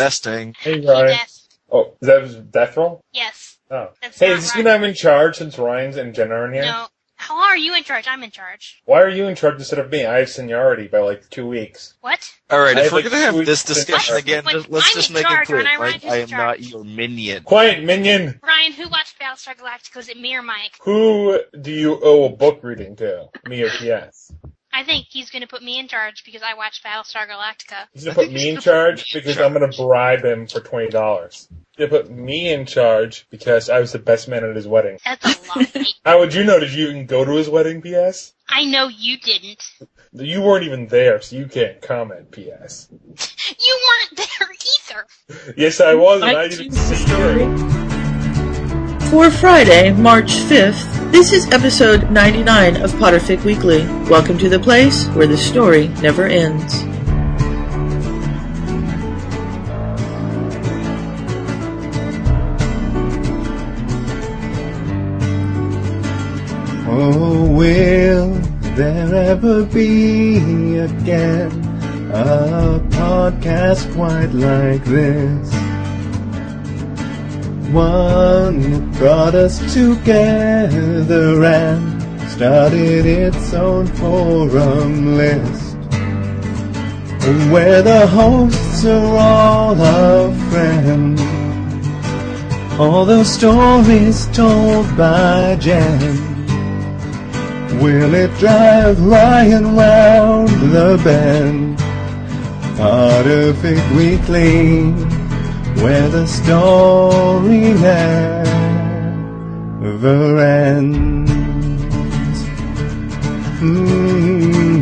Testing. Hey Hey, Ryan. Death. Oh, is that his death roll? Yes. Oh. That's Hey, not is this right. mean I'm in charge since Ryan's and Jenna are in here? No. How are you in charge? I'm in charge. Why are you in charge instead of me? I have seniority by like two weeks. What? All right, I if we're think gonna have we- this discussion I- again, like, just, let's I'm just in make it charge, clear. and I Like, run I am in not charge. your minion. Quiet, minion! Ryan, who watched Battlestar Galactica? Was it me or Mike? Who do you owe a book reading to? Me or PS? I think he's going to put me in charge because I watched Battlestar Galactica. He's gonna I put think he's me in gonna put charge me in because I'm gonna charge. bribe him for twenty dollars. They put me in charge because I was the best man at his wedding. That's a lot. of hate. How would you know? Did you even go to his wedding, PS? I know you didn't. You weren't even there, so you can't comment, PS. You weren't there either. Yes, I was, and I, I didn't keep the see you. For Friday, March 5th, this is episode 99 of Potterfic Weekly. Welcome to the place where the story never ends. Oh, will there ever be again a podcast quite like this? One that brought us together and started its own forum list. Where the hosts are all our friends. All those stories told by Jen. Will it drive Ryan round the bend? Potterfic Weekly, where the story never ends. Mm.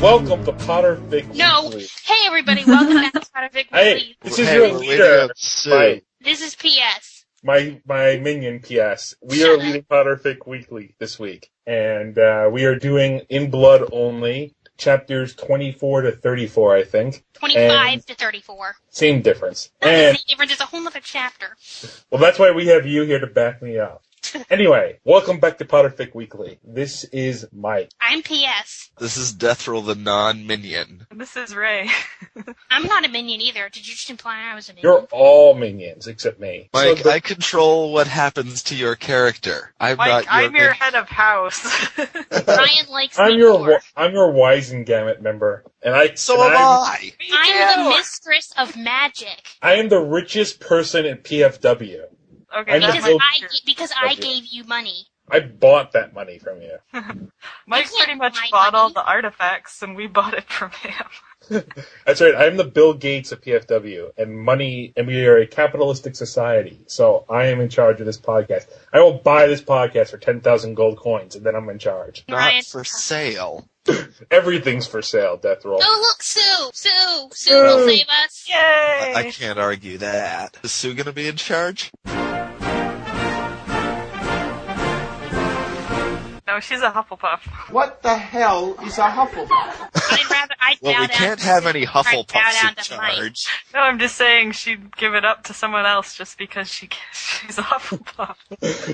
Welcome to Potter Vic. No. Weekly. Hey, everybody. Welcome back to Potterfic Hey, Weekly. this is Hey, your we're leader, leading up soon. my, This is PS. my my minion. P.S. We are Shut up. leading Potter Vic Weekly this week, and uh, we are doing in blood only chapters twenty four to thirty four. I think 25 And- to 34. same difference. That's the And same difference. It's a whole other chapter. Well, that's why we have you here to back me up. Anyway, welcome back to Potterfic Weekly. This is Mike. I'm PS. This is Death Roll, the non-minion. This is Ray. I'm not a minion either. Did you just imply I was a minion? You're all minions except me. So Mike, the- I control what happens to your character. I'm Mike, not your. I'm your minion. head of house. Ryan likes I'm me your more. wi- I'm your Wisengamot member, and I so and am I'm- I. I'm the mistress of magic. I am the richest person in PFW. Okay, I'm the that Nope. Because I might be true. ga- because I Okay. gave you money. I bought that money from you. Mike can't pretty much buy bought all money. the artifacts, and we bought it from him. That's right. I'm the Bill Gates of PFW, and money, and we are a capitalistic society. So I am in charge of this podcast. I will buy this podcast for ten thousand gold coins, and then I'm in charge. Not Ryan. for sale. Everything's for sale. Death roll. Oh look, Sue! Sue! Sue will Sue. save us. Yay! I, I can't argue that. Is Sue gonna be in charge? No, she's a Hufflepuff. What the hell is a Hufflepuff? I'd rather I'd Well, bow we down can't to have Sue. any I'd bow Hufflepuffs down in to Mike. charge. No, I'm just saying she'd give it up to someone else just because she she's a Hufflepuff.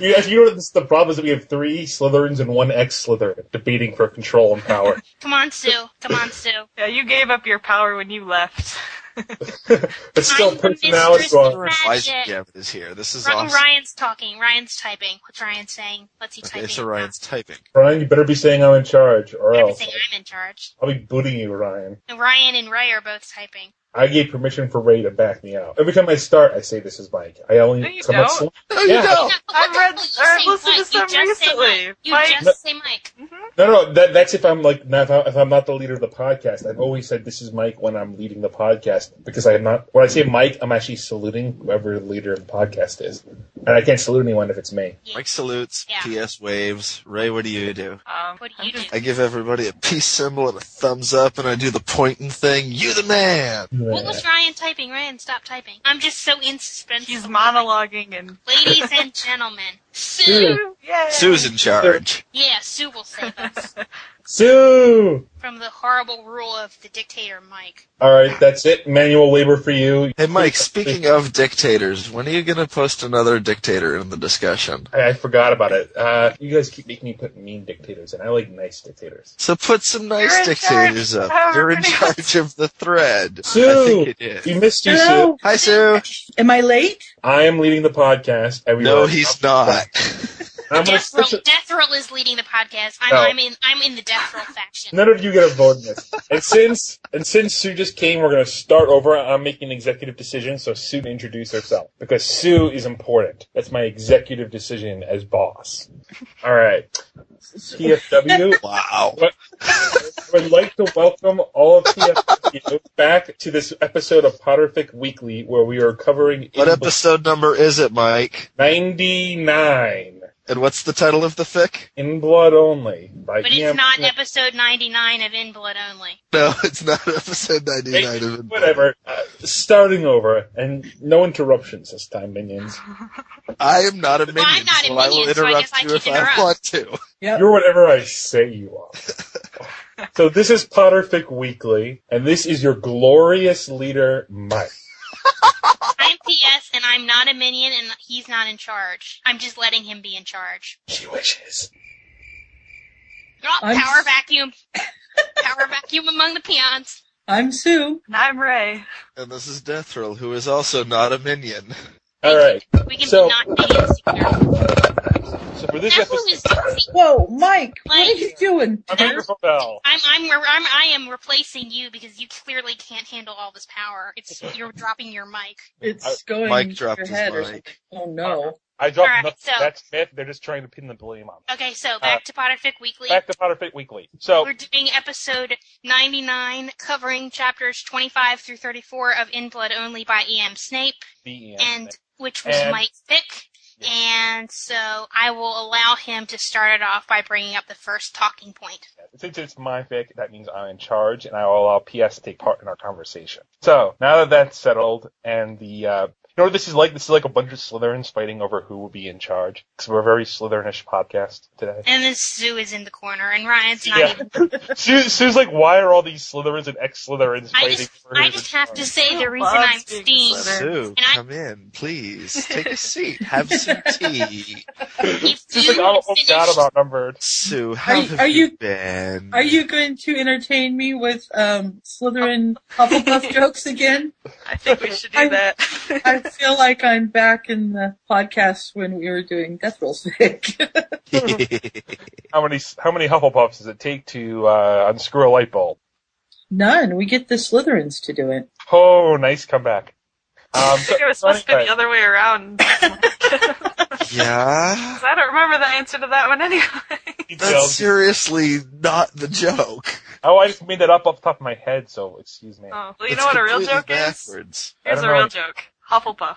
You, you know what this, the problem is that we have three Slytherins and one ex-Slytherin debating for control and power. Come on, Sue. Come on, Sue. yeah, you gave up your power when you left. but still, I'm the personality mistress of strong. Your Magic. Wisengamot is here. This is Ri- awesome. Ryan's talking. Ryan's typing. What's Ryan saying? What's he okay, typing? so Ryan's typing. Ryan, you better be saying I'm in charge, or else Everything I'm in charge. I'll be booting you, Ryan. And Ryan and Ray are both typing. I gave permission for Ray to back me out. Every time I start, I say this is Mike. I only No, you come up don't. sl- No, Yeah. you don't. Yeah, but I've what the read- hell you I've say, listened to Mike? some you just Say recently. Mike. You Mike- just No. say Mike. No, no, that, that's if I'm like not, if I'm not the leader of the podcast. I've always said this is Mike when I'm leading the podcast because I'm not. When I say Mike, I'm actually saluting whoever the leader of the podcast is, and I can't salute anyone if it's me. Mike salutes. Yeah. P.S. waves. Ray, what do you do? Um, What do I'm you just- do? I give everybody a peace symbol and a thumbs up, and I do the pointing thing. You the man. What was Ryan typing? Ryan, stop typing. I'm just so in suspense. He's monologuing and. Ladies and gentlemen, Sue. Sue. Yay! Sue's in charge. Yeah, Sue will save us. Sue! from the horrible rule of the dictator Mike. All right, that's it. Manual labor for you. Hey, Mike, speaking of dictators, when are you going to post another dictator in the discussion? I, I forgot about it. Uh, you guys keep making me put mean dictators, and I like nice dictators. So put some nice You're in dictators charge. up. You're in Everybody charge of the thread. I Sue! think it is. We missed you, Sue. Hello? Hi, Sue. Am I late? I am leading the podcast. and we No, are- he's not. I'm gonna Death switch Roll, it. Oh. Death Roll is leading the podcast. I'm, No. I'm in. I'm in the Death Roll faction. None of you get a vote in this. And since and since Sue just came, we're going to start over. I'm making an executive decision, so Sue can introduce herself because Sue is important. That's my executive decision as boss. All right, TFW. wow. I would like to welcome all of TFW back to this episode of Potterfic Weekly, where we are covering What Inbl- episode number is it, Mike? 99 And what's the title of the fic? in blood only. By But EM it's not episode 99 of In Blood Only. No, it's not episode 99 Hey, of it. Whatever. Uh, starting over, and no interruptions this time, minions. I am not a minion, I'm not a so I will minion, so I interrupt guess I you can if interrupt. I want to. You're whatever I say you are. so this is Potterfic Weekly, and this is your glorious leader, Mike. I'm PS, and I'm not a minion, and he's not in charge. I'm just letting him be in charge. She wishes. Oh, I'm- power vacuum. power vacuum among the peons. I'm Sue. And I'm Ray. And this is Deathrill, who is also not a minion. All right. We can So- be not minions together. So for this That episode, one is dictator. Whoa, Mike, what are Mike. you doing? I'm here for Bell. I'm I'm re- I'm I am replacing you because you clearly can't handle all this power. It's you're dropping your mic. It's going Mike to dropped your his head or mic. something. Oh no. I dropped Alright, nothing. so- That's myth. They're just trying to pin the blame on. me. Okay, so back to Potterfic Weekly. Uh, Back to Potterfic Weekly. So We're doing episode 99, covering chapters 25 through 34 of In Blood Only by E.M. Snape, the and end. which was And- Mike Vick. And so I will allow him to start it off by bringing up the first talking point. Since it's my pick, that means I'm in charge, and I will allow PS to take part in our conversation. So now that that's settled, and the uh, you know what this is like? This is like a bunch of Slytherins fighting over who will be in charge because we're a very Slytherinish podcast today. And then Sue is in the corner, and Ryan's not Yeah. even. Sue, Sue's like, why are all these Slytherins and ex-Slytherins I fighting? just, over I who's just in have to charge? say the Who reason I'm loves being steamed Slytherin? Sue, And I- come in, please. Take a seat. Have some tea. if She's you like, oh, oh finished, God, I'm outnumbered. Sue, how Are- have are you, you- been? Are you going to entertain me with um, Slytherin Hufflepuff jokes again? I think we should I- do that. I feel like I'm back in the podcast when we were doing Death Roll Sick. How many, how many Hufflepuffs does it take to uh, unscrew a light bulb? None. We get the Slytherins to do it. Oh, nice comeback. Um, I think it was supposed to be the other way around. 'Cause yeah? I don't remember the answer to that one anyway. That's seriously not the joke. Oh, I just made that up off the top of my head, so excuse me. Oh, well, you It's know what a real completely joke is? backwards. Here's I a don't real know. joke. Hufflepuff.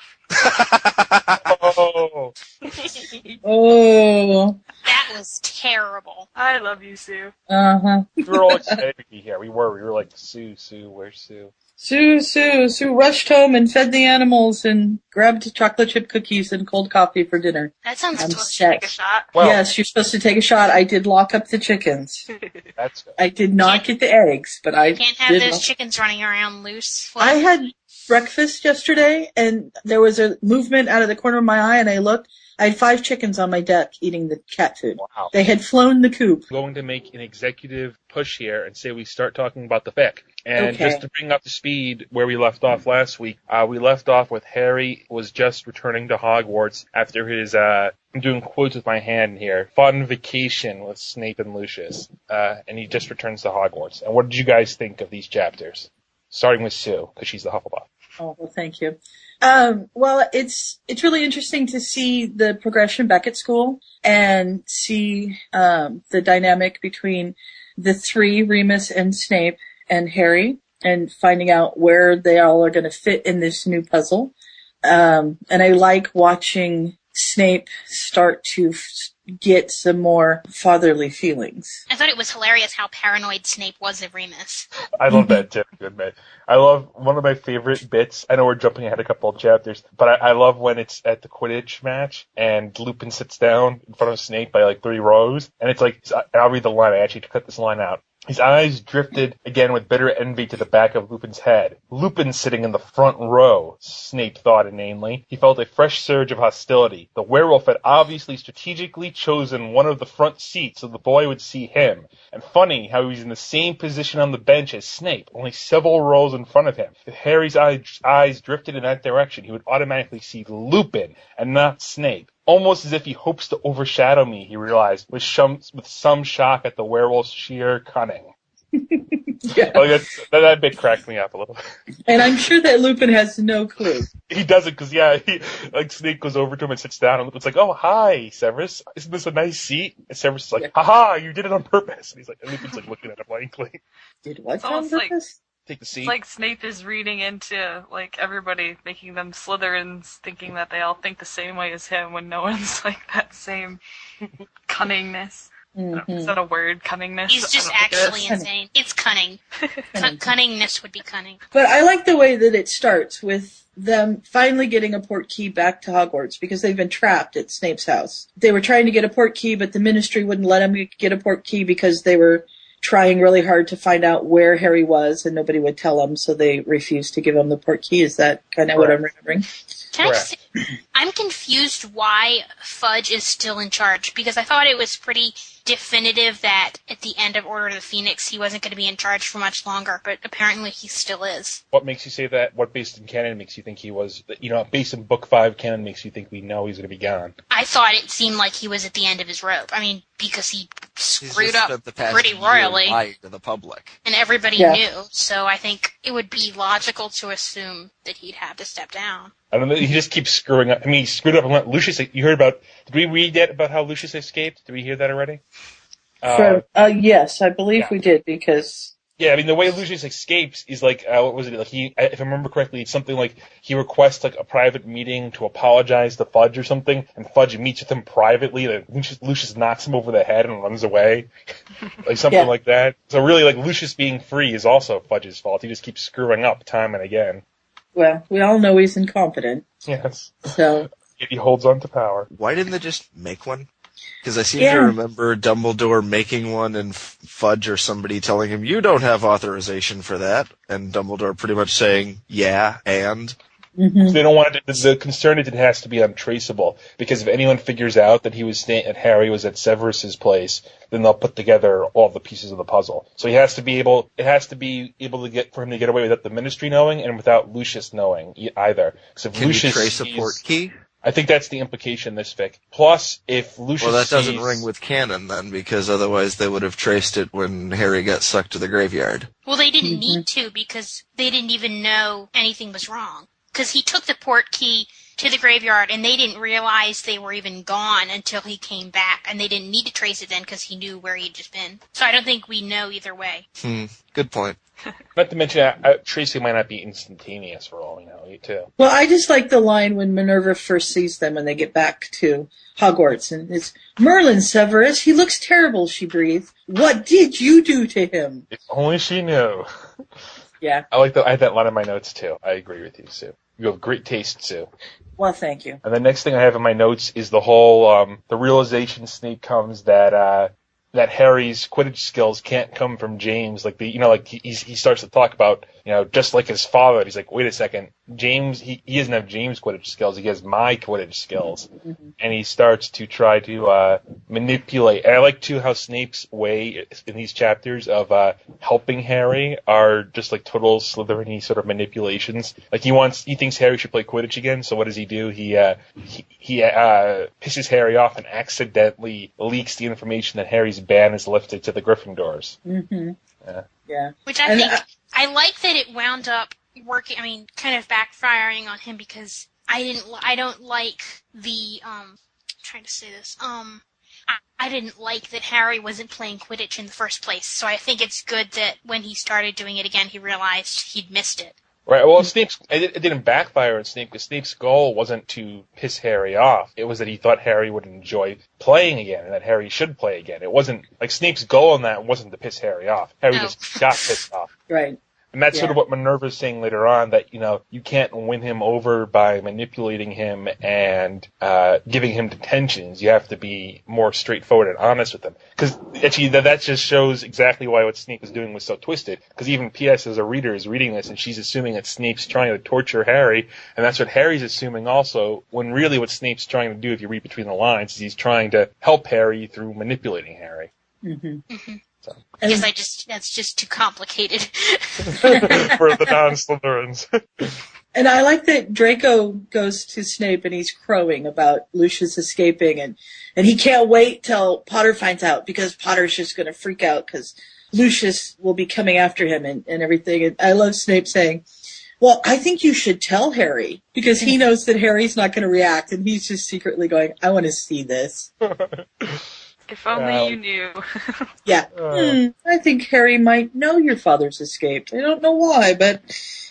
Oh, Oh, that was terrible. I love you, Sue. uh huh. we were all excited to be here. We were. We were like, Sue, Sue, where's Sue? Sue, Sue, Sue rushed home and fed the animals and grabbed chocolate chip cookies and cold coffee for dinner. That sounds I'm delicious. Take a shot. Well, yes, you're supposed to take a shot. I did lock up the chickens. that's good. I did not get the eggs, but I Can't have did those lock- chickens running around loose. I had breakfast yesterday and there was a movement out of the corner of my eye and I looked. I had five chickens on my deck eating the cat food. Wow. They had flown the coop. Going to make an executive push here and say we start talking about the fic. And Okay. just to bring up the speed where we left off last week, uh, we left off with Harry was just returning to Hogwarts after his, uh, I'm doing quotes with my hand here, fun vacation with Snape and Lucius. Uh, and he just returns to Hogwarts. And what did you guys think of these chapters? Starting with Sue, because she's the Hufflepuff. Oh, well, thank you. Um, well, it's it's really interesting to see the progression back at school and see um, the dynamic between the three Remus and Snape and Harry, and finding out where they all are going to fit in this new puzzle. Um, and I like watching Snape start to f- get some more fatherly feelings. I thought it was hilarious how paranoid Snape was of Remus. I love that Jeff Goodman. I love one of my favorite bits. I know we're jumping ahead a couple of chapters, but I, I love when it's at the Quidditch match and Lupin sits down in front of Snape by like three rows, and it's like and I'll read the line. I actually cut this line out. His eyes drifted again with bitter envy to the back of Lupin's head. Lupin sitting in the front row, Snape thought inanely. He felt a fresh surge of hostility. The werewolf had obviously strategically chosen one of the front seats so the boy would see him. And funny how he was in the same position on the bench as Snape, only several rows in front of him. If Harry's eye, eyes drifted in that direction, he would automatically see Lupin and not Snape. Almost as if he hopes to overshadow me, he realized, with some, with some shock at the werewolf's sheer cunning. Yeah. Like that's, that, that bit cracked me up a little. And I'm sure that Lupin has no clue. He does it because, yeah, he, like Snape goes over to him and sits down, and it's like, "Oh, hi, Severus. Isn't this a nice seat?" And Severus is like, Yeah. "Haha, you did it on purpose." And he's like, and Lupin's like looking at him blankly. Did what It's on almost like- purpose? Take the seat. It's like Snape is reading into like everybody, making them Slytherins, thinking that they all think the same way as him, when no one's like that same cunningness. I don't- Is Mhm. that a word? Cunningness. Mm-hmm. He's just I don't think it actually is. insane. It's cunning. Cu- cunningness would be cunning. But I like the way that it starts with them finally getting a port key back to Hogwarts because they've been trapped at Snape's house. They were trying to get a port key, but the ministry wouldn't let them get a port key because they were trying really hard to find out where Harry was and nobody would tell them, so they refused to give him the port key. Is that kind of what I'm remembering? Can I just say, I'm confused why Fudge is still in charge because I thought it was pretty definitive that at the end of Order of the Phoenix he wasn't going to be in charge for much longer, but apparently he still is. What makes you say that? What based in canon makes you think he was? You know, based in book five canon makes you think we know he's going to be gone. I thought it seemed like he was at the end of his rope. I mean, because he He's screwed just up spent the past pretty year royally. lying to the public. and everybody Yeah. knew, so I think it would be logical to assume that he'd have to step down. I don't know. He just keeps screwing up. I mean, he screwed up and let Lucius. You heard about? Did we read that about how Lucius escaped? Did we hear that already? Uh, From- uh, yes, I believe yeah. we did because Yeah, I mean the way Lucius escapes is like uh, what was it like? He, if I remember correctly, it's something like he requests like a private meeting to apologize to Fudge or something, and Fudge meets with him privately. Like, Lucius, Lucius knocks him over the head and runs away, like something Yeah. like that. So really, like Lucius being free is also Fudge's fault. He just keeps screwing up time and again. well, we all know he's incompetent, Yes, so if he holds on to power. Why didn't they just make one? Because I seem Yeah. to remember Dumbledore making one and F- Fudge or somebody telling him, you don't have authorization for that. And Dumbledore pretty much saying, yeah, and. mhm. They don't want it. To, the concern is it has to be untraceable because if anyone figures out that he was staying at Harry was at Severus's place, then they'll put together all the pieces of the puzzle. So he has to be able. It has to be able to get for him to get away without the Ministry knowing and without Lucius knowing e- either. Because if Can Lucius you trace a sees- port key? I think that's the implication. This fic. Plus, if Lucius Well, that doesn't sees- ring with canon then, because otherwise they would have traced it when Harry got sucked to the graveyard. Well, they didn't need to because they didn't even know anything was wrong. Because he took the port key to the graveyard and they didn't realize they were even gone until he came back. And they didn't need to trace it then because he knew where he'd just been. So I don't think we know either way. Hmm. Good point. Not to mention, I, I, tracing might not be instantaneous for all we know too. Well, I just like the line when Minerva first sees them and they get back to Hogwarts and it's Merlin Severus, he looks terrible, she breathed. What did you do to him? If only she knew. Yeah. I like that. I had that line in my notes too. I agree with you, Sue. You have great taste, Sue. Well, thank you. And the next thing I have in my notes is the whole um, the realization Snape comes that uh, that Harry's Quidditch skills can't come from James. Like the you know like he he's, he starts to talk about you know just like his father. He's like, wait a second, James he, he doesn't have James Quidditch skills. He has my Quidditch skills, and he starts to try to uh, manipulate. And I like too how Snape's way in these chapters of uh, helping Harry are just like total Slytherin sort of manipulations. Like he wants, he thinks Harry should play Quidditch again. So what does he do? He uh, he, he uh, pisses Harry off and accidentally leaks the information that Harry's ban is lifted to the Gryffindors. hmm Yeah. Yeah. Which I And think I- I like that it wound up working. I mean, kind of backfiring on him because I didn't. li- I don't like the. Um, I'm trying to say this. Um, I, I didn't like that Harry wasn't playing Quidditch in the first place. So I think it's good that when he started doing it again, he realized he'd missed it. Right. Well, Snape's it, it didn't backfire on Snape because Snape's goal wasn't to piss Harry off. It was that he thought Harry would enjoy playing again and that Harry should play again. It wasn't like Snape's goal on that wasn't to piss Harry off. Harry No. just got pissed off. Right. And that's sort of Yeah. what Minerva's saying later on that, you know, you can't win him over by manipulating him and uh, giving him detentions. You have to be more straightforward and honest with him. Because actually, that, that just shows exactly why what Snape was doing was so twisted. Because even P.S. as a reader is reading this and she's assuming that Snape's trying to torture Harry, and that's what Harry's assuming also, when really what Snape's trying to do, if you read between the lines, is he's trying to help Harry through manipulating Harry. Mm-hmm. Because I just that's just too complicated. For the non-Slytherins. And I like that Draco goes to Snape and he's crowing about Lucius escaping and, and he can't wait till Potter finds out because Potter's just going to freak out because Lucius will be coming after him and, and everything. And I love Snape saying, well, I think you should tell Harry because he knows that Harry's not going to react and he's just secretly going, I want to see this. If only Well. you knew. Yeah. Hmm, I think Harry might know your father's escaped. I don't know why, but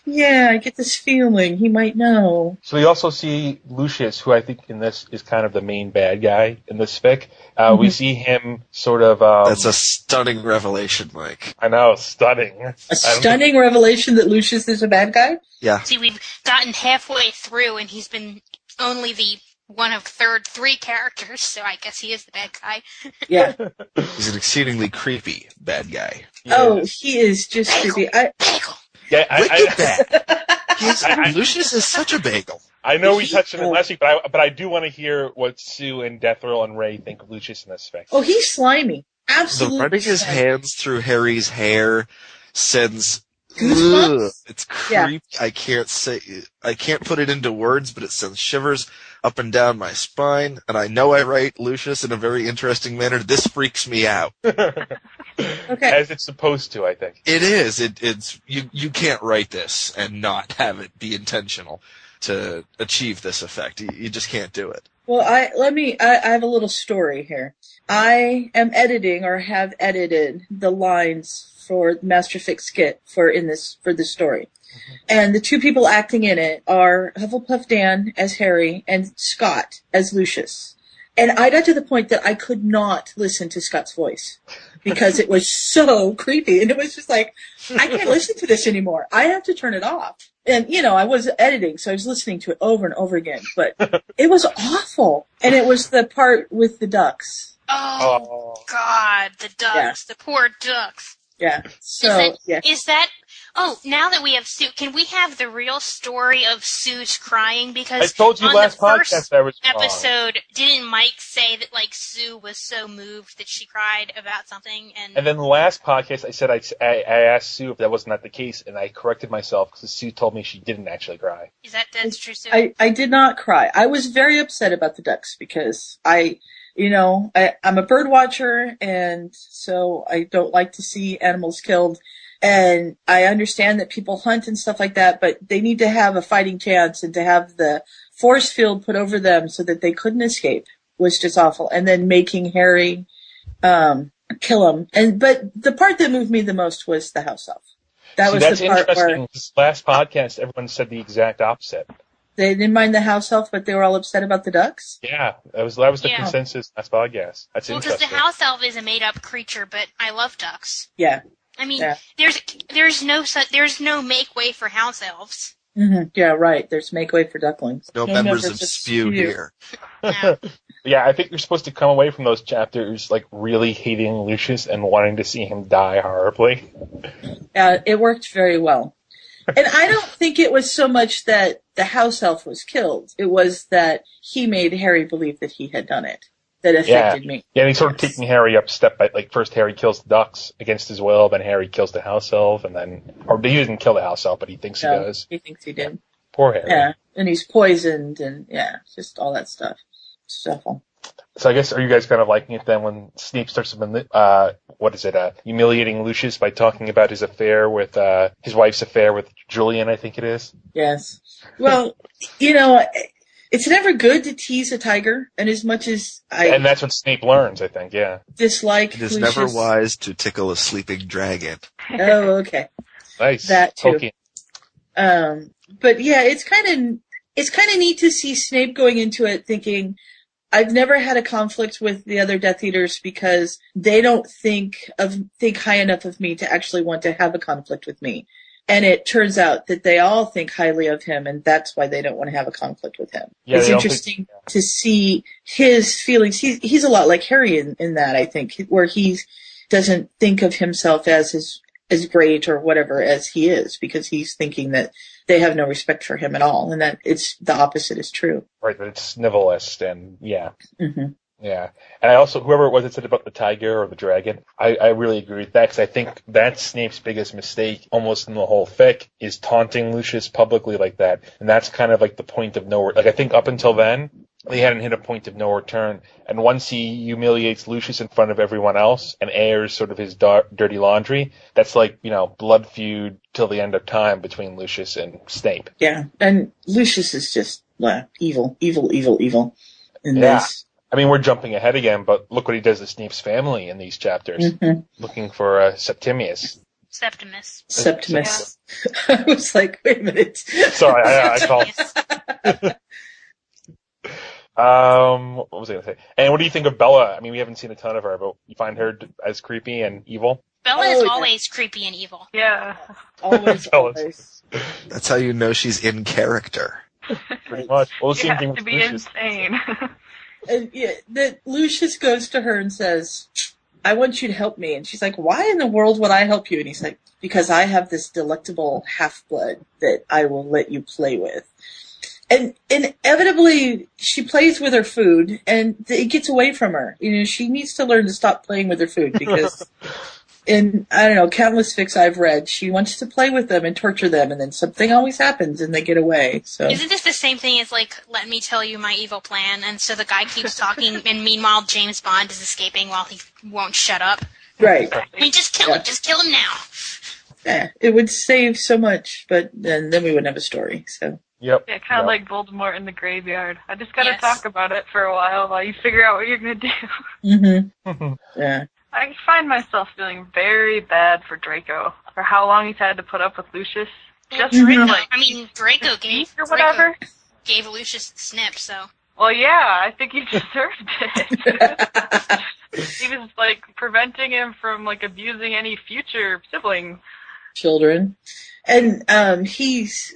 yeah, I get this feeling he might know. So we also see Lucius, who I think in this is kind of the main bad guy in this fic. Uh, We see him sort of. Um, That's a stunning revelation, Mike. I know, stunning. A stunning revelation that Lucius is a bad guy? Yeah. See, we've gotten halfway through, and he's been only the one of third three characters, so I guess he is the bad guy. Yeah. He's an exceedingly creepy bad guy. Oh, he is just creepy. I, Bagel. yeah, Look at I, that. He's, I- I- Lucius is such a bagel. I, I know we touched on it last week, but I, but I do want to hear what Sue and Death Row and Ray think of Lucius in this fic. oh, he's slimy. The Absolutely. running his slimy. hands through Harry's hair sends. Goosebumps? Ugh, it's Yeah. creepy. I can't say. I can't put it into words, but it sends shivers up and down my spine. And I know I write Lucius in a very interesting manner. This freaks me out. Okay. As it's supposed to, I think. It is. It, it's you. You can't write this and not have it be intentional to achieve this effect. You, you just can't do it. Well, I let me. I, I have a little story here. I am editing or have edited the lines for Master Fix Skit for in this for this story, and the two people acting in it are Hufflepuff Dan as Harry and Scott as Lucius. And I got to the point that I could not listen to Scott's voice because it was so creepy, and it was just like I can't listen to this anymore. I have to turn it off. And you know, I was editing, so I was listening to it over and over again, but it was awful. And it was the part with the ducks. Oh, Oh, God, the ducks, Yeah. the poor ducks. Yeah. So is, it, yeah. is that? Oh, now that we have Sue, can we have the real story of Sue's crying? I Because told you on last the first podcast I was wrong. episode, didn't Mike say that like Sue was so moved that she cried about something? And, And then the last podcast, I said I, I, I asked Sue if that was not the case, and I corrected myself because Sue told me she didn't actually cry. is that that's true, Sue? I, I did not cry. I was very upset about the ducks because I you know, I, I'm a bird watcher and so I don't like to see animals killed. And I understand that people hunt and stuff like that, but they need to have a fighting chance and to have the force field put over them so that they couldn't escape was just awful. And then making Harry, um, kill him. And, but the part that moved me the most was the house elf. That See, was that's the part interesting. where 'cause last podcast, everyone said the exact opposite. they didn't mind the house elf, but they were all upset about the ducks. Yeah, that was that was the Yeah. consensus last podcast. That's well, because the interesting. house elf is a made-up creature, but I love ducks. Yeah. I mean, Yeah. there's there's no su- there's no make way for house elves. hmm Yeah, right. There's make way for ducklings. No, members of spew here. No. yeah, I think you're supposed to come away from those chapters like really hating Lucius and wanting to see him die horribly. Uh, it worked very well. And I don't think it was so much that the house elf was killed. It was that he made Harry believe that he had done it. That affected me. Yeah, and he's sort of taking Harry up step by like first Harry kills the ducks against his will, then Harry kills the house elf, and then or he doesn't kill the house elf, but he thinks he So does. he thinks he did. Poor Harry. Yeah. And he's poisoned and yeah, just all that stuff. It's awful. So I guess are you guys kind of liking it then when Snape starts to uh what is it uh humiliating Lucius by talking about his affair with uh his wife's affair with Julian I think it is. Yes. Well, you know, it's never good to tease a tiger. And as much as I And that's what Snape learns I think, yeah. dislike It is Lucius- never wise to tickle a sleeping dragon. Oh, okay. Nice. That too. Tolkien. Um, but yeah, it's kind of it's kind of neat to see Snape going into it thinking, I've never had a conflict with the other Death Eaters because they don't think of think high enough of me to actually want to have a conflict with me. And it turns out that they all think highly of him, and that's why they don't want to have a conflict with him. Yeah, it's they don't think- interesting to see his feelings. He's he's a lot like Harry in, in that I think, where he doesn't think of himself as his as great or whatever as he is, because he's thinking that they have no respect for him at all, and that it's the opposite is true. Right, but it's Snivellist, and yeah, hmm yeah. And I also, whoever it was that said about the tiger or the dragon, I, I really agree with that 'cause I think that's Snape's biggest mistake almost in the whole fic is taunting Lucius publicly like that. And that's kind of like the point of no re- Like, I think up until then, they hadn't hit a point of no return. And once he humiliates Lucius in front of everyone else and airs sort of his dar- dirty laundry, that's like, you know, blood feud till the end of time between Lucius and Snape. Yeah, and Lucius is just blah, evil, evil, evil, evil. In Yeah. this, I mean, we're jumping ahead again, but look what he does to Snape's family in these chapters, Mhm. looking for uh, Septimius. Septimus. Septimus. I was like, wait a minute. Sorry, I, I called. Yes. Um, what was I going to say? And what do you think of Bella? I mean, we haven't seen a ton of her, but you find her d- as creepy and evil. Bella is Oh, yeah. always creepy and evil. Yeah. Always, Fellas. always. That's how you know she's in character. Pretty much. Well, the You same thing have to with be Lucius. insane. And yeah, that Lucius goes to her and says, "I want you to help me." And she's like, "Why in the world would I help you?" And he's like, "Because I have this delectable half blood that I will let you play with." And inevitably, she plays with her food, and it gets away from her. You know, she needs to learn to stop playing with her food because. in I don't know countless fics I've read, she wants to play with them and torture them, and then something always happens and they get away. So Isn't this the same thing as like, let me tell you my evil plan? And so the guy keeps talking, and meanwhile James Bond is escaping while he won't shut up. right, I mean, just kill him. Just kill him now. yeah, it would save so much, but then then we wouldn't have a story. So Yep. Yeah, kind of Yep. like Voldemort in the graveyard. I just gotta Yes. talk about it for a while while you figure out what you're gonna do. hmm yeah, I find myself feeling very bad for Draco for how long he's had to put up with Lucius. Just Mm-hmm. Mhm. for Draco- like I mean, Mm-hmm. Draco week gave or whatever. Draco gave Lucius the snip, so Well, yeah, I think he deserved it. he was like preventing him from like abusing any future siblings. children, and um, he's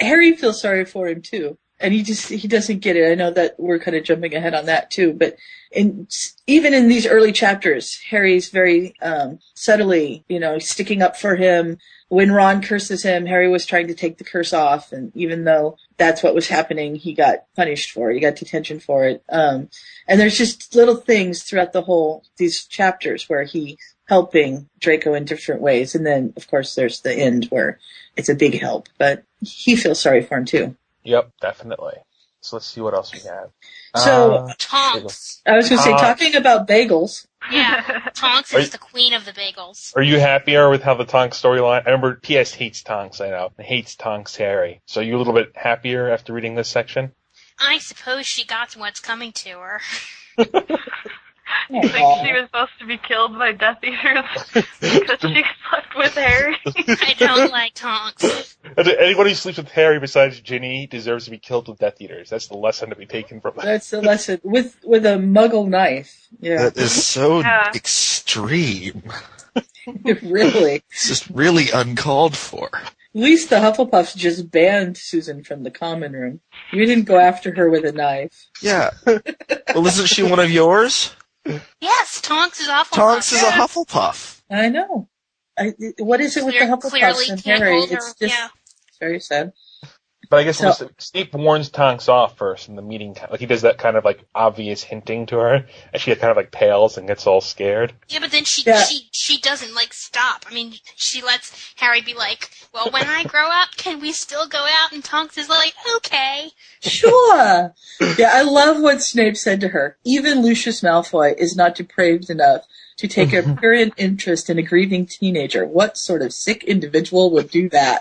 Harry feels sorry for him too. And he just, he doesn't get it. I know that we're kind of jumping ahead on that too, but in, even in these early chapters, Harry's very, um, subtly, you know, sticking up for him, when Ron curses him, Harry was trying to take the curse off, and even though that's what was happening, he got punished for it. He got detention for it. Um, and there's just little things throughout the whole these chapters where he's helping Draco in different ways, and then of course there's the end where it's a big help, but he feels sorry for him too. Yep, definitely. So let's see what else we have. So- Uh, Tonks. I was going to say, Ah. talking about bagels. Yeah, Tonks Are is you- the queen of the bagels. Are you happier with how the Tonks storyline? I remember PS hates Tonks, I know. and Hates Tonks Harry. So you a little bit happier after reading this section? I suppose she got what's coming to her. You think Oh, she was supposed to be killed by Death Eaters because she slept with Harry? I don't like Tonks. Anybody who sleeps with Harry besides Ginny deserves to be killed with Death Eaters. That's the lesson to be taken from that. That's the lesson with with a Muggle knife. Yeah, That is so Yeah. extreme. really. It's just really uncalled for. At least the Hufflepuffs just banned Susan from the common room. You didn't go after her with a knife. Yeah. Well, isn't she one of yours? Yes, Tonks is awful. Tonks is a Hufflepuff. I know. I, what is it with Clear- the Hufflepuffs clearly and can't Harry? hold her- It's just yeah. it's very sad. But I guess So- listen, Snape warns Tonks off first in the meeting. Like he does that kind of like obvious hinting to her, and she kind of like pales and gets all scared. Yeah, but then she Yeah. she she doesn't like stop. I mean, she lets Harry be like, "Well, when I grow up, can we still go out?" And Tonks is like, "Okay." Sure. yeah, I love what Snape said to her. Even Lucius Malfoy is not depraved enough to take a prurient interest in a grieving teenager. What sort of sick individual would do that?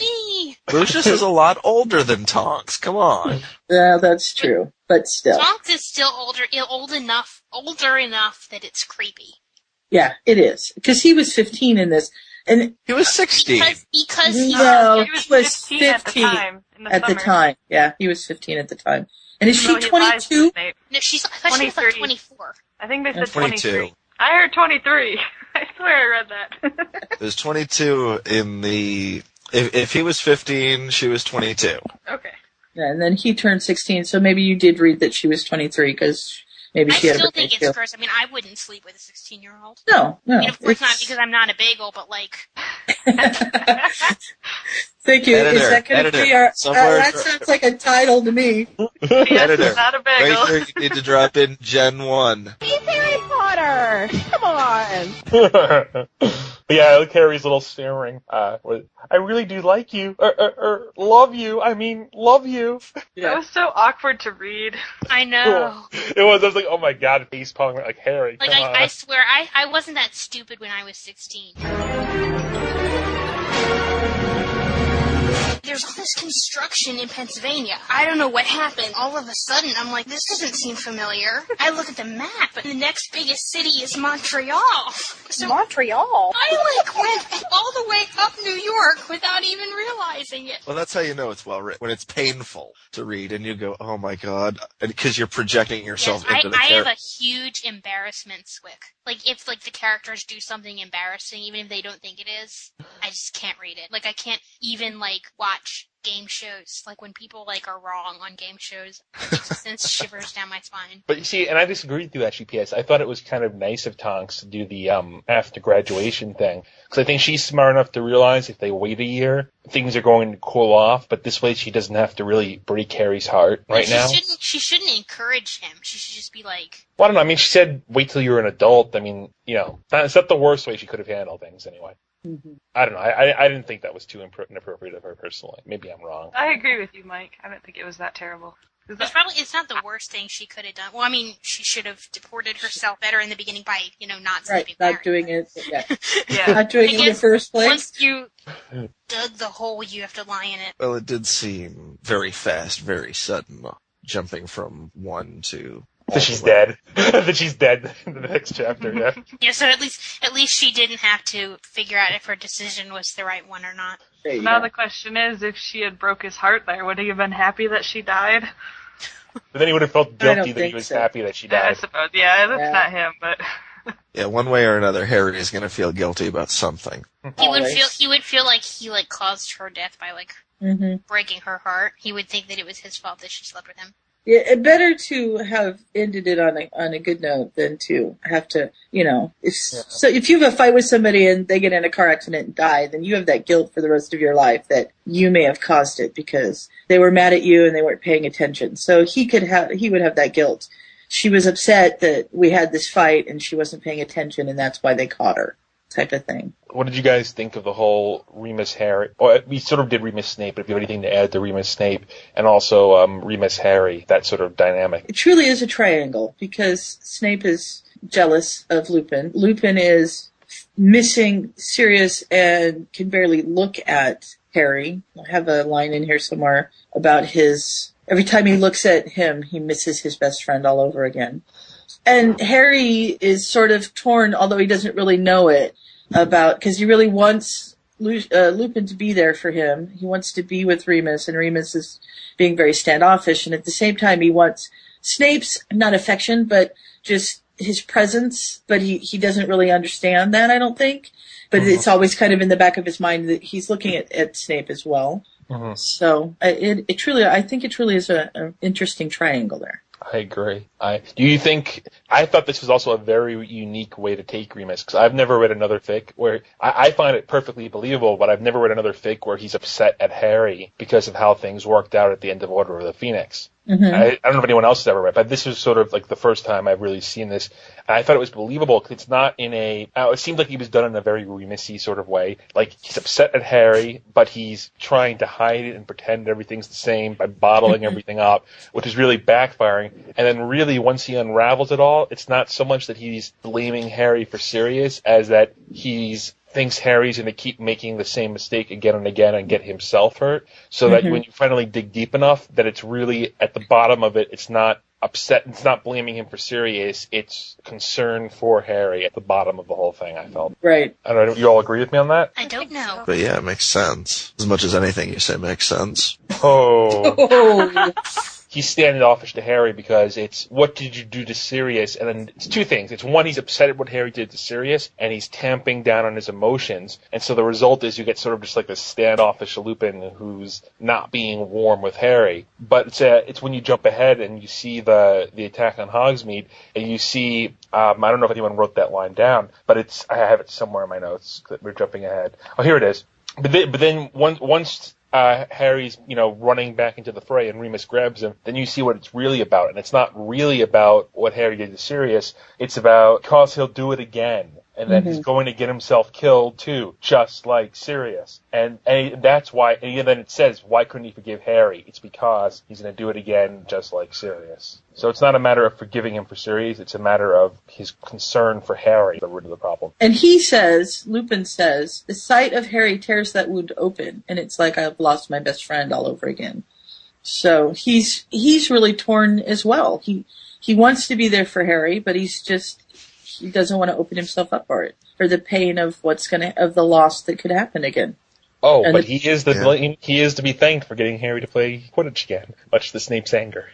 Me. Lucius is a lot older than Tonks. Come on. yeah, that's true. But still, Tonks is still older, ill- old enough, older enough that it's creepy. yeah, it is because he was 15 in this. And He was 60. Because because uh, he's No. he was he was 15, at the 15 time. In the at the summer. time, yeah, he was 15 at the time. And is Even she though he lies to 22? his name. no, she's I thought she was like 23. twenty four. I think they said 22. 23. I heard 23. I swear I read that. There's 22 in the. If, if he was 15, she was 22. okay. Yeah, and then he turned 16, so maybe you did read that she was 23 because maybe I she had a still birthday think it's too. gross. I mean, I wouldn't sleep with a sixteen year old. No, no. I mean, of course not it's- because I'm not a bagel, but like Thank you. Editor, Is that going to editor, be our? Uh, somewhere- that sounds like a title to me. Yes, Editor, it's not a bagel. Right here, you need to drop in Gen 1. but yeah, I carries a little sneering. Uh, with, I really do like you, or, or, or love you. I mean, love you. That was so awkward to read. I know. It was. I was like, oh my god, face palming like Harry. Like come on. I, I swear I, I wasn't that stupid when I was sixteen. There's all this construction in Pennsylvania. I don't know what happened. All of a sudden, I'm like, this doesn't seem familiar. I look at the map, and the next biggest city is Montreal. So Montreal. I like went all the way up New York without even realizing it. Well, that's how you know it's well written. When it's painful to read and you go, oh my god. Because you're projecting Yes, yourself I, into the I have character. a huge embarrassment swick. Like if like the characters do something embarrassing, even if they don't think it is, I just can't read it. Like I can't even like watch game shows. Like when people like are wrong on game shows, it just sends shivers down my spine. But you see, and I disagree with you actually, P.S. I thought it was kind of nice of Tonks to do the um after graduation thing because I think she's smart enough to realize if they wait a year, things are going to cool off. But this way, she doesn't have to really break Harry's heart Like, right she now. shouldn't she shouldn't encourage him. She should just be like, Well, I don't know. I mean, she said wait till you're an adult. I mean, you know, not, it's not the worst way she could have handled things anyway. Mm-hmm. I don't know. I, I I didn't think that was too impro- inappropriate of her personally. Maybe I'm wrong. I agree with you, Mike. I don't think it was that terrible. Is "It's that- probably it's not the worst thing she could have done." Well, I mean, she should have deported herself better in the beginning by you know not Right, sleeping. not with Harry. doing it. Yeah. yeah. Not doing it in the Because first place. Once you dug the hole, you have to lie in it. Well, it did seem very fast, very sudden, uh, jumping from one to. all That she's the way. dead. that she's dead in the next chapter. Yeah. Yeah, so at least at least she didn't have to figure out if her decision was the right one or not. There you Now go. the question is, if she had broke his heart there, would he have been happy that she died? But then he would have felt I don't guilty that he think was so. happy that she I died. suppose. Yeah, that's Yeah. not him, but Yeah, one way or another, Harry is going to feel guilty about something. He would Always. feel he would feel like he like caused her death by like Mhm. breaking her heart. He would think that it was his fault that she slept with him. Yeah, it better to have ended it on a on a good note than to have to, you know. If, So if you have a fight with somebody and they get in a car accident and die, then you have that guilt for the rest of your life that you may have caused it because they were mad at you and they weren't paying attention. So he could have he would have that guilt. She was upset that we had this fight and she wasn't paying attention and that's why they caught her, type of thing. What did you guys think of the whole Remus Harry? Or we sort of did Remus Snape, but if you have anything to add to Remus Snape and also um, Remus Harry, that sort of dynamic. it truly is a triangle because Snape is jealous of Lupin. Lupin is missing Sirius and can barely look at Harry. I have a line in here somewhere about his every time he looks at him, he misses his best friend all over again. And Harry is sort of torn, although he doesn't really know it, about because he really wants Lu- uh, Lupin to be there for him. He wants to be with Remus, and Remus is being very standoffish. And at the same time, he wants Snape's not affection, but just his presence. But he he doesn't really understand that. I don't think. But it's always kind of in the back of his mind that he's looking at, at Snape as well. Mhm. So I- it, it truly, I think it truly is a, a interesting triangle there. I agree. I do you think? I thought this was also a very unique way to take Remus because I've never read another fic where I, I find it perfectly believable, but I've never read another fic where he's upset at Harry because of how things worked out at the end of Order of the Phoenix. I, I don't know if anyone else has ever read, but this is sort of like the first time I've really seen this. And I thought it was believable because it's not in a. uh, It seemed like he was done in a very remissy sort of way. Like he's upset at Harry, but he's trying to hide it and pretend everything's the same by bottling everything up, which is really backfiring. And then really, once he unravels it all, it's not so much that he's blaming Harry for Sirius as that he's thinks Harry's going to keep making the same mistake again and again and get himself hurt, so that when you finally dig deep enough, that it's really at the bottom of it, it's not upset. It's not blaming him for Sirius. It's concern for Harry at the bottom of the whole thing. I felt. Right. I don't know. You all agree with me on that? I don't know. But yeah, it makes sense. As much as anything you say makes sense. Oh. Oh, he's standoffish to Harry because it's what did you do to Sirius? And then it's two things. It's one, he's upset at what Harry did to Sirius, and he's tamping down on his emotions. And so the result is you get sort of just like this standoffish Lupin who's not being warm with Harry. But it's uh it's when you jump ahead and you see the the attack on Hogsmeade, and you see um, I don't know if anyone wrote that line down, but it's I have it somewhere in my notes that we're jumping ahead. Oh, here it is. But then, but then once once uh, Harry's you know running back into the fray and Remus grabs him, then you see what it's really about, and it's not really about what Harry did to Sirius. It's about cause he'll do it again, and then he's going to get himself killed too, just like Sirius. And and that's why. And then it says why couldn't he forgive Harry? It's because he's going to do it again, just like Sirius. So it's not a matter of forgiving him for Sirius. It's a matter of his concern for Harry, the root of the problem. and he says, Lupin says, the sight of Harry tears that wound open, and it's like I've lost my best friend all over again. So he's he's really torn as well. He he wants to be there for Harry, but he's just he doesn't want to open himself up for it or the pain of what's gonna of the loss that could happen again. Oh, And but the- he is the Yeah. he is to be thanked for getting Harry to play Quidditch again, much to Snape's anger.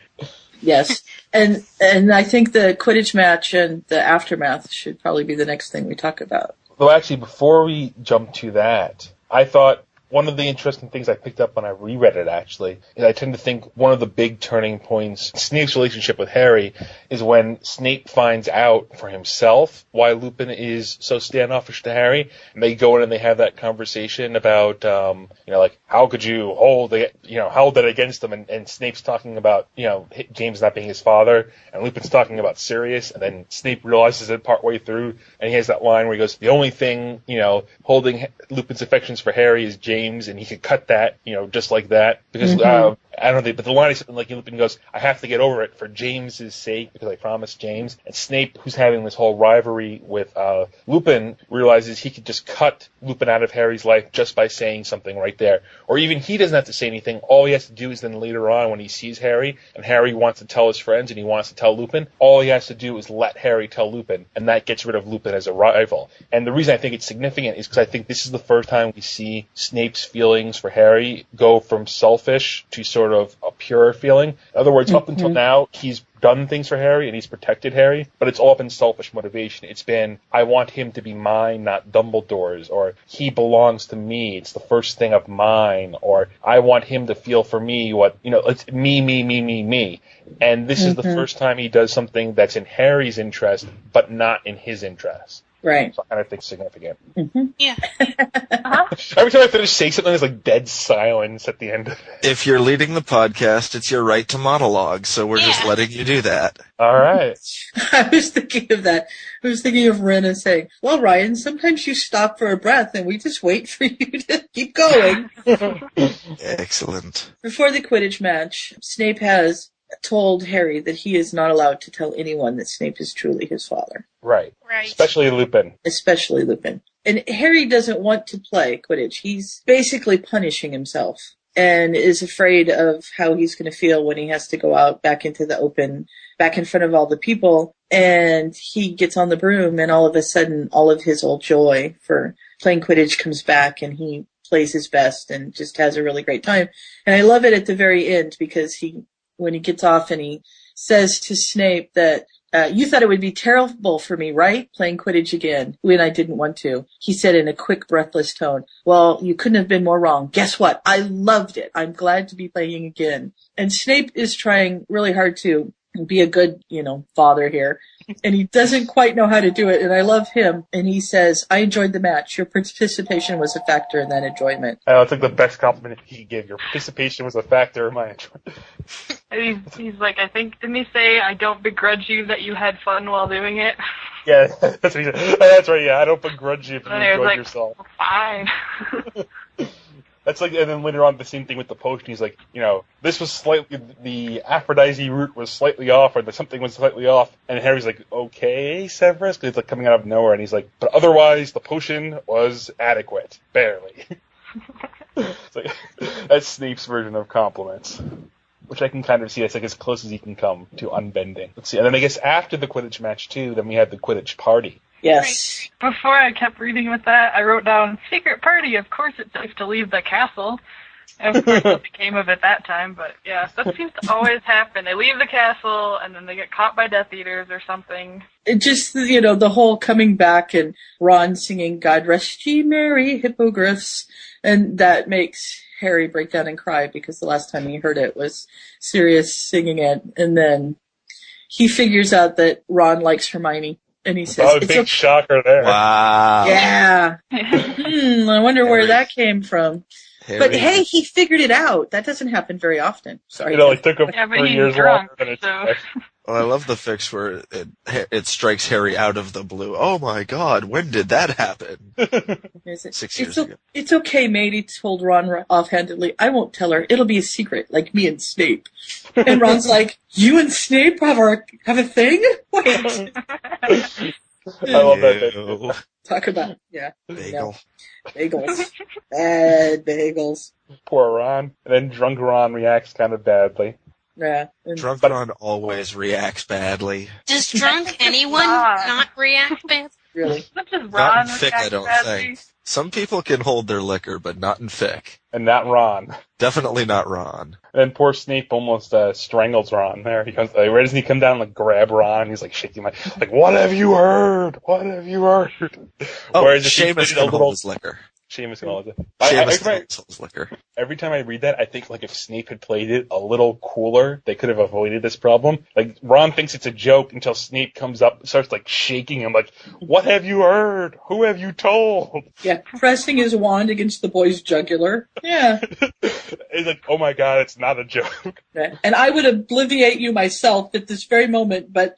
Yes, and and I think the Quidditch match and the aftermath should probably be the next thing we talk about. Though actually, before we jump to that, I thought one of the interesting things I picked up when I reread it actually is I tend to think one of the big turning points Snape's relationship with Harry is when Snape finds out for himself why Lupin is so standoffish to Harry, and they go in and they have that conversation about um, you know like how could you hold the you know held it against them, and, and Snape's talking about you know H- James not being his father, and Lupin's talking about Sirius, and then Snape realizes it partway through, and he has that line where he goes, "The only thing you know holding H- Lupin's affections for Harry is James," and he could cut that you know just like that because uh, I don't know, but the line is something like Lupin goes, "I have to get over it for James's sake because I promised James." And Snape, who's having this whole rivalry with uh, Lupin, realizes he could just cut Lupin out of Harry's life just by saying something right there, or even he doesn't have to say anything. All he has to do is then later on when he sees Harry and Harry wants to tell his friends and he wants to tell Lupin, all he has to do is let Harry tell Lupin, and that gets rid of Lupin as a rival. And the reason I think it's significant is because I think this is the first time we see Snape's feelings for Harry go from selfish to sort of a pure feeling. In other words, up until now, he's done things for Harry and he's protected Harry, but it's all been selfish motivation. It's been, I want him to be mine, not Dumbledore's, or he belongs to me. It's the first thing of mine, or I want him to feel for me what, you know, it's me, me, me, me, me. And this is the first time he does something that's in Harry's interest, but not in his interest. Right. Mm-hmm. So I kind of think significant. Yeah. Every time I finish saying something, there's like dead silence at the end of it. If you're leading the podcast, it's your right to monologue, so we're just Yeah. letting you do that. All right. I was thinking of that. I was thinking of Rena saying, "Well, Ryan, sometimes you stop for a breath, and we just wait for you to keep going." Excellent. Before the Quidditch match, Snape has told Harry that he is not allowed to tell anyone that Snape is truly his father, Right. Right. Especially Lupin. especially Lupin. And Harry doesn't want to play Quidditch. He's basically punishing himself and is afraid of how he's going to feel when he has to go out back into the open, back in front of all the people. And he gets on the broom and all of a sudden all of his old joy for playing Quidditch comes back and he plays his best and just has a really great time. And I love it at the very end because he, when he gets off and he says to Snape that uh, you thought it would be terrible for me, right? Playing Quidditch again when I didn't want to. He said in a quick, breathless tone, well, you couldn't have been more wrong. Guess what? I loved it. I'm glad to be playing again. And Snape is trying really hard to be a good, you know, father here. And he doesn't quite know how to do it. And I love him. And he says, I enjoyed the match. Your participation was a factor in that enjoyment. Uh, it's like the best compliment he could give. Your participation was a factor in my enjoyment. He's, he's like, I think, didn't he say, I don't begrudge you that you had fun while doing it? Yeah, that's what he said. Oh, That's right. Yeah, I don't begrudge you if you And I was enjoyed like, yourself. fine. That's like, and then later on, the same thing with the potion. He's like, you know, this was slightly the Aphrodite root was slightly off, or the something was slightly off. And Harry's like, okay, Severus, 'cause it's like coming out of nowhere, and he's like, but otherwise, the potion was adequate, barely. it's like, that's Snape's version of compliments. which I can kind of see. That's like as close as he can come to unbending. Let's see. And then I guess after the Quidditch match too, then we have the Quidditch party. Yes. Before I kept reading with that, I wrote down secret party. Of course, it's safe to leave the castle. Of course, what became of it that time? But yeah, that seems to always happen. They leave the castle and then they get caught by Death Eaters or something. It just, you know, the whole coming back and Ron singing God Rest Ye Merry Hippogriffs. And that makes Harry break down and cry because the last time he heard it was Sirius singing it. And then he figures out that Ron likes Hermione and he says, Oh, it's big okay. shocker there. Wow. yeah. Hmm, I wonder where Harry. that came from. Harry. But hey, he figured it out. That doesn't happen very often. Sorry. You know, it took him Yeah, but three he's years drunk, longer than it so- took. Well, I love the fix where it, it strikes Harry out of the blue. Oh my god, when did that happen? Is it- Six it's years o- ago. It's okay, matey told Ron r- offhandedly. I won't tell her. It'll be a secret, like me and Snape. And Ron's like, you and Snape have, our, have a thing? Wait. I love that. bit. Ew. Talk about, yeah, Bagel. bagels. Bad bagels. Poor Ron. And then drunk Ron reacts kind of badly. Yeah. And Drunk Ron always reacts badly. Does drunk anyone God. not react bad? really. Such as Not Ron in fic, reacts I don't badly. think. Some people can hold their liquor, but not in fic. And not Ron. And Definitely not Ron. then poor Snape almost uh, strangles Ron there. He comes, like, right doesn't he come down and like, grab Ron? He's like shaking my, like, what have you heard? What have you heard? Oh, Whereas if he Seamus did can a hold little- his liquor. Seamus and all that. I, I, Seamus every, can time I- hold his liquor. every time I read that, I think like if Snape had played it a little cooler, they could have avoided this problem. Like Ron thinks it's a joke until Snape comes up, and starts like shaking him, like, "What have you heard? Who have you told?" Yeah. Pressing his wand against the boy's jugular. Yeah. He's like, "Oh my god, it's not a joke." yeah. And I would obliviate you myself at this very moment, but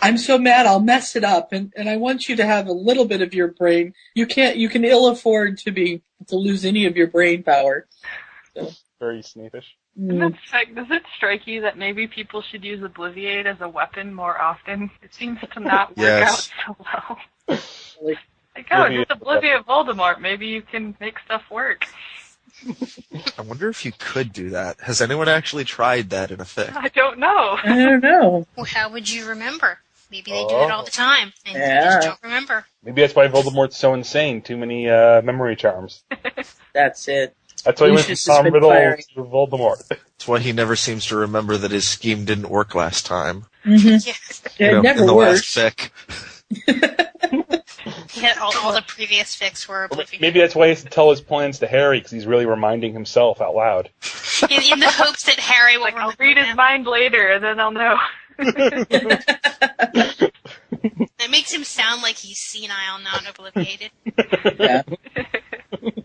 I'm so mad I'll mess it up. And, and I want you to have a little bit of your brain. You can't, you can ill afford to be, to lose any of your brain power. Very Snapeish. Does Mm. it, strike, does it strike you that maybe people should use Obliviate as a weapon more often? It seems to not work Yes. out so well. Like- Like, oh, Obliviate- just Obliviate Voldemort. Maybe you can make stuff work. I wonder if you could do that. Has anyone actually tried that in a fic? I don't know. I don't know. Well, how would you remember? Maybe they do Oh. it all the time and you Yeah. just don't remember. Maybe that's why Voldemort's so insane. Too many uh, memory charms. That's it. That's why he went from Lucius has Tom been Riddle firing. to Voldemort. That's why he never seems to remember that his scheme didn't work last time. Mhm. Yeah. You It know, in never the works. last fic. Yeah, all, all the previous fics were oblivious. Maybe that's why he has to tell his plans to Harry because he's really reminding himself out loud. In, in the hopes that Harry will Like, I'll remember read his them. mind later, and then I'll know. That makes him sound like he's senile, not obliviated. Yeah.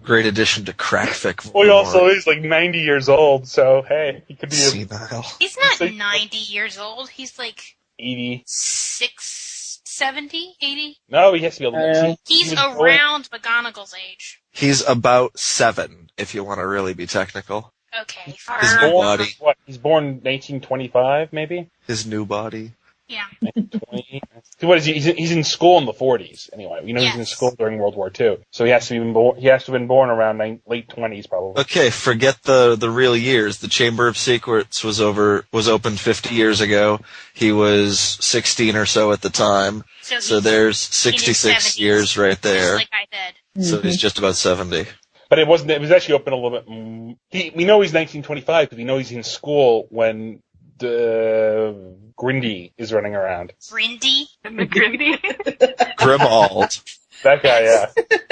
Great addition to crack fic. Well, he Voldemort. also is like 90 years old, so hey, he could be a senile. He's not Like- 90 years old. He's like 80. 6, 70, 80. No, he has to be able Yeah. to. he- He's he was born- around McGonagall's age. He's about seven, if you want to really be technical. Okay. He's fine. old body. What? He's born 1925, maybe. His new body. Yeah. 20. So what is he? He's in, he's in school in the 40s. Anyway, you know he's in Yes. school during World War II, so he has to be born. He has to have been born around nine, late 20s, probably. Okay, forget the the real years. The Chamber of Secrets was over was opened 50 years ago. He was 16 or so at the time. So, So he's there's in his 66 70s, years right Just there. like I said. So he's just about 70. But it wasn't. It was actually open a little bit. mm, He, we know he's 1925 because we know he's in school when the Grindy is running around. Grindy In the gritty. Grimald. That guy, yeah.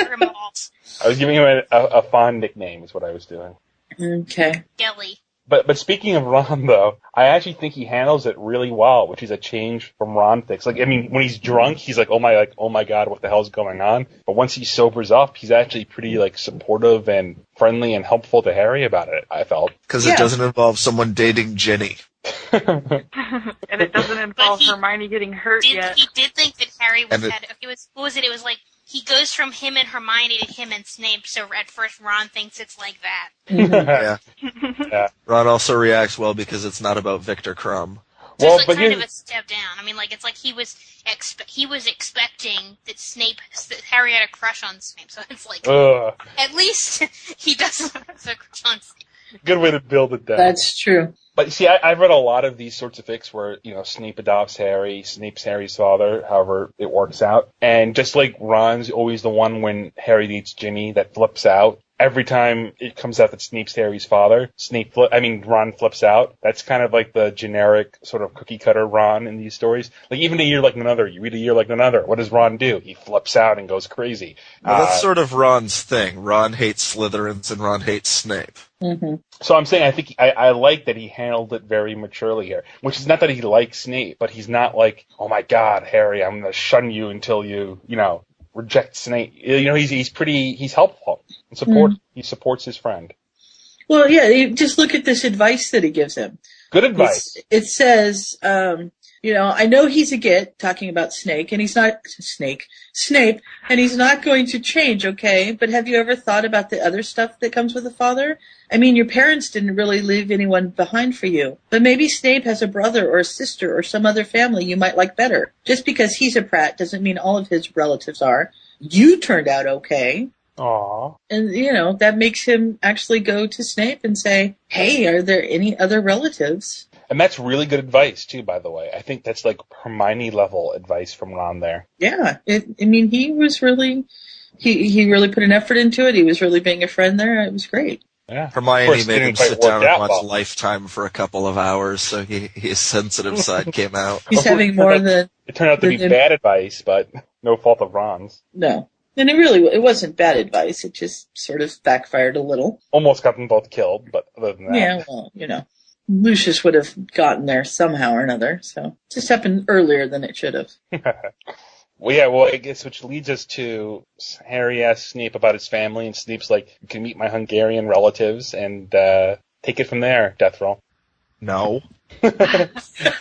Grimald I was giving him a, a, a fond nickname, is what I was doing. Okay. Deli. But but speaking of Ron though, I actually think he handles it really well, which is a change from Ron fix. Like I mean, when he's drunk, he's like, oh my, like oh my god, what the hell's going on? But once he sobers up, he's actually pretty like supportive and friendly and helpful to Harry about it. I felt. Because Yeah. it doesn't involve someone dating Ginny. and it doesn't involve But he- Hermione getting hurt Did, yet. He did think that Harry was And it- had. It was what was it? It was like he goes from him and Hermione to him and Snape. So at first, Ron thinks it's like that. Yeah. Ron also reacts well because it's not about Victor Crumb. So Well, it's but like kind here's- of a step down. I mean, like it's like he was expe- he was expecting that Snape that Harry had a crush on Snape. So it's like Ugh. at least he doesn't have a crush on Snape. good way to build it down. That's true. But see, I, I've read a lot of these sorts of fics where you know Snape adopts Harry, Snape's Harry's father, however it works out, and just like Ron's always the one when Harry meets Ginny that flips out. Every time it comes out that Snape's Harry's father, Snape, fli- I mean Ron flips out. That's kind of like the generic sort of cookie cutter Ron in these stories. Like even a year like none other, you read a year like none other. What does Ron do? He flips out and goes crazy. Well, Uh, that's sort of Ron's thing. Ron hates Slytherins and Ron hates Snape. hmm So I'm saying I think I, I like that he handled it very maturely here, which is not that he likes Snape, but he's not like, oh my God, Harry, I'm gonna shun you until you, you know, reject Snape. You know, he's he's pretty, he's helpful and support. He supports his friend. Well, yeah, you just look at this advice that he gives him. Good It's- advice. It says, um, you know, I know he's a git talking about Snake, and he's not Snake, Snape, and he's not going to change, okay? But have you ever thought about the other stuff that comes with a father? I mean, your parents didn't really leave anyone behind for you, but maybe Snape has a brother or a sister or some other family you might like better. Just because he's a prat doesn't mean all of his relatives are. You turned out okay Aw. and you know that makes him actually go to Snape and say, "Hey, are there any other relatives?" And that's really good advice too, by the way. I think that's like Hermione level advice from Ron there. Yeah, it, I mean, he was really he he really put an effort into it. He was really being a friend there. It was great. Yeah. Of Hermione course, made didn't him quite sit work down and out watch well. Lifetime for a couple of hours, so he, his sensitive side came out. He's having more than It turned out to be Then- bad advice, but no fault of Ron's. no. And it really it wasn't bad advice. It just sort of backfired a little. Almost got them both killed, but other than that. Yeah, well, you know, Lucius would have gotten there somehow or another. So it just happened earlier than it should have. Well, yeah, well, I guess which leads us to Harry asks Snape about his family, and Snape's like, "You can meet my Hungarian relatives," and uh, take it from there, Death Roll. No.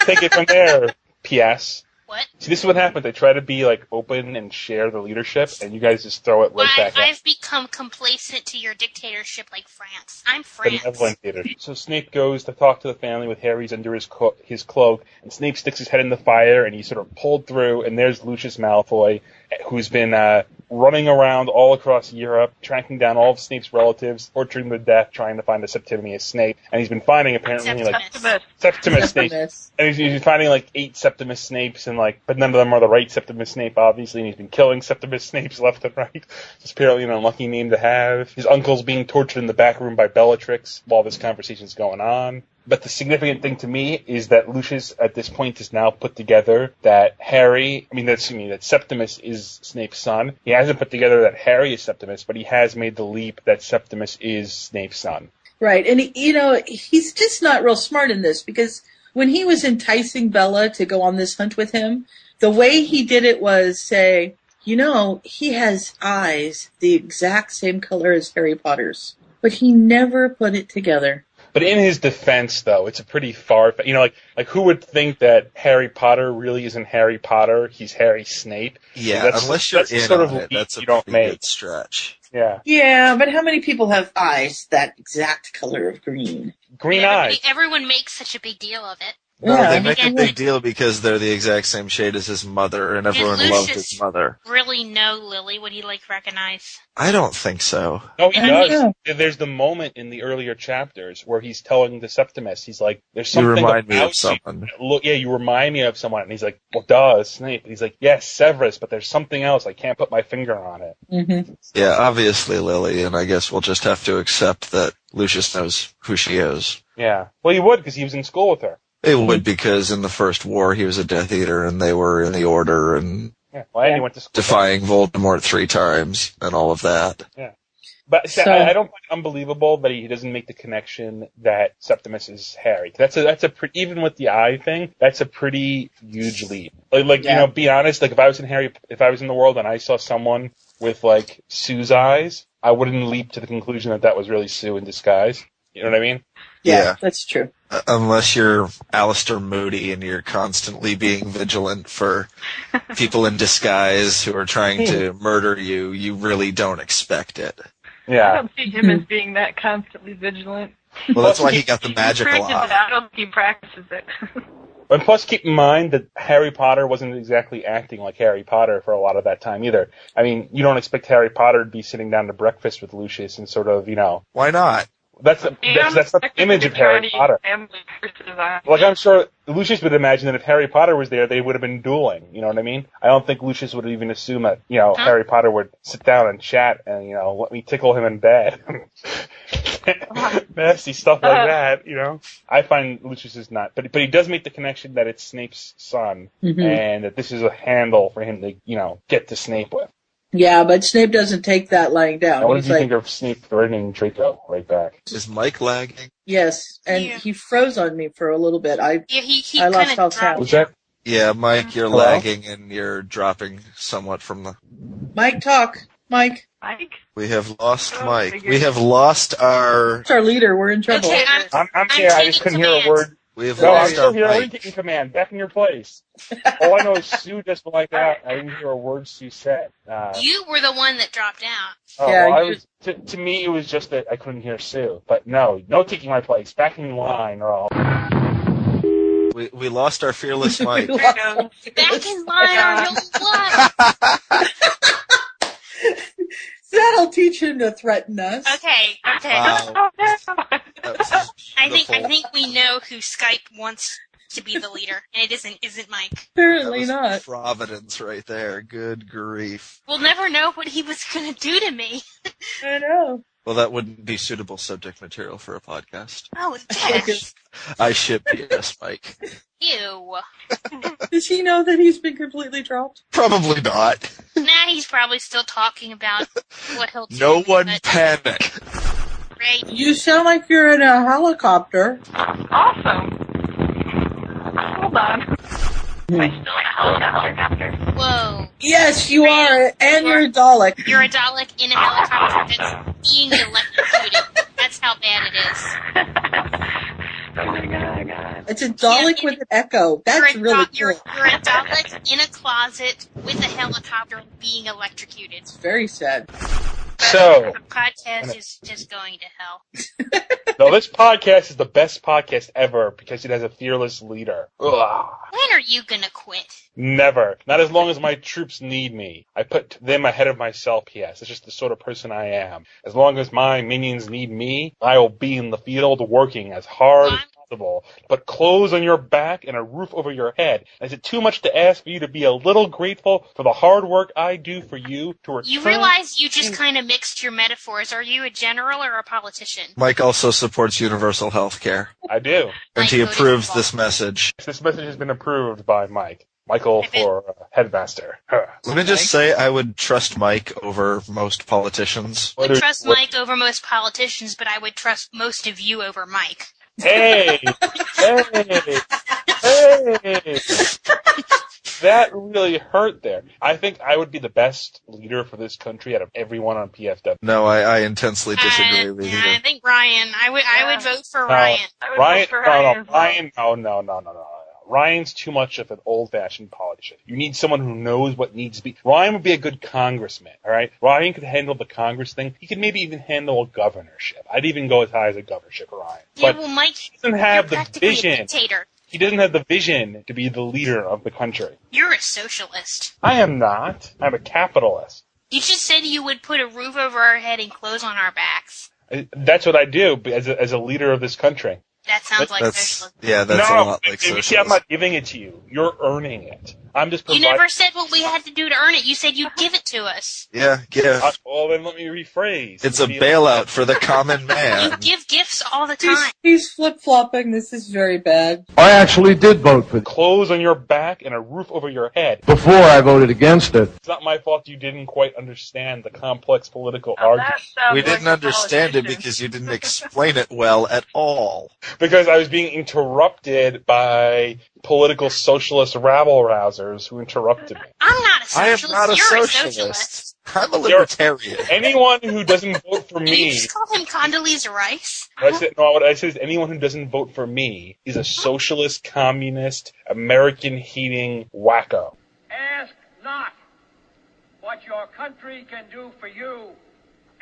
take it from there, P.S. What? See, this is what happens. They try to be like open and share the leadership, and you guys just throw it right I, back at I've become complacent to your dictatorship like France. I'm the France. Neverland Theater. So Snape goes to talk to the family with Harry's under his co- his cloak, and Snape sticks his head in the fire, and he's sort of pulled through, and there's Lucius Malfoy, who's been uh, running around all across Europe, tracking down all of Snape's relatives, torturing them to death, trying to find a Septimius Snape, and he's been finding apparently like Septimus. Septimus Septimus. Snape. Yes. And he's, he's been finding like eight Septimus Snapes, and like, but none of them are the right Septimus Snape, obviously. And he's been killing Septimus Snapes left and right. It's apparently an unlucky name to have. His uncle's being tortured in the back room by Bellatrix while this conversation's going on. But the significant thing to me is that Lucius at this point is now put together that Harry, I mean, that's, excuse me, that Septimus is Snape's son. He hasn't put together that Harry is Septimus, but he has made the leap that Septimus is Snape's son. Right. And, he, you know, he's just not real smart in this because when he was enticing Bella to go on this hunt with him, the way he did it was say, you know, he has eyes the exact same color as Harry Potter's, but he never put it together. But in his defense, though, it's a pretty far. You know, like like who would think that Harry Potter really isn't Harry Potter? He's Harry Snape. Yeah, That's- unless you're that's the in sort on of it, leap that's a you don't pretty make. good stretch. Yeah, Yeah, but how many people have eyes that exact color of green? green Everybody- eyes. Everyone makes such a big deal of it. No, Yeah, they I make a mean- big deal because they're the exact same shade as his mother, and everyone Lucius- loved his mother. Really know Lily? Would he like recognize? I don't think so. No, he I don't does. There's the moment in the earlier chapters where he's telling the Septimus, he's like, "There's You something remind about me of you someone. look, yeah, you remind me of someone. And he's like, well, duh, Snape. And he's like, yes, Severus, but there's something else. I can't put my finger on it. Mm-hmm. Yeah, obviously Lily, and I guess we'll just have to accept that Lucius knows who she is. Yeah. Well, he would because he was in school with her. It Mm-hmm. would because in the first war he was a Death Eater, and they were in the Order and Yeah. Well, and he went to school. with her. defying Voldemort three times and all of that. But see, So- I, I don't find it unbelievable that he doesn't make the connection that Septimus is Harry. That's a that's a pre- even with the eye thing, that's a pretty huge leap. Like, like Yeah. you know, be honest. Like if I was in Harry, if I was in the world and I saw someone with like Sue's eyes, I wouldn't leap to the conclusion that that was really Sue in disguise. You know what I mean? Yeah, Yeah. that's true. Uh, Unless you're Alistair Moody and you're constantly being vigilant for people in disguise who are trying to murder you, you really don't expect it. I Yeah. don't see him as being that constantly vigilant. Well, that's why he got the He magical practices it. eye. I don't think he practices it. And plus, keep in mind that Harry Potter wasn't exactly acting like Harry Potter for a lot of that time either. I mean, you don't expect Harry Potter to be sitting down to breakfast with Lucius and sort of, you know, Why not? That's a, that's, that's not the image of Harry Potter. Like I'm sure Lucius would imagine that if Harry Potter was there, they would have been dueling. You know what I mean? I don't think Lucius would even assume that you know Huh? Harry Potter would sit down and chat and you know let me tickle him in bed. Nasty stuff like that. You know, I find Lucius is not, but but he does make the connection that it's Snape's son Mhm. and that this is a handle for him to you know get to Snape with. Yeah, but Snape doesn't take that lying down. Now, what He's did you like, think of Snape threatening Draco right back? Is Mike lagging? yes, and Yeah. he froze on me for a little bit. I Yeah, he he I lost kind all of sound. Was dropped. that Yeah, Mike, you're Hello? lagging and you're dropping somewhat from the. Mike talk. Mike, Mike? We have lost Oh, Mike. figures. We have lost our. it's our leader. We're in trouble. Okay, I'm- I'm, I'm I'm here. I just couldn't taking hear a commands. word. We have No, I'm lost still our here. I didn't Mike. get in command. Back in your place. All I know is Sue just went like that. I didn't hear a word Sue said. Uh, You were the one that dropped out. oh, Yeah, well, I you- was, to, to me, it was just that I couldn't hear Sue. But no, no taking my place. Back in line or I'll. We, we lost our fearless Mike. We lost There it. Back in line or God. he'll what? That'll teach him to threaten us. Okay, okay. uh, Wow. Oh, no. That was just I think I beautiful. think we know who Skype wants to be the leader, and it isn't isn't Mike. That Apparently was not. Providence right there. Good grief. We'll never know what he was gonna do to me. I know. Well, that wouldn't be suitable subject material for a podcast. Oh, Okay. gosh. I ship yes, Mike. Ew. Does he know that he's been completely dropped? Probably not. Nah, he's probably still talking about what he'll do. No one but- panic. Right. You sound like you're in a helicopter. Awesome. Hold on. I still have a helicopter. Whoa. Yes, you are, and you're Dalek. You're a Dalek in a helicopter that's being electrocuted. That's how bad it is. Oh my god, god. It's a Dalek with an echo. That's you're a, really Do- you're, cool. you're a Dalek in a closet with a helicopter being electrocuted. Very sad. But So, the podcast is just going to hell. no, this podcast is the best podcast ever because it has a fearless leader. Ugh. When are you gonna quit? Never. Not as long as my troops need me. I put them ahead of myself, yes. It's just the sort of person I am. As long as my minions need me, I will be in the field working as hard as possible. But clothes on your back and a roof over your head. Is it too much to ask for you to be a little grateful for the hard work I do for you to return? You realize you just kind of mixed your metaphors. Are you a general or a politician? Mike also supports universal health care, I do. and Mike he voted approves for this message. This message has been approved by Mike. Michael I bet- for uh, headmaster. Huh. Let me just say I would trust Mike over most politicians. I What would are- trust what- Mike over most politicians, but I would trust most of you over Mike. Hey! hey! Hey! That really hurt there. I think I would be the best leader for this country out of everyone on PFW. No, I, I intensely disagree Uh, with yeah, I you. Uh, think Ryan. I would. I would Yeah. vote for No. Ryan. I would Ryan, vote for no, Ryan no, as well. Ryan, no, no, no, no, no, no. Ryan's too much of an old-fashioned politician. You need someone who knows what needs to be. Ryan would be a good congressman, all right? Ryan could handle the Congress thing. He could maybe even handle a governorship. I'd even go as high as a governorship, for Ryan. Yeah, but well, Mike, he doesn't you're have the practically a vision. dictator. He doesn't have the vision to be the leader of the country. You're a socialist. I am not. I'm a capitalist. You just said you would put a roof over our head and clothes on our backs. I- That's what I do b- as a, as a leader of this country. That sounds like That's socialism. yeah, that's no, a lot like you see, I'm socialism. not giving it to you. You're earning it. I'm just You providing. never said what we had to do to earn it. You said you'd give it to us. Yeah, give. Uh, well, then let me rephrase. It's a Maybe- bailout for the common You man. give gifts all the He's, time. he's flip flopping. This is very bad. I actually did vote for Clothes on your back and a roof over your head. before I voted against it. It's not my fault you didn't quite understand the complex political Now argument that sounds We like didn't a understand it politician. because you didn't explain it well at all. because I was being interrupted by political socialist rabble rousers who interrupted me. I'm not a I am socialist. not a You're a socialist. socialist. I'm a You're- libertarian. Anyone who doesn't vote for Did you me just call him Condoleezza Rice? What I said, no, what I said is anyone who doesn't vote for me is a socialist, communist, American hating wacko. Ask not what your country can do for you.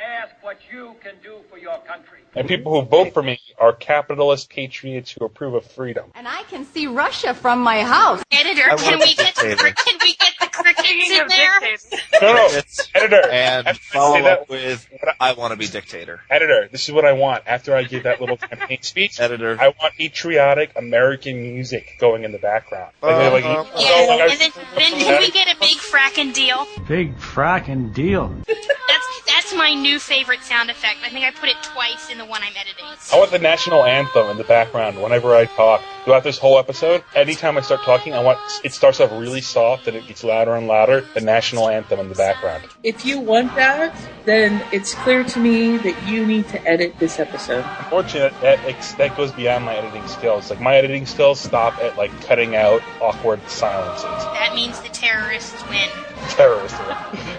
ask what you can do for your country. And people who vote for me are capitalist patriots who approve of freedom. And I can see Russia from my house. Editor, I can want we get the, dictator. cr- can we get the crickets Speaking in of there? dictators, No, no, Crickets. editor. after I And say follow that- up with I want to be dictator. editor, this is what I want. After I give that little campaign speech, Editor. I want patriotic American music going in the background. Like, like, Uh-huh. so, Yeah, like, I- and then, then can we get a big fracking deal? Big frackin' deal. That's that's my new favorite sound effect. I think I put it twice in the one I'm editing. I want the national anthem in the background whenever I talk. Throughout this whole episode, anytime I start talking, I want it starts off really soft and it gets louder and louder. The national anthem in the background. If you want that, then it's clear to me that you need to edit this episode. Unfortunately, that ex- that goes beyond my editing skills. Like my editing skills stop at like cutting out awkward silences. That means the terrorists win. Terrorist.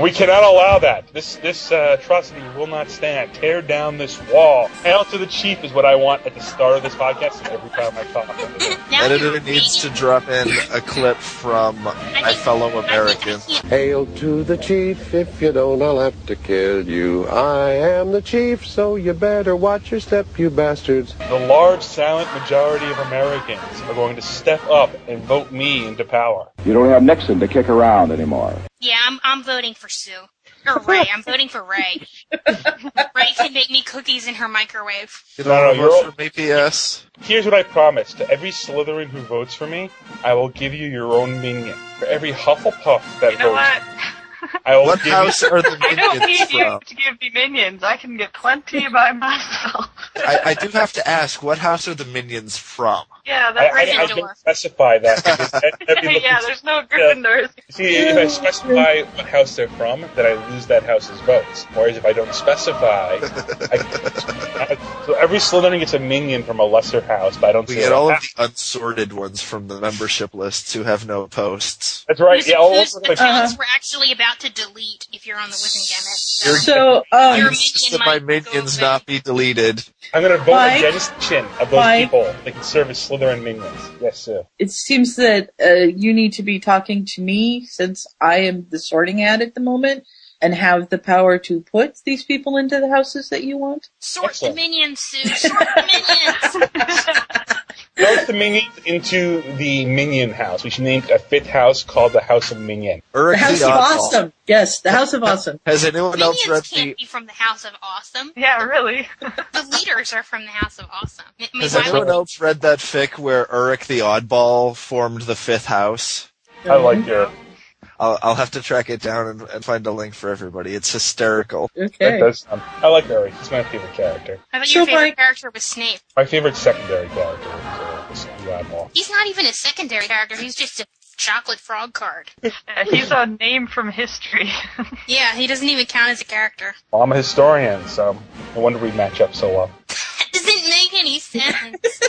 we cannot allow that. This this uh, atrocity will not stand. Tear down this wall. Hail to the chief is what I want at the start of this podcast and every time I talk. Now Editor you're needs to reading- drop in a clip from My Fellow I think- Americans. yeah, Hail to the chief. If you don't, I'll have to kill you. I am the chief, so you better watch your step, you bastards. The large silent majority of Americans are going to step up and vote me into power. You don't have Nixon to kick around anymore. Yeah, I'm I'm voting for Sue or Ray. I'm voting for Ray. Ray can make me cookies in her microwave. You No, no, don't you're vote all- for me, PS. Here's what I promise to every Slytherin who votes for me, I will give you your own minion. For every Hufflepuff that you know what? votes, I will What give house are the I don't minions need you uh, from? to give me minions. I can get plenty by myself. I, I do have to ask, what house are the minions from? yeah, you. I, that's I, I Gryffindor. didn't specify that. because that- that'd be yeah, looking- there's no Gryffindors. See, if I specify what house they're from, then I lose that house's votes. Whereas if I don't specify, I, so every Slytherin gets a minion from a lesser house, but I don't We say get what all of house. the unsorted ones from the membership lists who have no posts. That's right. Whose- Yeah, all whose of them. Uh-huh. accounts we're actually about to delete if you're on the Wissing Gamut. So, I um, insist minion that my might go minions away. not be deleted. I'm gonna vote Mike? against Chin of those Mike? people. They can serve as Slytherin minions. Yes, sir. it seems that uh, you need to be talking to me since I am the sorting ad at the moment and have the power to put these people into the houses that you want. Sort the Excellent. minions, Sue. Sort the minions. Vote the minions into the minion house. We should name a fifth house called the House of Minion. Uruk The House the of Oddball. Awesome. Yes, the House of Awesome. Has anyone else read minions the? can't be from the House of Awesome. Yeah, really. The leaders are from the House of Awesome. I mean, Has why anyone would- else read that fic where Uruk the Oddball formed the fifth house? I Mm-hmm. like your. I'll, I'll have to track it down and, and find a link for everybody. It's hysterical. That Okay. does sound, I like Uri. He's my favorite character. I thought your So, favorite Mike- character was Snape. My favorite secondary character is uh, is the Eyeball. He's not even a secondary character. He's just a chocolate frog card. Yeah, he's a name from history. Yeah, he doesn't even count as a character. Well, I'm a historian, so no wonder we match up so well. That doesn't make any sense.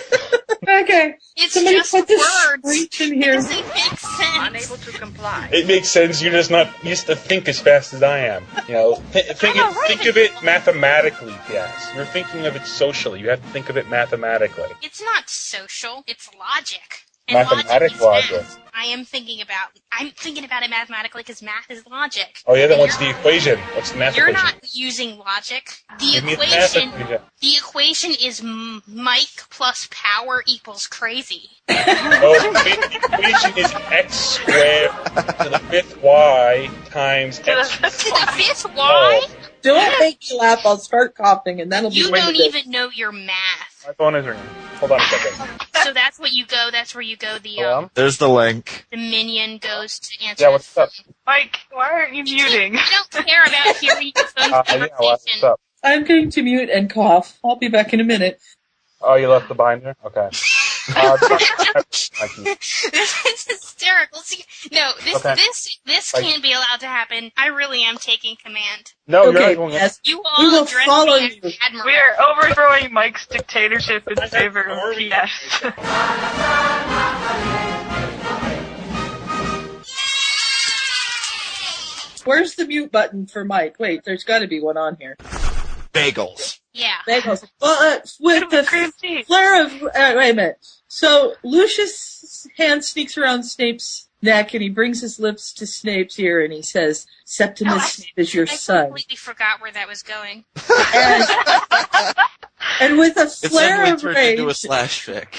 Okay. It's Somebody just put this words. screech in It here. doesn't make sense. Unable to comply. It makes sense. You're just not used to think as fast as I am. You know, th- think it, think of it mathematically. Yes, you're thinking of it socially. You have to think of it mathematically. It's not social. It's logic. Mathematic logic. is logic. math. I am thinking about. I'm thinking about it mathematically because math is logic. Oh, the other And one's the you're- equation. What's the math You're equation? not using logic. The Give me the math equation. equation. The equation is m- Mike plus power equals crazy. Oh, the equation is x squared to the fifth y times x. To the fifth why? Don't make me laugh. I'll start coughing, and Oh. that'll You be. the end don't of it. even know your math. My phone is ringing. Hold on a second. So that's what you go. That's where you go. The um, Hello? There's the link. the minion goes to answer. Yeah, the what's up? Mike, why aren't you muting? I don't care about hearing your phone Uh, yeah, conversation. what's up? I'm going to mute and cough. I'll be back in a minute. Oh, you left the binder? Okay. Uh, thank you. this is hysterical. See, no, this Okay. this this Like- can't be allowed to happen. I really am taking command. no, Oh, you're okay. not going yes. You We all will address follow me you. as admiral. We are overthrowing Mike's dictatorship in favor of PS. Where's the mute button for Mike? Wait, there's got to be one on here. Bagels. yeah. There goes. Well, uh, with the Cream tea. flare of. Uh, wait a minute. So Lucius' hand sneaks around Snape's neck and he brings his lips to Snape's ear and he says, Septimus Oh, I- Snape is your I son. completely forgot where that was going. And with a It's then flare we of turned into a rage, slash fic.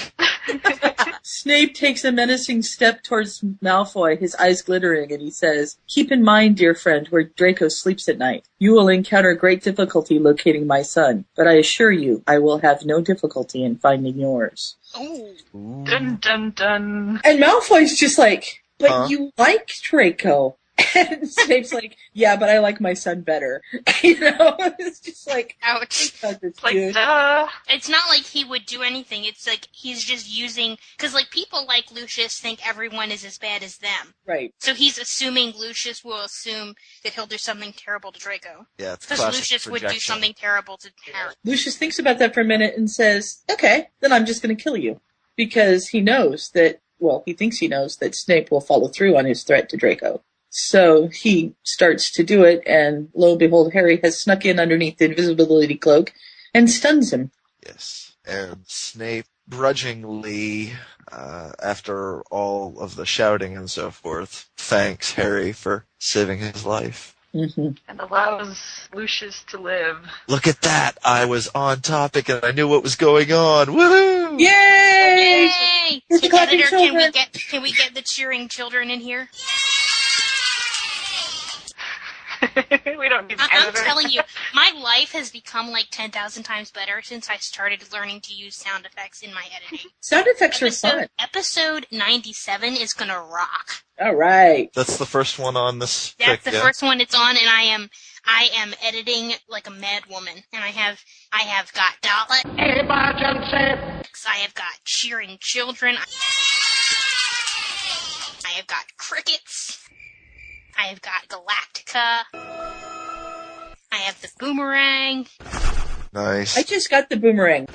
Snape takes a menacing step towards Malfoy, his eyes glittering, and he says, Keep in mind, dear friend, where Draco sleeps at night. You will encounter great difficulty locating my son, but I assure you, I will have no difficulty in finding yours. Dun dun dun. And Malfoy's just like, But Huh? you like Draco. And Snape's like, Yeah, but I like my son better. you know, it's just like, Ouch. "Fuck this Like dude." duh. It's not like he would do anything. It's like he's just using because like people like Lucius think everyone is as bad as them. Right. So he's assuming Lucius will assume that he'll do something terrible to Draco Yeah, it's because classic Lucius would do projection. something terrible to Harry. Lucius thinks about that for a minute and says, okay, then I'm just going to kill you. Because he knows that, well, he thinks he knows that Snape will follow through on his threat to Draco. So he starts to do it, and lo and behold, Harry has snuck in underneath the invisibility cloak and stuns him. Yes. And Snape grudgingly, uh, after all of the shouting and so forth, thanks Harry for saving his life. hmm And allows Lucius to live. Look at that! I was on topic and I knew what was going on. Woohoo! Yay! Yay! It's the clapping Editor, can we children. get can we get the cheering children in here? we don't need I- an I'm editor. telling you, my life has become like ten thousand times better since I started learning to use sound effects in my editing. Sound effects are fun. Episode, episode ninety-seven is gonna rock. All right. That's the first one on this. That's pick, the yeah? first one it's on, and I am I am editing like a mad woman, and I have I have got dialects, I have got cheering children, I have got crickets, I have got Galactica, I have the boomerang. Nice. I just got the boomerang.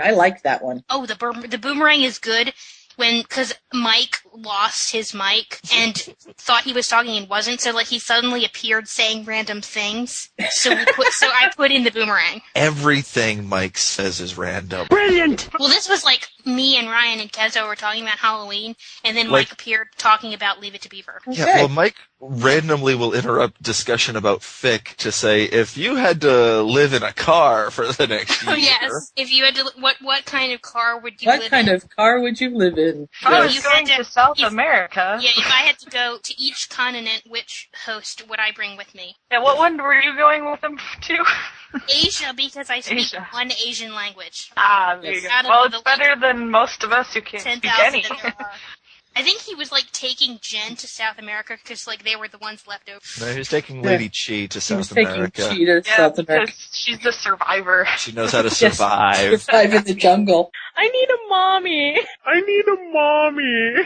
I like that one. Oh, the boom the boomerang is good when because Mike lost his mic and thought he was talking and wasn't, so like he suddenly appeared saying random things. So we put so I put in the boomerang. Everything Mike says is random. Well, this was like me and Ryan and Kezo were talking about Halloween, and then Like- Mike appeared talking about Leave It to Beaver. Yeah, Okay. well, Mike randomly will interrupt discussion about fic to say, if you had to live in a car for the next Oh, year, Oh, Yes, if you had to, what what kind of car would you What live kind in? of car would you live in? Oh, Yes. he's going to South He's- America. Yeah, if I had to go to each continent, which host would I bring with me? Yeah, what one were you going with him to? Asia, because I speak Asia. one Asian language. Ah, there you Yes. go. Out of Well, the it's better than most of us who can't Ten speak thousand. any. I think he was like taking Jen to South America because like they were the ones left over. No, he's taking Lady Chi to She was South taking America. Chi to Yeah, South America. because she's the survivor. She knows how to Yes. survive. Survive in the jungle. I need a mommy. I need a mommy.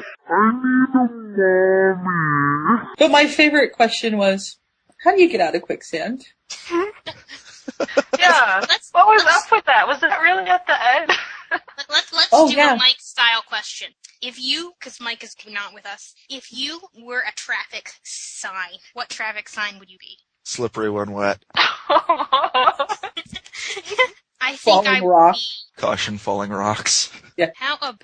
But my favorite question was, how do you get out of quicksand? Yeah. Let's Oh. What was let's, up with that? Was that really at the end? Let- Let's let's Oh, do yeah. a Mike style question. If you, because Mike is not with us, if you were a traffic sign, what traffic sign would you be? Slippery when wet. I think I Falling would rock. be. Caution falling rocks. How about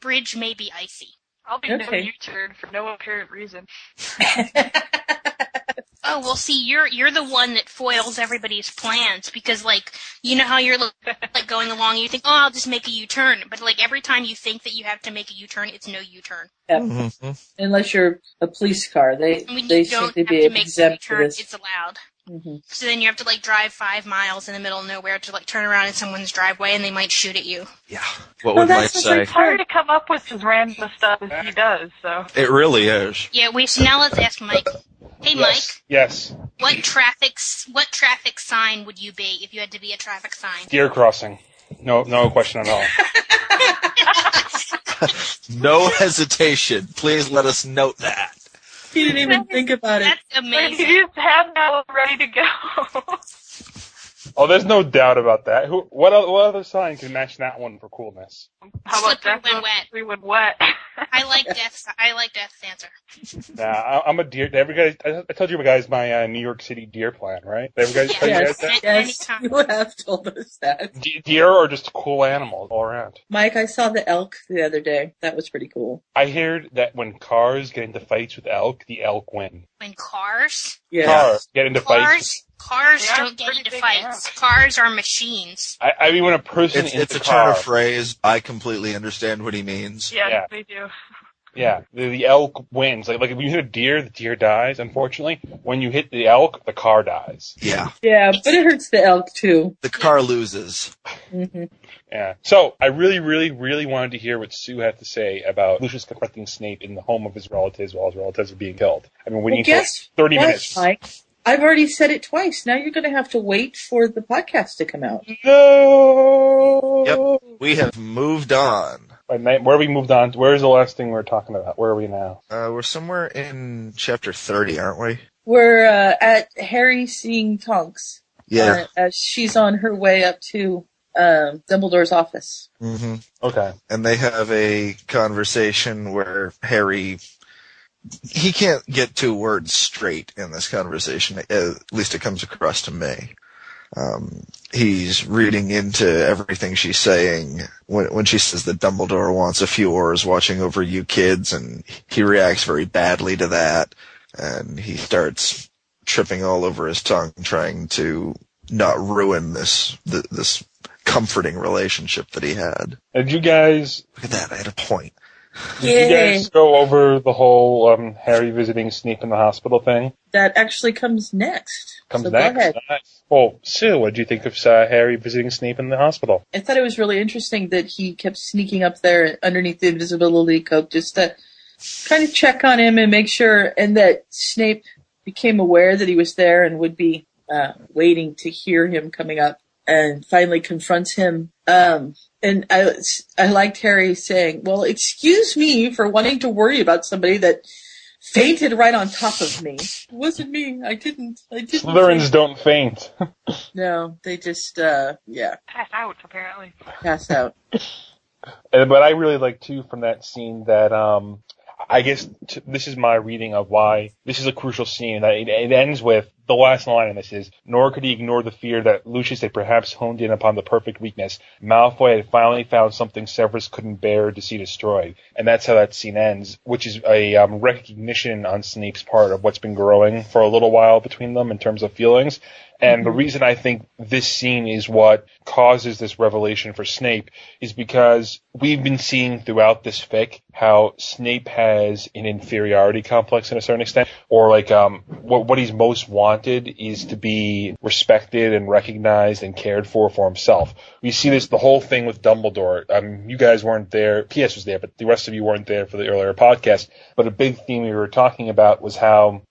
bridge may be icy? I'll be no Okay. U-turn for no apparent reason. Oh, well, see, you're you're the one that foils everybody's plans because, like, you know how you're like going along, and you think, oh, I'll just make a U-turn, but like every time you think that you have to make a U-turn, it's no U-turn. Yeah. hmm Unless you're a police car, they And when they you seem don't to have be to make a exempt for U-turn, this. it's allowed. hmm So then you have to like drive five miles in the middle of nowhere to like turn around in someone's driveway and they might shoot at you. Yeah. What Well, would life that's what's say? It's hard to come up with his random stuff as he does, so. It really is. Yeah, we so now let's ask Mike. Hey Yes. Yes. Mike, what traffic s- what traffic sign would you be if you had to be a traffic sign? Deer crossing. No, no question at all. No hesitation. Please let us note that. He didn't even think about it. That's But he amazing. just had that one ready to go. Oh, there's no doubt about that. Who, what, oth- what other sign can match that one for coolness? How about death when wet? We would wet. I like Death. I like Death Dancer. Nah, I, I'm a deer. did Every guy, I, I told you guys my uh, New York City deer plan, right? Did Every guy tell Oh, you guys yes, that? yes, you have told us that. D- deer are just cool animals all around. Mike, I saw the elk the other day. That was pretty cool. I heard that when cars get into fights with elk, the elk win. When cars, Yeah. Cars get into fights. cars, cars They are don't get pretty into big fights. Cars are machines. I, I mean, when a person It's, in it's the a turn car, of phrase. I completely understand what he means. Yeah, Yeah. they do. yeah, the, the elk wins. Like, like when you hit a deer, the deer dies. Unfortunately, when you hit the elk, the car dies. Yeah. Yeah, but it hurts the elk too. The car loses. hmm Yeah. So I really, really, really wanted to hear what Sue had to say about Lucius confronting Snape in the home of his relatives while his relatives are being killed. I've been waiting Well, guess for thirty what, minutes. Mike? I've already said it twice. Now you're going to have to wait for the podcast to come out. No. Yep. We have moved on. Wait, mate, where we moved on? to- Where is the last thing we were talking about? Where are we now? Uh, we're somewhere in chapter 30, aren't we? We're uh, at Harry seeing Tonks Yeah. uh, as she's on her way up to um, Dumbledore's office. hmm Okay. And they have a conversation where Harry. He can't get two words straight in this conversation. uh, At least it comes across to me. Um, he's reading into everything she's saying when, when she says that Dumbledore wants a few oars watching over you kids, and he reacts very badly to that. And he starts tripping all over his tongue, trying to not ruin this th- this comforting relationship that he had. Did you guys? Look at that! I had a point. Did you guys go over the whole um, Harry visiting Snape in the hospital thing? That actually comes next. Comes so next. Go ahead. Nice. Well, Sue, what do you think of uh, Harry visiting Snape in the hospital? I thought it was really interesting that he kept sneaking up there underneath the invisibility cloak just to kind of check on him and make sure, and that Snape became aware that he was there and would be uh, waiting to hear him coming up, and finally confronts him. Um, and I, I liked Harry saying, "Well, excuse me for wanting to worry about somebody that." Fainted right on top of me. It wasn't me. I didn't. I didn't. Slytherins don't faint. No, they just, uh, yeah, Pass out apparently. passed out. And, but I really like too from that scene that um I guess t- this is my reading of why this is a crucial scene. That it, it ends with the last line in this is nor could he ignore the fear that Lucius had perhaps honed in upon the perfect weakness. Malfoy had finally found something Severus couldn't bear to see destroyed, and that's how that scene ends, which is a um, recognition on Snape's part of what's been growing for a little while between them in terms of feelings. And the reason I think this scene is what causes this revelation for Snape is because we've been seeing throughout this fic how Snape has an inferiority complex in a certain extent, or like um, what what he's most wanted is to be respected and recognized and cared for for himself. We see this the whole thing with Dumbledore. Um, you guys weren't there. PS was there, but the rest of you weren't there for the earlier podcast. But a big theme we were talking about was how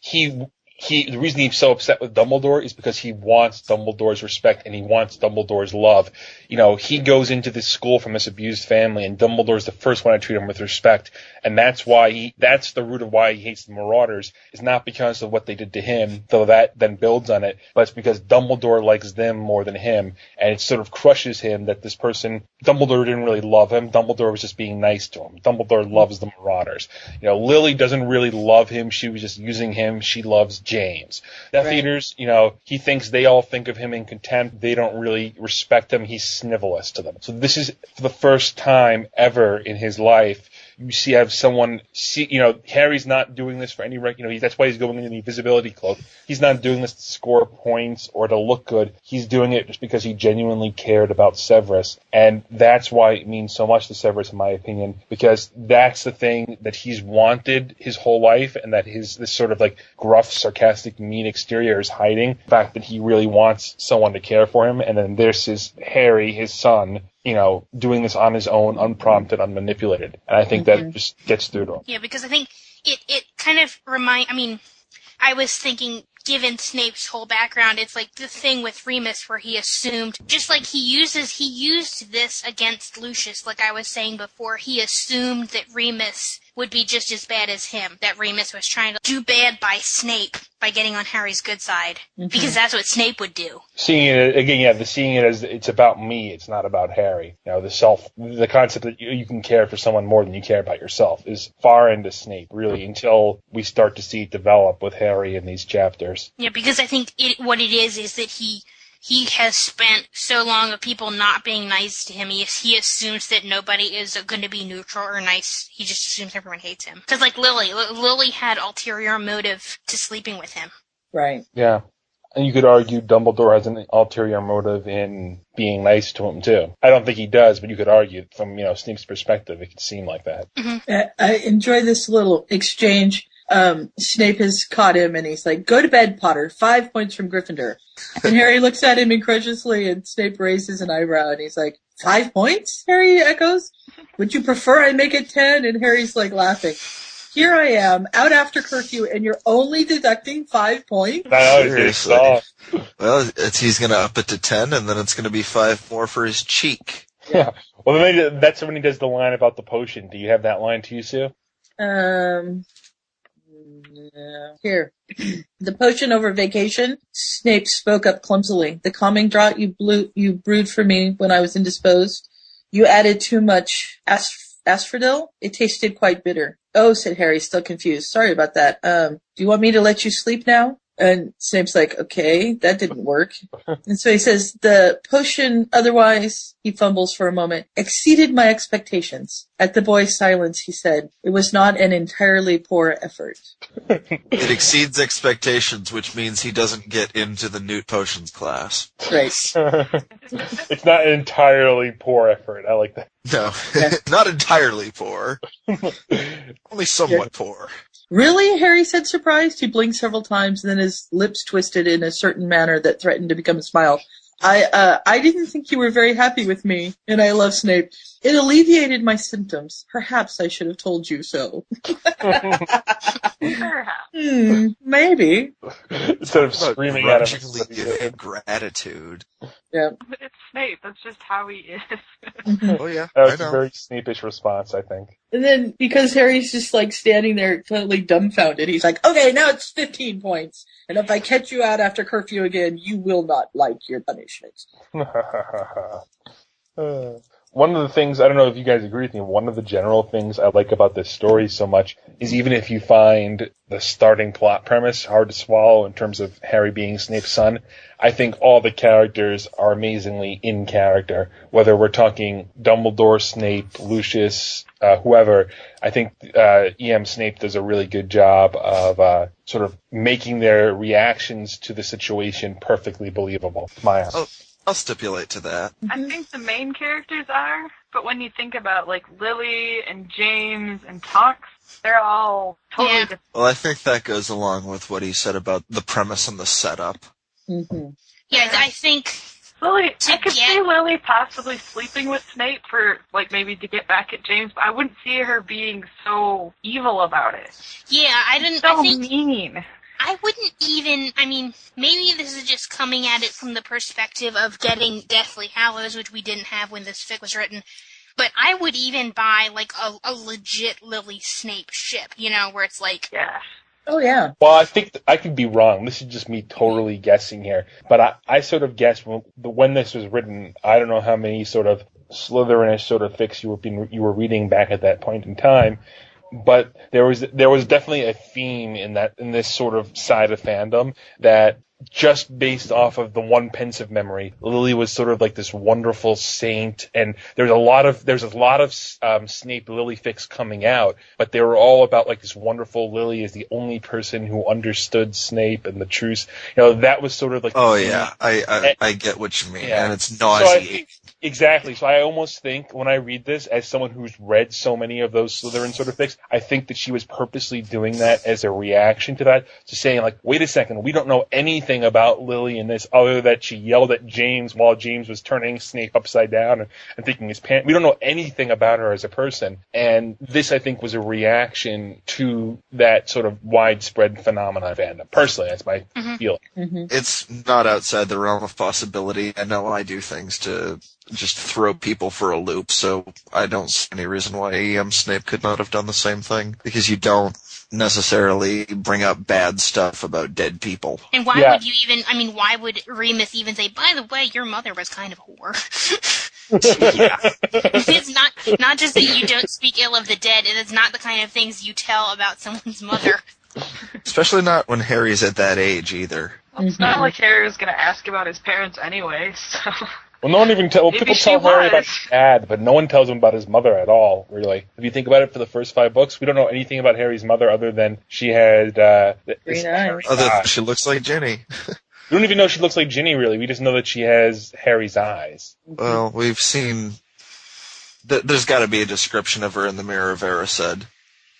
he he the reason he's so upset with Dumbledore is because he wants Dumbledore's respect and he wants Dumbledore's love. You know, he goes into this school from this abused family and Dumbledore's the first one to treat him with respect. And that's why he that's the root of why he hates the Marauders is not because of what they did to him, though that then builds on it, but it's because Dumbledore likes them more than him and it sort of crushes him that this person Dumbledore didn't really love him. Dumbledore was just being nice to him. Dumbledore loves the Marauders. You know, Lily doesn't really love him. She was just using him. She loves James. Death Right. Eaters, you know, he thinks they all think of him in contempt. They don't really respect him. He's snivellous to them. So this is for the first time ever in his life you see have someone see you know Harry's not doing this for any rec- you know he, that's why he's going in the invisibility cloak. He's not doing this to score points or to look good. He's doing it just because he genuinely cared about Severus, and that's why it means so much to Severus, in my opinion, because that's the thing that he's wanted his whole life, and that his this sort of like gruff, sarcastic, mean exterior is hiding the fact that he really wants someone to care for him, and then this is Harry, his son, you know, doing this on his own, unprompted, unmanipulated. And I think that just gets through to him. Yeah, because I think it it kind of remind. I mean, I was thinking, given Snape's whole background, it's like the thing with Remus where he assumed, just like he uses he used this against Lucius, like I was saying before, he assumed that Remus would be just as bad as him. That Remus was trying to do bad by Snape by getting on Harry's good side because that's what Snape would do. Seeing it again, yeah, the seeing it as it's about me, it's not about Harry. You know, the self, the concept that you, you can care for someone more than you care about yourself is far into Snape, really, until we start to see it develop with Harry in these chapters. Yeah, because I think it, what it is is that he he has spent so long of people not being nice to him. He he assumes that nobody is going to be neutral or nice. He just assumes everyone hates him. Because like Lily, L- Lily had ulterior motive to sleeping with him. Right. Yeah. And you could argue Dumbledore has an ulterior motive in being nice to him too. I don't think he does, but you could argue from you know Snape's perspective, it could seem like that. Uh, I enjoy this little exchange. Um, Snape has caught him and he's like, go to bed, Potter. Five points from Gryffindor. And Harry looks at him incredulously and Snape raises an eyebrow and he's like, five points? Harry echoes. Would you prefer I make it ten? And Harry's like laughing. Here I am, out after curfew, and you're only deducting five points? Seriously. Well, it's, he's going to up it to 10, and then it's going to be 5 more for his cheek. Yeah. Well, then that's when he does the line about the potion. Do you have that line too, Sue? Um, no. Here. the potion over vacation. Snape spoke up clumsily. The calming draught you blew, you brewed for me when I was indisposed. You added too much as- asphodel. It tasted quite bitter. Oh, said Harry, still confused. Sorry about that. Um, do you want me to let you sleep now? And Snape's like, okay, that didn't work. And so he says, the potion otherwise, he fumbles for a moment, exceeded my expectations. At the boy's silence, he said, it was not an entirely poor effort. It exceeds expectations, which means he doesn't get into the Newt Potions class. Right. it's not an entirely poor effort. I like that. No, not entirely poor. Only somewhat poor. Really? Harry said, surprised. He blinked several times and then his lips twisted in a certain manner that threatened to become a smile. I, uh, I didn't think you were very happy with me, and I love Snape. It alleviated my symptoms. Perhaps I should have told you so. Hmm, maybe. Instead of screaming at him. Grudgingly give gratitude. Yeah. It's Snape. That's just how he is. Oh yeah, That was I a know. very Snape-ish response, I think. And then because Harry's just like standing there totally dumbfounded, he's like, okay, now it's 15 points. And if I catch you out after curfew again, you will not like your punishment. Uh, one of the things I don't know if you guys agree with me. One of the general things I like about this story so much is even if you find the starting plot premise hard to swallow in terms of Harry being Snape's son, I think all the characters are amazingly in character. Whether we're talking Dumbledore, Snape, Lucius, uh, whoever, I think uh, E.M. Snape does a really good job of uh, sort of making their reactions to the situation perfectly believable. My I'll, I'll stipulate to that. Mm-hmm. I think the main characters are, but when you think about like Lily and James and Tonks, they're all totally different. Well, I think that goes along with what he said about the premise and the setup. Mm-hmm. Yeah, I think Lily, I get- could see Lily possibly sleeping with Snape for like maybe to get back at James, but I wouldn't see her being so evil about it. yeah, I didn't. So I think mean. I wouldn't even. I mean, maybe this is just coming at it from the perspective of getting Deathly Hallows, which we didn't have when this fic was written. But I would even buy like a, a legit Lily Snape ship, you know, where it's like yeah, Oh yeah. Well, I think th- I could be wrong. This is just me totally guessing here, but I, I sort of guess when, when this was written, I don't know how many sort of Slytherinish sort of fix you were being, you were reading back at that point in time, but there was there was definitely a theme in that in this sort of side of fandom that just based off of the one pensive memory, Lily was sort of like this wonderful saint, and there's a lot of there's a lot of um, Snape Lily fix coming out, but they were all about like this wonderful Lily is the only person who understood Snape and the truth. You know, that was sort of like Oh the theme yeah, I I, I get what you mean, Mm-hmm. Eh. Yeah. and it's so I nauseating. think, exactly. So I almost think when I read this, as someone who's read so many of those Slytherin sort of things, I think that she was purposely doing that as a reaction to that, to saying like, wait a second, we don't know anything about Lily in this other than that she yelled at James while James was turning Snape upside down and, and thinking his pants. We don't know anything about her as a person, and this I think was a reaction to that sort of widespread phenomenon of fandom. Personally, that's my feeling. It's not outside the realm of possibility. I know I do things to just throw people for a loop. So I don't see any reason why E.M. Snape could not have done the same thing because you don't necessarily bring up bad stuff about dead people. And why would you even? I mean, why would Remus even say? By the way, your mother was kind of a whore. it's not not just that you don't speak ill of the dead, and it's not the kind of things you tell about someone's mother. Especially not when Harry's at that age either. Well, it's Mm-hmm. not like Harry was going to ask about his parents anyway, so. Well, no one even tell. Well, Maybe people she tell Harry about was. his dad, but no one tells him about his mother at all. Really, if you think about it, for the first five books, we don't know anything about Harry's mother other than she had uh, th- this- Other Ah. than she looks like Ginny. we don't even know she looks like Ginny. Really, we just know that she has Harry's eyes. Well, we've seen. Th- there's got to be a description of her in the Mirror of Erised.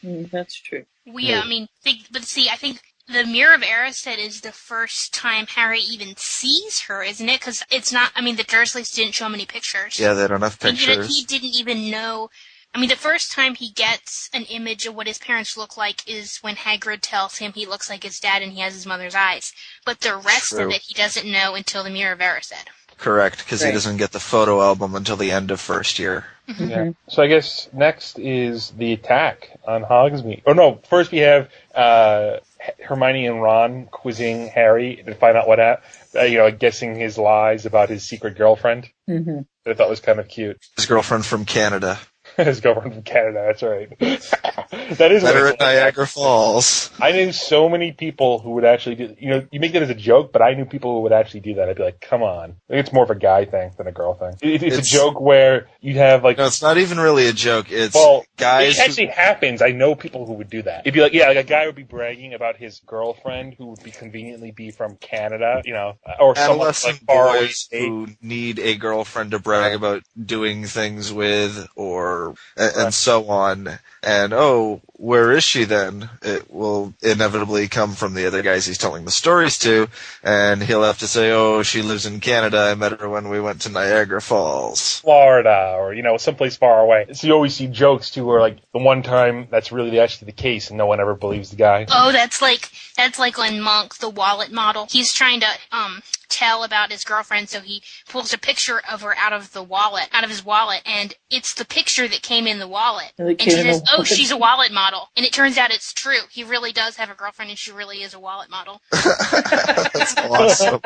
Mm, that's true. We, I mean, think, but see, I think the Mirror of Erised is the first time Harry even sees her, isn't it? Because it's not. I mean, the Dursleys didn't show many pictures. Yeah, they don't have And you know, pictures. he didn't even know. I mean, the first time he gets an image of what his parents look like is when Hagrid tells him he looks like his dad and he has his mother's eyes. But the rest True. of it, he doesn't know until the Mirror of Erised. Correct, because Right. he doesn't get the photo album until the end of first year. Yeah. So I guess next is the attack on Hogsmeade. Oh no! First we have uh, H- Hermione and Ron quizzing Harry to find out what hap- uh, you know, guessing his lies about his secret girlfriend. Mm-hmm. That I thought was kind of cute. His girlfriend from Canada. His girlfriend from Canada. That's right. that is what Met her at it's Niagara Falls. I knew so many people who would actually do. You know, you make that as a joke, but I knew people who would actually do that. I'd be like, "Come on!" I think it's more of a guy thing than a girl thing. It, it's, It's- a joke where you have like. No, it's not even really a joke. It's Well, guys. it actually happens. I know people who would do that. It'd be like, yeah, like a guy would be bragging about his girlfriend who would be conveniently be from Canada, you know, or who, someone adolescent like far away boys who need a girlfriend to brag about doing things with, or and, and so on. And oh, where is she then? It will inevitably come from the other guys he's telling the stories to, and he'll have to say, "Oh, she lives in Canada. I met her when we went to Niagara Falls." Florida or you know someplace far away. So you always see jokes too, where like the one time that's really actually the case, and no one ever believes the guy. Oh, that's like that's like when Monk, the wallet model, he's trying to um tell about his girlfriend, so he pulls a picture of her out of the wallet, out of his wallet, and it's the picture that came in the wallet. And And it she came in the says, "Oh, wallet." she's a wallet model," and it turns out it's true. He really does have a girlfriend, and she really is a wallet model. That's awesome.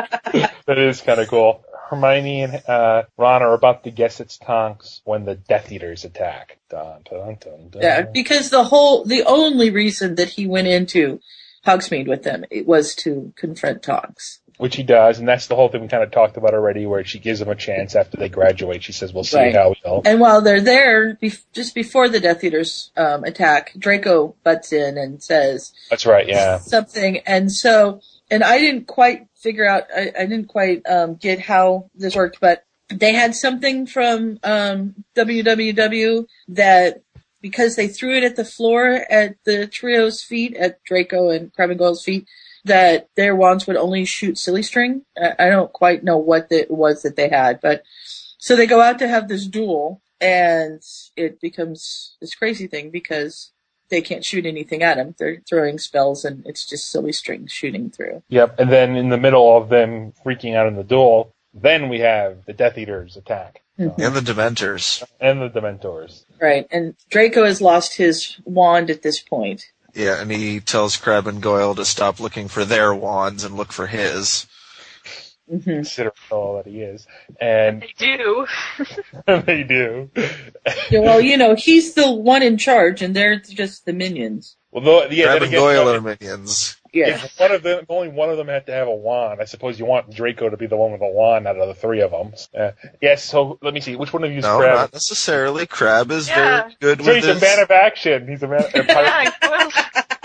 that is kind of cool. Hermione and uh, Ron are about to guess its tonks when the Death Eaters attack. Dun, dun, dun, dun. Yeah, because the whole, the only reason that he went into Hogsmeade with them it was to confront Tonks. Which he does, and that's the whole thing we kind of talked about already, where she gives them a chance after they graduate. She says, "We'll see Right. how we go." And while they're there, bef- just before the Death Eaters um, attack, Draco butts in and says That's right. Yeah. something, and so, and I didn't quite figure out, I, I didn't quite um, get how this worked, but they had something from um, WWW that because they threw it at the floor at the trio's feet, at Draco and Crab and Gold's feet, that their wands would only shoot silly string. I, I don't quite know what it was that they had, but so they go out to have this duel, and it becomes this crazy thing because they can't shoot anything at him. They're throwing spells, and it's just silly strings shooting through. Yep. And then in the middle of them freaking out in the duel, then we have the Death Eaters attack Mm-hmm. And the Dementors. and the Dementors. Right, and Draco has lost his wand at this point. Yeah, and he tells Crab and Goyle to stop looking for their wands and look for his. Consider all that he is, and They do. they do. Yeah, well, you know, he's the one in charge, and they're just the minions. Well, though, yeah, Crab then and again, Goyle are minions. Yeah. if one of them, if only one of them had to have a wand, I suppose you want Draco to be the one with a wand out of the three of them. Uh, yes. So let me see. Which one of you is No, Crab? not necessarily. Crab is Yeah. very good So with he's a his. man of action. He's a man. Of, Yeah, well,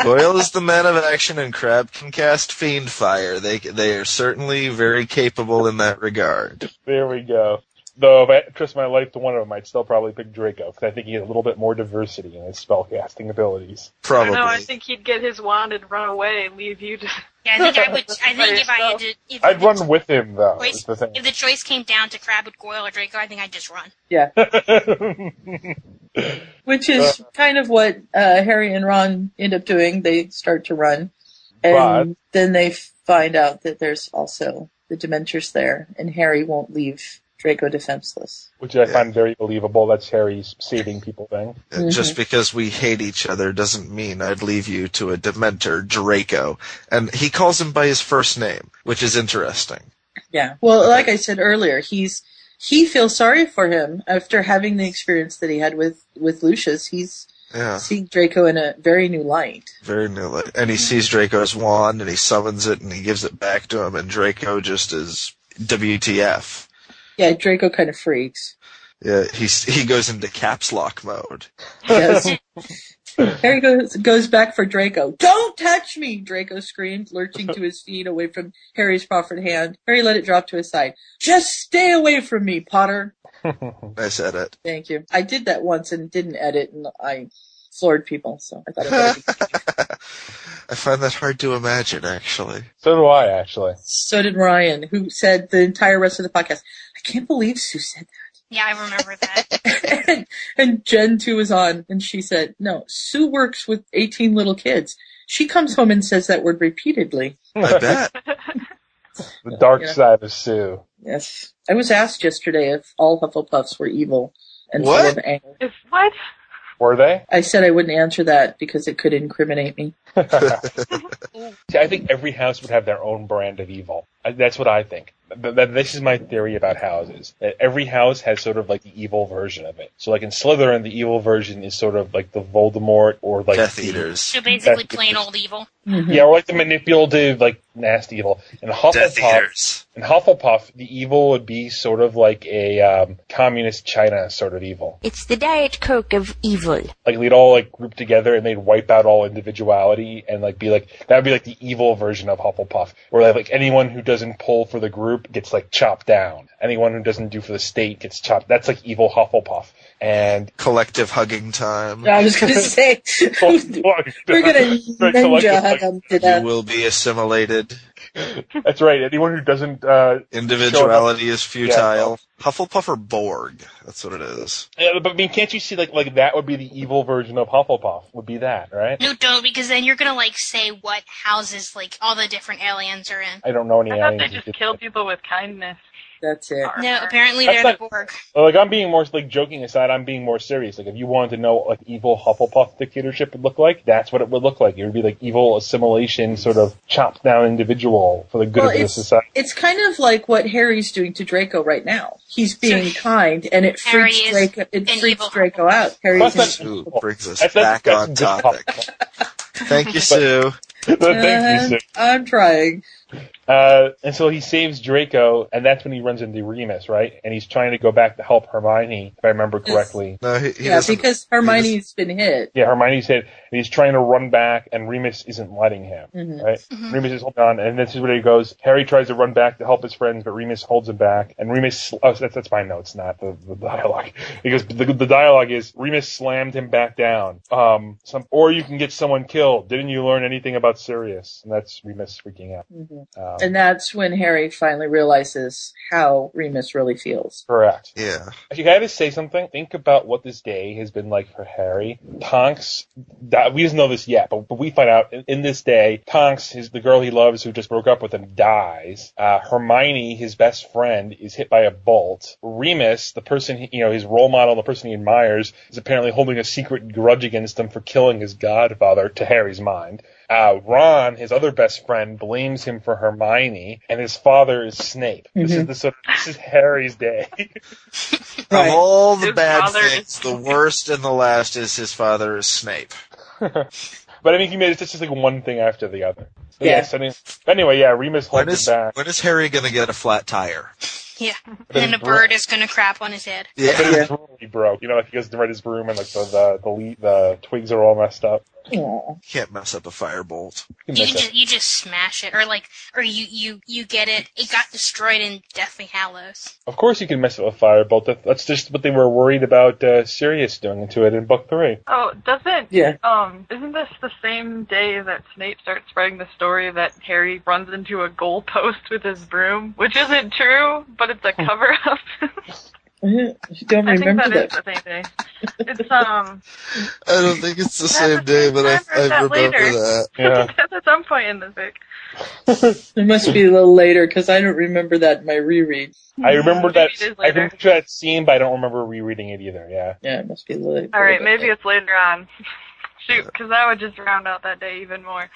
Goyle is the man of action, and Crab can cast Fiend Fire. They they are certainly very capable in that regard. there we go. Though if I had to trust my life to one of them, I'd still probably pick Draco because I think he has a little bit more diversity in his spellcasting abilities. I Probably. don't know. I think he'd get his wand and run away and leave you to. Yeah, I think I would. I think if I had to, if, I'd run with him though. Wait. Is the thing. if the choice came down to Crab with Goyle or Draco, I think I'd just run. Yeah. Which is kind of what uh, Harry and Ron end up doing. They start to run, and then they find out that there's also the Dementors there, and Harry won't leave Draco defenseless. Which I find very believable. That's Harry's saving people thing. Mhm. Uh, Just because we hate each other doesn't mean I'd leave you to a Dementor, Draco. And he calls him by his first name, which is interesting. Yeah. Well, like I said earlier, he's he feels sorry for him after having the experience that he had with with Lucius. He's Yeah. seeing Draco in a very new light. Very new. light. And he sees Draco's wand and he summons it and he gives it back to him and Draco just is WTF. Yeah, Draco kind of freaks. Yeah, he he goes into caps lock mode. Yes. Harry goes goes back for Draco. Don't touch me! Draco screamed, lurching to his feet away from Harry's proffered hand. Harry let it drop to his side. Just stay away from me, Potter. I said it. Thank you. I did that once and didn't edit, and I floored people. So I thought it better be I find that hard to imagine, actually. So do I, actually. So did Ryan, who said the entire rest of the podcast. I can't believe Sue said Yeah, I remember that. that. and, and Jen too was on, and she said, "No, Sue works with eighteen little kids. She comes home and says that word repeatedly." I bet. The dark Yeah. side of Sue. Yes, I was asked yesterday if all Hufflepuffs were evil and What? full of anger. If what? Were they? I said I wouldn't answer that because it could incriminate me. See, I think every house would have their own brand of evil. I- That's what I think. Th- th- This is my theory about houses. That every house has sort of like the evil version of it. So, like in Slytherin, the evil version is sort of like the Voldemort or like Death the- Eaters. So basically, Death plain Eaters. old evil. Yeah, or like the manipulative, like nasty evil. In Death Hufflepuff, Eaters. in Hufflepuff, the evil would be sort of like a um, communist China sort of evil. It's the Diet Coke of evil. Like they'd all like group together and they'd wipe out all individuality and like be like that would be like the evil version of Hufflepuff, where like, like anyone who doesn't pull for the group gets like chopped down. Anyone who doesn't do for the state gets chopped. That's like evil Hufflepuff. And collective hugging time. I was going to say we're going to ninja hug them to You death. will be assimilated. That's right. Anyone who doesn't uh, Individuality is Yeah. futile. Hufflepuff or Borg? That's what it is. Yeah, but I mean, can't you see like like that would be the evil version of Hufflepuff? Would be that right? No, don't, because then you're gonna like say what houses like all the different aliens are in. I don't know any I thought they aliens. who just did kill people with kindness. That's it. No, apparently That's they're not- the Borg. that. Like I'm being more like joking aside, I'm being more serious. Like if you wanted to know what like evil Hufflepuff dictatorship would look like, that's what it would look like. It would be like evil assimilation, sort of chopped down individual for the good Well, of the it's- society. It's kind of like what Harry's doing to Draco right now. He's being kind, and it Harry freaks is Draco. It freaks Draco out. Plus Harry's that- Sue brings us That's- that's- back on that's good topic. Thank you, Sue. Uh-huh. Thank you, Sue. I'm trying. Uh, and so he saves Draco, and that's when he runs into Remus, right? And he's trying to go back to help Hermione, if I remember correctly. No, he, he yeah, doesn't. because Hermione's been hit. Yeah, Hermione's hit, and he's trying to run back, and Remus isn't letting him. Mhm. Right? Mhm. Remus is holding on, and this is where he goes. Harry tries to run back to help his friends, but Remus holds him back, and Remus. Oh, that's that's fine. No, it's not the, the dialogue. Because the, the dialogue is Remus slammed him back down. Um, some or you can get someone killed. Didn't you learn anything about Sirius? And that's Remus freaking out. Mhm. Oh. Um, And that's when Harry finally realizes how Remus really feels. correct. Yeah. If you had to say something, think about what this day has been like for Harry. Tonks, di- we don't know this yet, but, but we find out in, in this day, Tonks, his, the girl he loves who just broke up with him, dies. Uh, Hermione, his best friend, is hit by a bolt. Remus, the person, he, you know, his role model, the person he admires, is apparently holding a secret grudge against him for killing his godfather, to Harry's mind. Uh, Ron, his other best friend, blames him for Hermione, and his father is Snape. This is Mhm. the sort of, this is Harry's day. Of all the His bad father is- things, the worst and the last is his father is Snape. But I mean, he made it it's just like one thing after the other. So, Yeah. Yes. I mean, but anyway, yeah, Remus When holds is him back. when is Harry gonna get a flat tire? Yeah, and then a bird is gonna crap on his head. But Yeah. his room he broke. You know, like he goes to read his room and like the the the, le- the twigs are all messed up. Aw. Can't mess up a firebolt. He You messed can up. just you just smash it, or like, or you you you get it. It got destroyed in Deathly Hallows. Of course, you can mess up a firebolt. That- That's just what they were worried about uh, Sirius doing to it in book three. Oh, doesn't Yeah. um isn't this the same day that Snape starts spreading the story that Harry runs into a goalpost with his broom, which isn't true, but it's a cover up. Hmm. I don't I think remember that is that. the same day. It's um. I don't think it's the same day, but I, I that remember later. that. That's at some point in the book. It must be a little later because I don't remember that in my reread. I remember that. Maybe it is I later. remember that scene, but I don't remember rereading it either. Yeah. Yeah, it must be late. All right, maybe it's later on. Shoot, because that would just round out that day even more.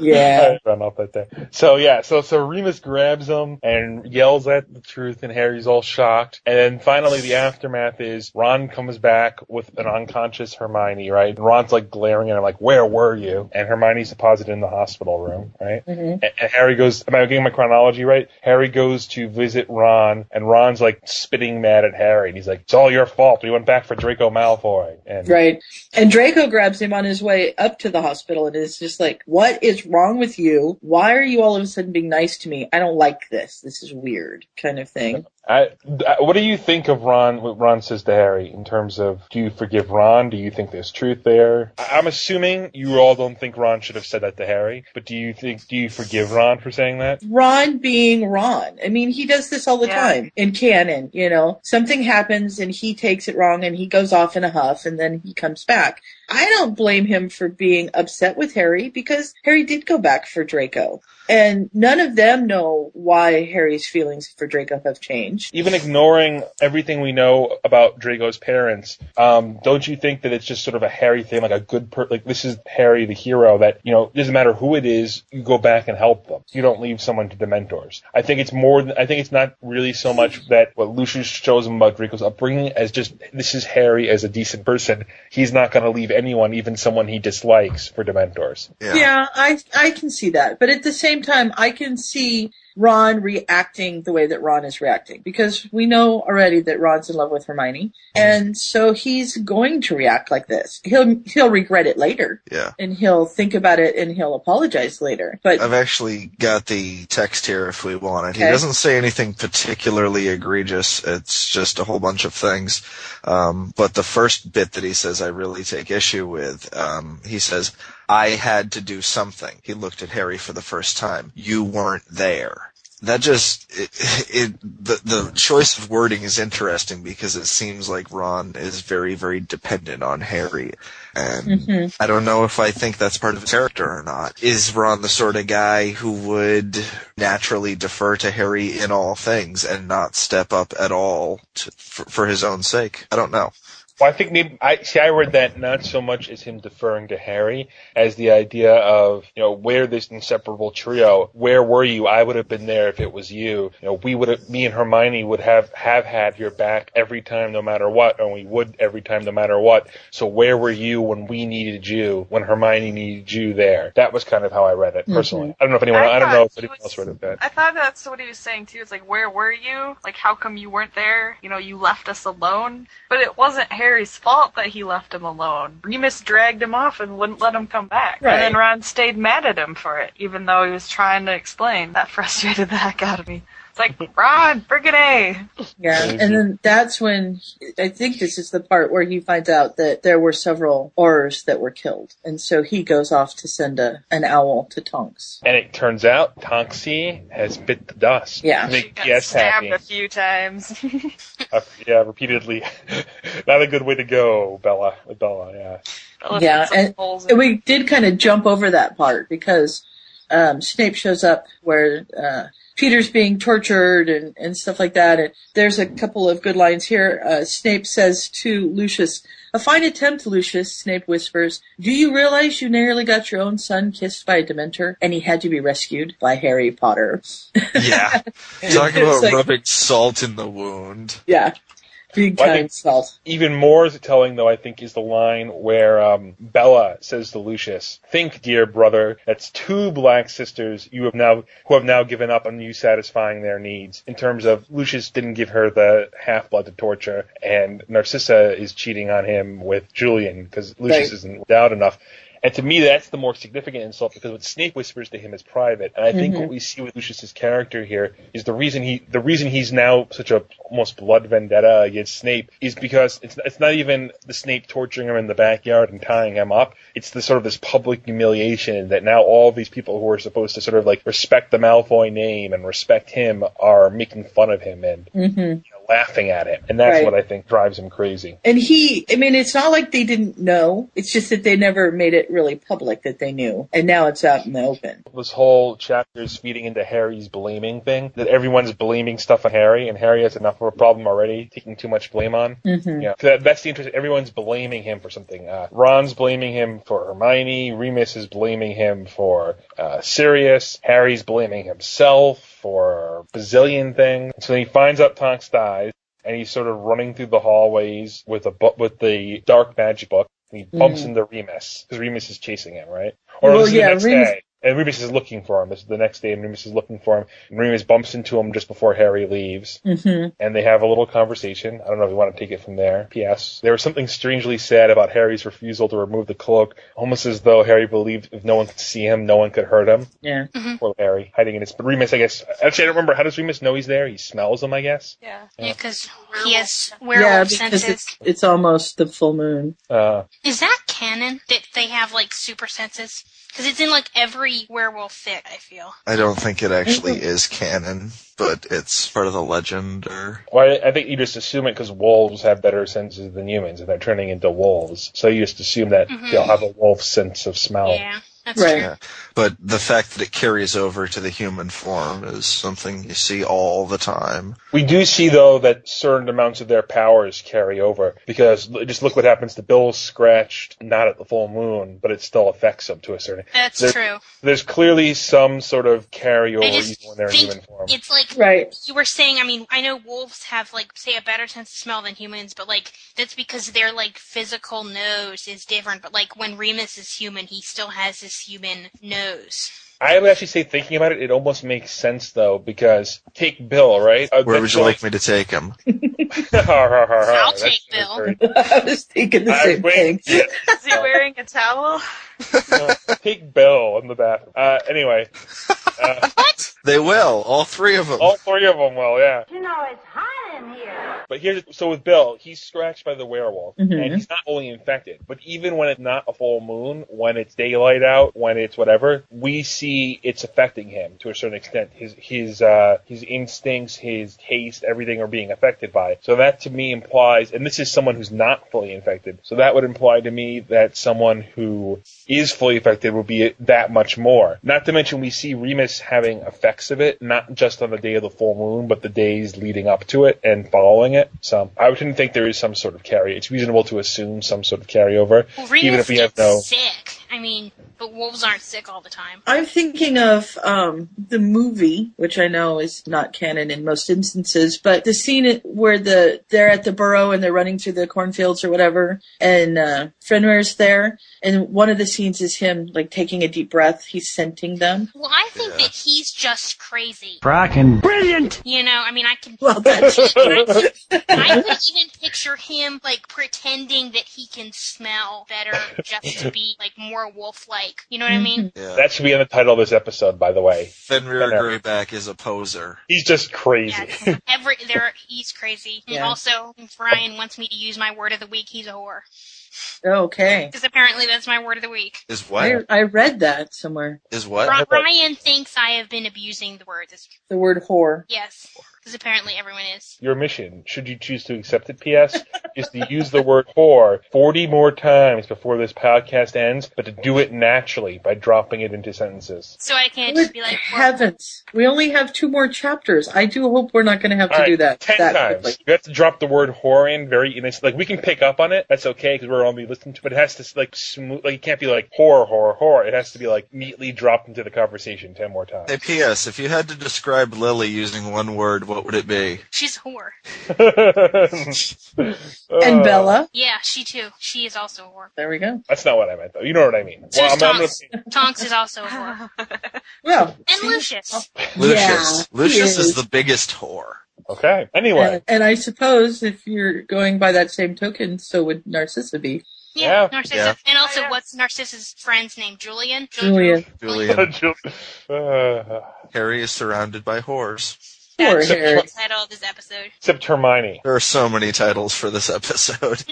Yeah. I run off that day. So yeah, so so Remus grabs him and yells at the truth, and Harry's all shocked. And then finally, the aftermath is Ron comes back with an unconscious Hermione, right? And Ron's like glaring at him, like, "Where were you?" And Hermione's deposited in the hospital room, right? Mhm. And, and Harry goes, am I getting my chronology right? Harry goes to visit Ron, and Ron's like spitting mad at Harry, and he's like, "It's all your fault. We went back for Draco Malfoy." And Right. And Draco grabs him on his way up to the hospital and is just like, What is wrong with you? Why are you all of a sudden being nice to me? I don't like this. This is weird, kind of thing. I, I- what do you think of Ron? What Ron says to Harry in terms of do you forgive Ron? Do you think there's truth there? I- I'm assuming you all don't think Ron should have said that to Harry, but do you think do you forgive Ron for saying that? Ron being Ron. I mean, he does this all the time in canon, you know. Something happens and he takes it wrong and he goes off in a huff and then he comes back. I don't blame him for being upset with Harry because Harry did go back for Draco. And none of them know why Harry's feelings for Draco have changed. Even ignoring everything we know about Draco's parents, um, don't you think that it's just sort of a Harry thing, like a good per, like this is Harry the hero that you know it doesn't matter who it is, you go back and help them. You don't leave someone to Dementors. I think it's more. Than, I think it's not really so much that what Lucius shows him about Draco's upbringing as just this is Harry as a decent person. He's not going to leave anyone, even someone he dislikes, for Dementors. Yeah. I I can see that. But at the same time, I can see Ron reacting the way that Ron is reacting because we know already that Ron's in love with Hermione, and so he's going to react like this. He'll he'll regret it later. Yeah. And he'll think about it and he'll apologize later. But I've actually got the text here if we want it. He Okay. doesn't say anything particularly egregious. It's just a whole bunch of things. Um, but the first bit that he says I really take issue with, um, he says, I had to do something. He looked at Harry for the first time. You weren't there. That just it, it the the choice of wording is interesting because it seems like Ron is very very dependent on Harry and Mhm. Mm-hmm. I don't know if I think that's part of his character or not. Is Ron the sort of guy who would naturally defer to Harry in all things and not step up at all to, for, for his own sake? I don't know. Well, I think maybe I see. I read that not so much as him deferring to Harry as the idea of you know where this inseparable trio. Where were you? I would have been there if it was you. You know, we would have. Me and Hermione would have have had your back every time, no matter what, and we would every time, no matter what. So where were you when we needed you? When Hermione needed you there? That was kind of how I read it personally. Mhm. I don't know if anyone. I I, don't know thought if anyone else read it. That. I thought that's what he was saying too. It's like, where were you? Like, how come you weren't there? You know, you left us alone. But it wasn't Harry's fault that he left him alone. Remus dragged him off and wouldn't let him come back. Right. And then Ron stayed mad at him for it, even though he was trying to explain. That frustrated the heck out of me. It's like, Ron, bring it A. Yeah, Crazy. and then that's when I think this is the part where he finds out that there were several Aurors that were killed, and so he goes off to send a, an owl to Tonks. And it turns out Tonksi has bit the dust. Yeah. I think yes, Stabbed happy. a few times. Uh, yeah, repeatedly. Not a good way to go, Bella. With Bella, yeah. yeah, and, and we did kind of jump over that part because um, Snape shows up where uh, Peter's being tortured and, and stuff like that. And there's a couple of good lines here. Uh, Snape says to Lucius, "A fine attempt, Lucius." Snape whispers, "Do you realize you nearly got your own son kissed by a Dementor, and he had to be rescued by Harry Potter?" Yeah, talking about It's like- rubbing salt in the wound. Yeah, big Well, I time think- salt. Even more telling, though, I think, is the line where um, Bella says to Lucius, "Think, dear brother, that's two black sisters you have now who have now given up on you satisfying their needs." In terms of Lucius didn't give her the half blood to torture, and Narcissa is cheating on him with Julian because Lucius Right. isn't out enough. And to me, that's the more significant insult because what Snape whispers to him is private. And I think Mm-hmm. Mhm. what we see with Lucius's character here is the reason he the reason he's now such a almost blood vendetta against Snape is because it's it's not even the Snape torturing him in the backyard and tying him up. It's the sort of this public humiliation that now all these people who are supposed to sort of like respect the Malfoy name and respect him are making fun of him and Mm-hmm. laughing at him, and that's Right. what I think drives him crazy. And he, I mean, it's not like they didn't know. It's just that they never made it really public that they knew. And now it's out in the open. This whole chapter is feeding into Harry's blaming thing that everyone's blaming stuff on Harry, and Harry has enough of a problem already, taking too much blame on. Mm-hmm. Yeah, so that, that's the interest. Everyone's blaming him for something. Uh, Ron's blaming him for Hermione. Remus is blaming him for uh, Sirius. Harry's blaming himself for a bazillion things. So he finds out Tonks dies, and he's sort of running through the hallways with a bu- with the dark magic book. And he bumps Mhm. into Remus because Remus is chasing him, right? Or Well, this is yeah, the next Remus- day. And Remus is looking for him. This is the next day, and Remus is looking for him. And Remus bumps into him just before Harry leaves Mm-hmm. and they have a little conversation. I don't know if you want to take it from there. P.S. There was something strangely sad about Harry's refusal to remove the cloak, almost as though Harry believed if no one could see him, no one could hurt him. Yeah. Poor Harry, hiding in his. But Remus, I guess. Actually, I don't remember. How does Remus know he's there? He smells him, I guess. Yeah. Yeah, because he has yeah, werewolf because senses. it's, it's almost the full moon. Uh, Is that canon that they have like super senses? Because it's in like every werewolf fic. I feel. I don't think it Mm-hmm. actually is canon, but it's part of the legend or well, I, I think you just assume it because wolves have better senses than humans, and they're turning into wolves. So you just assume that Mhm. they'll have a wolf sense of smell. Yeah, that's Right. true. but the fact that it carries over to the human form is something you see all the time. We do see though that certain amounts of their powers carry over because l- just look what happens to Bill scratched not at the full moon, but it still affects him to a certain. That's There- true. There's clearly some sort of carryover I just even when they're in think human form. It's like Right. you were saying. I mean, I know wolves have like say a better sense of smell than humans, but like that's because their like physical nose is different. But like when Remus is human, he still has this human nose. I would actually say thinking about it, it almost makes sense though because take Bill right. Uh, Where that would you Bill- like me to take him? I'll take Bill. I was thinking the same thing. Is he wearing a towel? take Bill in the bathroom. Uh, anyway, uh, What? They will, all three of them. all three of them will. Yeah. You know, it's hot in here. But here's so with Bill, he's scratched by the werewolf, Mhm. and he's not fully infected. But even when it's not a full moon, when it's daylight out, when it's whatever, we see it's affecting him to a certain extent. His his uh, his instincts, his taste, everything are being affected by it. So that to me implies, and this is someone who's not fully infected. So that would imply to me that someone who is fully affected would be that much more. Not to mention we see Remus having effects of it, not just on the day of the full moon, but the days leading up to it and following it. So I wouldn't think there is some sort of carry. It's reasonable to assume some sort of carryover, Well, Remus even if we have gets no. sick. I mean, but wolves aren't sick all the time. I'm thinking of um, the movie, which I know is not canon in most instances, but the scene it- where the they're at the burrow and they're running through the cornfields or whatever, and uh, Fenrir's there, and one of the scenes is him like taking a deep breath. He's scenting them. Well, I think that he's just crazy. Fracking Brilliant! You know, I mean, I can Well, that's I could even picture him like pretending that he can smell better just to be like more wolf like. You know what I mean? Yeah. That should be in the title of this episode, by the way. Fenrir Yeah. Greyback is a poser. He's just crazy. Yeah, every there he's crazy. And Yeah. also Brian wants me to use my word of the week, he's a whore. okay. Because apparently that's my word of the week. Is I what? I read that somewhere. Is what? Bri- about- Brian thinks I have been abusing the word. This, The word whore. yes, because apparently everyone is. Your mission, should you choose to accept it, P.S., is to use the word whore 40 more times before this podcast ends, but to do it naturally by dropping it into sentences. So I can't just Good be like, well, heavens! We only have two more chapters. I do hope we're not going to have to All right, do that. 10 that times. quickly. You have to drop the word whore in very innocent. Like, we can pick up on it. That's okay because we're only listening to it. But it has to, like, smooth. Like, it can't be like whore, whore, whore. It has to be, like, neatly dropped into the conversation 10 more times. Hey, P.S. If you had to describe Lily using one word, what would it be? she's a whore. And Uh, Bella. Yeah, she too. She is also a whore. There we go. That's not what I meant, though. You know what I mean. So Well, is I'm, I'm gonna, Tonks. Tonks is also Ah, a whore. Well, And Lucius. Lucius. he Lucius is. is. the biggest whore. okay. Anyway. And, and I suppose if you're going by that same token, so would Narcissa be. Yeah, Yeah. Narcissa. Yeah. And also, Oh, yeah. what's Narcissa's friend's name? Julian? Julian. Julian. Uh, Harry is surrounded by whores. Poor That's Harry. the title of this episode. except Hermione. There are so many titles for this episode.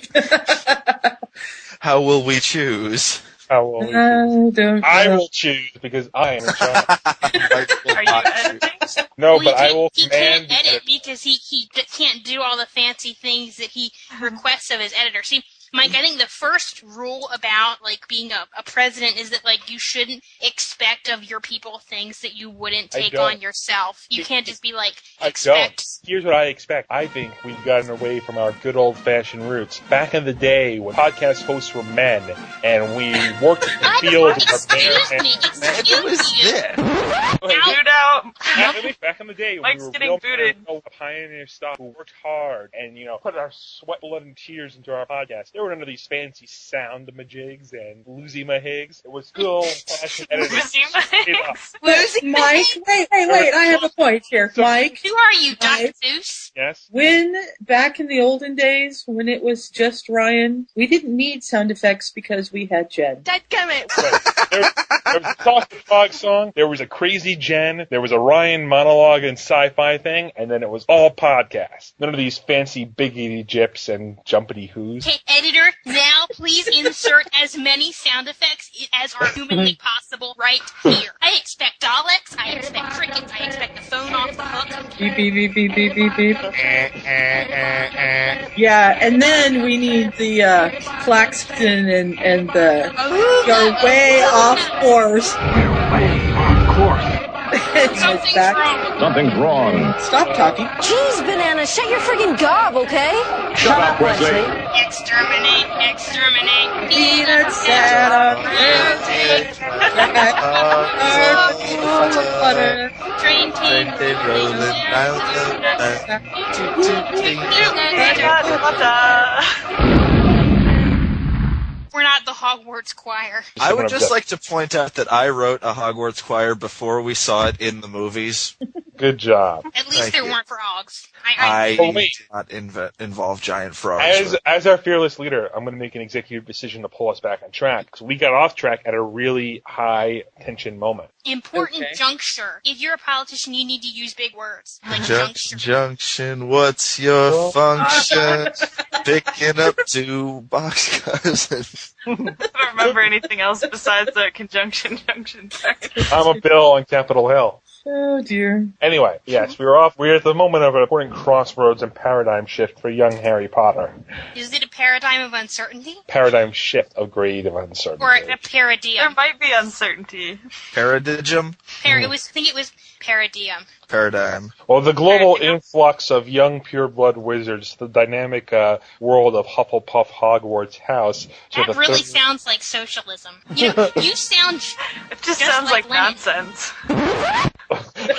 How will we choose? How will I we choose? don't I know. will choose because I am a child. I will Are you not choose. editing? No, Well, but I he can't- will He command. can't edit because he he d- can't do all the fancy things that he requests of his editor. See, Mike, I think the first rule about like being a, a president is that like you shouldn't expect of your people things that you wouldn't I take don't. on yourself. You can't just be like I don't. Here's what I expect. I think we've gotten away from our good old fashioned roots. Back in the day when podcast hosts were men and we worked in the field with our bare Excuse me, hands. excuse me. Dude, out. Back in the day, we Mike's were getting real booted. men, real pioneer stuff who worked hard and you know put our sweat, blood, and tears into our podcast. They were none of these fancy sound majigs and losy majigs. It was good old fashioned editing. uh, Straight up. Mike, wait, wait, wait. I have a point here. Mike. Who are you, Dr. Seuss? Yes. When, back in the olden days, when it was just Ryan, we didn't need sound effects because we had Jen. There was a Sausage Frog song. There was a Crazy Jen. There was a Ryan monologue and sci-fi thing, and then it was all podcast. None of these fancy big eaty gyps and jumpity who's. Okay, editor, now please insert as many sound effects i- as are humanly possible right here. I expect Daleks, I expect crickets, I expect the phone off the hook. Beep, beep, beep, beep, beep, beep, beep. Yeah, and then we need the uh, Claxton and, and the You're Way Off Course. It's like that. Something's wrong. Stop talking. Jeez, Banana, shut your friggin' gob, okay? Shut up, Wesley. Exterminate, exterminate. Peanuts set on music. Butter. Train team. We're not the Hogwarts choir. I would just like to point out that I wrote a Hogwarts choir before we saw it in the movies. Good job. At least there weren't frogs. I I, Oh, did wait. not inv- involve giant frogs. As but- as our fearless leader, I'm going to make an executive decision to pull us back on track because we got off track at a really high tension moment. important juncture. If you're a politician, you need to use big words. Like Junction, junction, what's Oh. your function? Picking up two boxcars. I don't remember anything else besides the conjunction junction section. I'm a bill on Capitol Hill. Oh dear. Anyway, yes, we were off. We're at the moment of an important crossroads and paradigm shift for young Harry Potter. is it a paradigm of uncertainty? Paradigm shift of grade of uncertainty. Or a paradigm? There might be uncertainty. Paradigm? Par- it was, I think it was paradigm. Paradigm. Well, the global influx of young pureblood wizards, the dynamic uh, world of Hufflepuff Hogwarts House. to That the really third- sounds like socialism. You know, you sound. It just sounds like nonsense.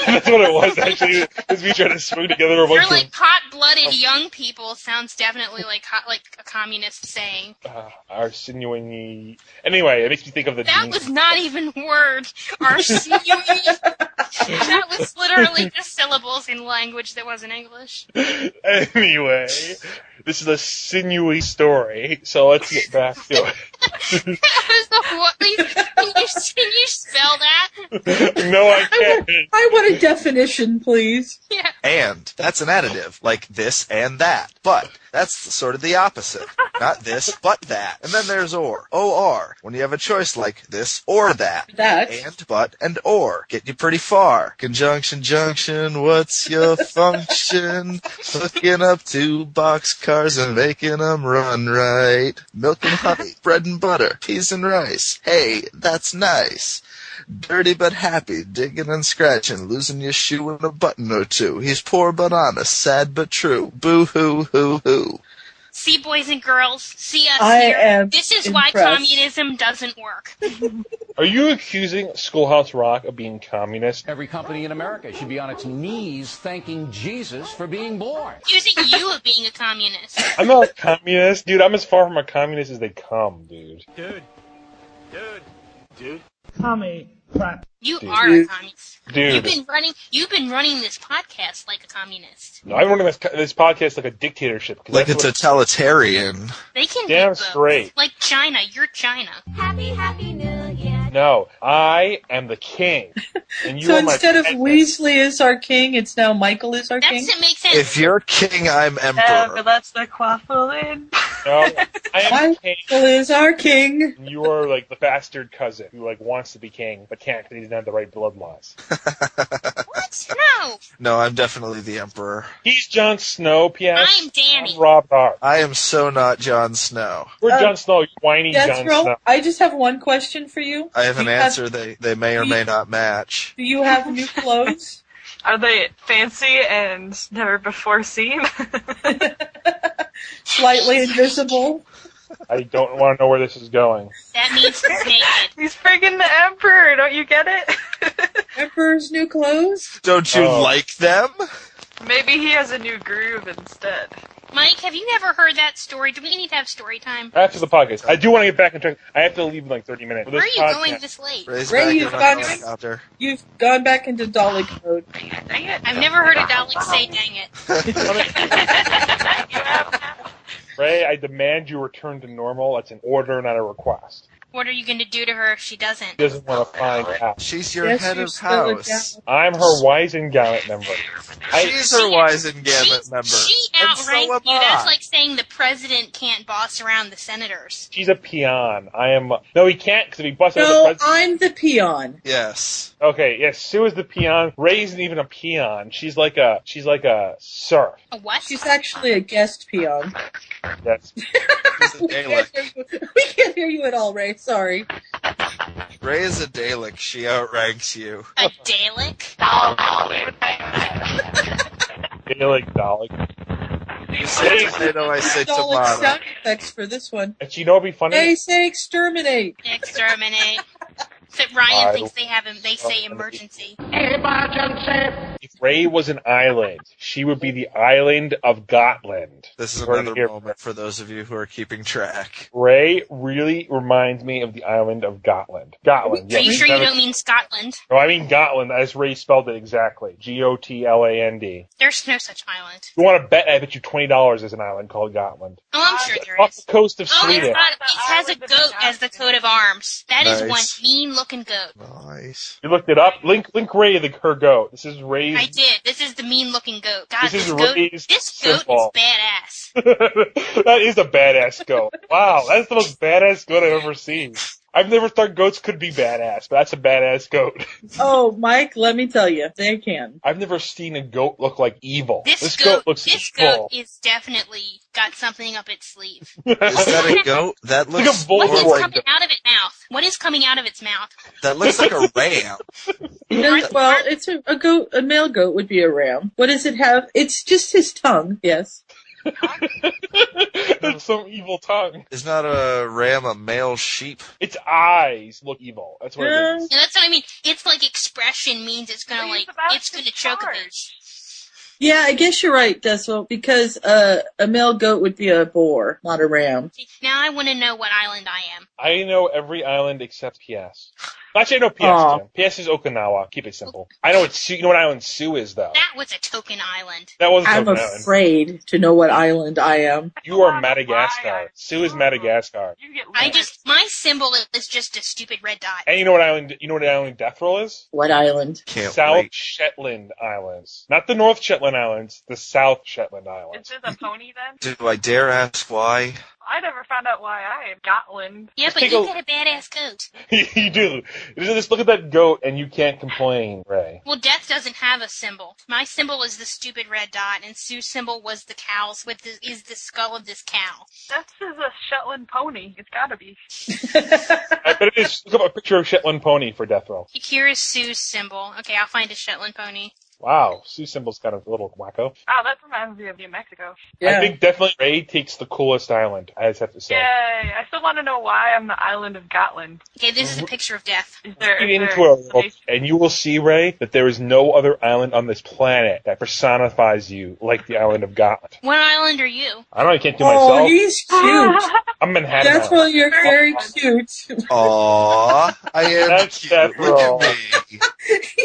That's what it was, actually. It was me trying to spoon together a You're bunch like Oh. hot-blooded young people. Sounds definitely like hot, like a communist saying. of uh, Arsinoe. Anyway, it makes me think of the That Dean- was not even word. Arsinoe. that was literally just syllables in language that wasn't English. Anyway, this is a sinewy story, so let's get back to That was the what? Can you, can you spell that? it. no, I can't. I want a definition, please. Yeah. And that's an additive, like this and that. But that's sort of the opposite. Not this, but that. And then there's or. OR. When you have a choice like this or that. That. And, but, and or. Get you pretty far. Conjunction, junction, what's your function? Hooking up two boxcars and making them run right. Milk and honey, bread and butter, peas and rice. Hey, that's nice. Dirty but happy, digging and scratching, losing your shoe and a button or two. He's poor but honest, sad but true. Boo hoo hoo hoo. See, boys and girls, see us I here. am this is why impressed. communism doesn't work. Are you accusing Schoolhouse Rock of being communist? Every company in America should be on its knees thanking Jesus for being born. Accusing you of being a communist. I'm not a communist, dude. I'm as far from a communist as they come, dude. Dude. Dude. Dude. Tommy. Crap. You Dude. are a communist. Dude. You've been running. You've been running this podcast like a communist. I'm running this, this podcast like a dictatorship. 'cause Like a that's what- totalitarian. They can Damn do both. straight. Like China, you're China. Happy, happy new year. No, I am the king. And you so are my instead of pet- Weasley is our king, it's now Michael is our That king. doesn't make sense. If you're king, I'm Yeah, emperor. but that's the quaffling. No, I am the king. Michael is our king. and You are like the bastard cousin who like wants to be king but can't because he doesn't have the right bloodlines. What? What? No. No, I'm definitely the Emperor. He's Jon Snow, P.S. I'm Danny. I'm Rob Hart. I am so not Jon Snow. We're Uh, Jon Snow, you whiny That's Jon wrong. Snow. I just have one question for you. I have an Do you answer they, they may or may not match. Do you have new clothes? Are they fancy and never before seen? Slightly invisible. I don't want to know where this is going. That means he's naked. He's friggin' the emperor. Don't you get it? Emperor's new clothes. Don't you Oh. like them? Maybe he has a new groove instead. Mike, have you ever heard that story? Do we need to have story time? After the podcast, I do want to get back on track. I have to leave in like 30 minutes. Where are you going podcast- this late? Raise Ray, back you've in on gone- helicopter. You've gone back into Dalek mode. Dang it. I've never heard a Dalek say "dang it." Ray, I demand you return to normal. That's an order, not a request. What are you going to do to her if she doesn't? He doesn't want to find out. She's your Yes, head you're of still a house. I'm her wise and gallant member. I, She's her wise and gamut She- member. She And so outranks am you. That's I. like saying the president can't boss around the senators. she's a peon. I am. No, he can't because if he busts out the No, president. I'm the peon. Yes. Okay, yes, Sue is the peon. Ray isn't even a peon. She's like a she's like a serf. A what? She's actually a guest peon. Yes. She's a We Dalek. can't, hear you. we can't hear you at all, Ray. Sorry. Ray is a Dalek. She outranks you. A Dalek? Dalek Dalek. You say tomato, I say Dalek tomato. sound effects for this one. And you know what'd be funny? They say exterminate. Exterminate. Except Ryan I thinks they have him. They say don't- emergency. If Ray was an island, she would be the island of Gotland. This is You heard it another here. moment for those of you who are keeping track. Ray really reminds me of the island of Gotland. Gotland. Are Yes, you sure you that is- don't mean Scotland? No, I mean Gotland as Ray spelled it exactly. G O T L A N D. There's no such island. You want to bet? I bet you twenty dollars is an island called Gotland. Oh, I'm sure there Off is. the coast of Oh, it's Sweden. got, it has a goat as the coat of arms. That is one Nice. mean looking goat. Nice. You looked it up. Link link Ray the her goat. This is Ray's. I did. This is the mean looking goat. God, This this, is goat, Ray's this goat symbol. is badass. that is a badass goat. Wow, that's the most badass goat I've ever seen. I've never thought goats could be badass, but that's a badass goat. Oh, Mike, let me tell you, they can. I've never seen a goat look like evil. This, goat, looks this evil. goat is definitely got something up its sleeve. Is that a goat? That Look looks at more Voldemort. What is like coming out of its mouth? What is coming out of its mouth? that looks like a ram. No, well, it's a, a goat. A male goat would be a ram. What does it have? It's just his tongue. Yes. That's some evil tongue. Is not a ram a male sheep? Its eyes look evil. That's what Yeah. it is. No, that's what I mean. It's like expression means it's gonna Well, he's like about it's to gonna choke a charge. bitch. Yeah, I guess you're right, Deswell, because uh, a male goat would be a boar, not a ram. Now I want to know what island I am. I know every island except PS. Actually, I know PS. Aw. Jim. PS is Okinawa. Keep it simple. I know what Sue. You know what island Sue is though. That was a token island. That wasn't I'm Okinawa. afraid to know what island I am. You are Why Madagascar. I- Sue is Madagascar. You get I just my symbol is just a stupid red dot. And you know what island? You know what island Death Roll is? What island? Can't South wait. Shetland Islands, not the North Shetland Islands, the South Shetland Is Islands. this a pony then? Do I dare ask why? I never found out why I am Gotland. Yeah, but Take you a- got a badass goat. you do. Just look at that goat, and you can't complain, Ray. Well, death doesn't have a symbol. My symbol is the stupid red dot, and Sue's symbol was the cow's with the, is the skull of this cow. That's is a Shetland pony. It's gotta be. I bet it is. Look up a picture of Shetland pony for Death Roll. Here is Sue's symbol. Okay, I'll find a Shetland pony. Wow, Sue symbol's kind of a little wacko. Oh, that reminds me of New Mexico. I Yeah. think definitely Ray takes the coolest island. I just have to say. Yay! I still want to know why I'm the island of Gotland. Okay, this is a picture of death. Is there, Get is there into a world, explanation? and you will see, Ray, that there is no other island on this planet that personifies you like the island of Gotland. What island are you? I don't know, I can't do Oh, myself. he's cute. I'm Manhattan. That's Island. why you're very cute. Aw, I am That's Death cute. Look at me.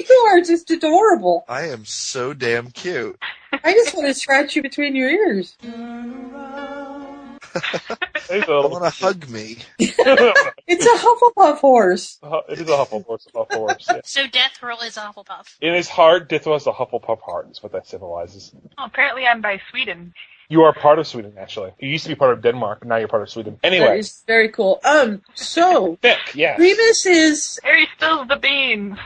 you are just adorable. I am so damn cute. I just want to scratch you between your ears. It's I a, want to hug me. It's a Hufflepuff horse. it is a Hufflepuff a horse. Yeah. So death roll is Hufflepuff. In his heart, Dithwa is a Hufflepuff heart. Is what that symbolizes. Oh, apparently I'm by Sweden. You are part of Sweden, actually. You used to be part of Denmark, but now you're part of Sweden. That Anyway, is very cool. Um, so thick, yeah. Remus is Harry spills the beans.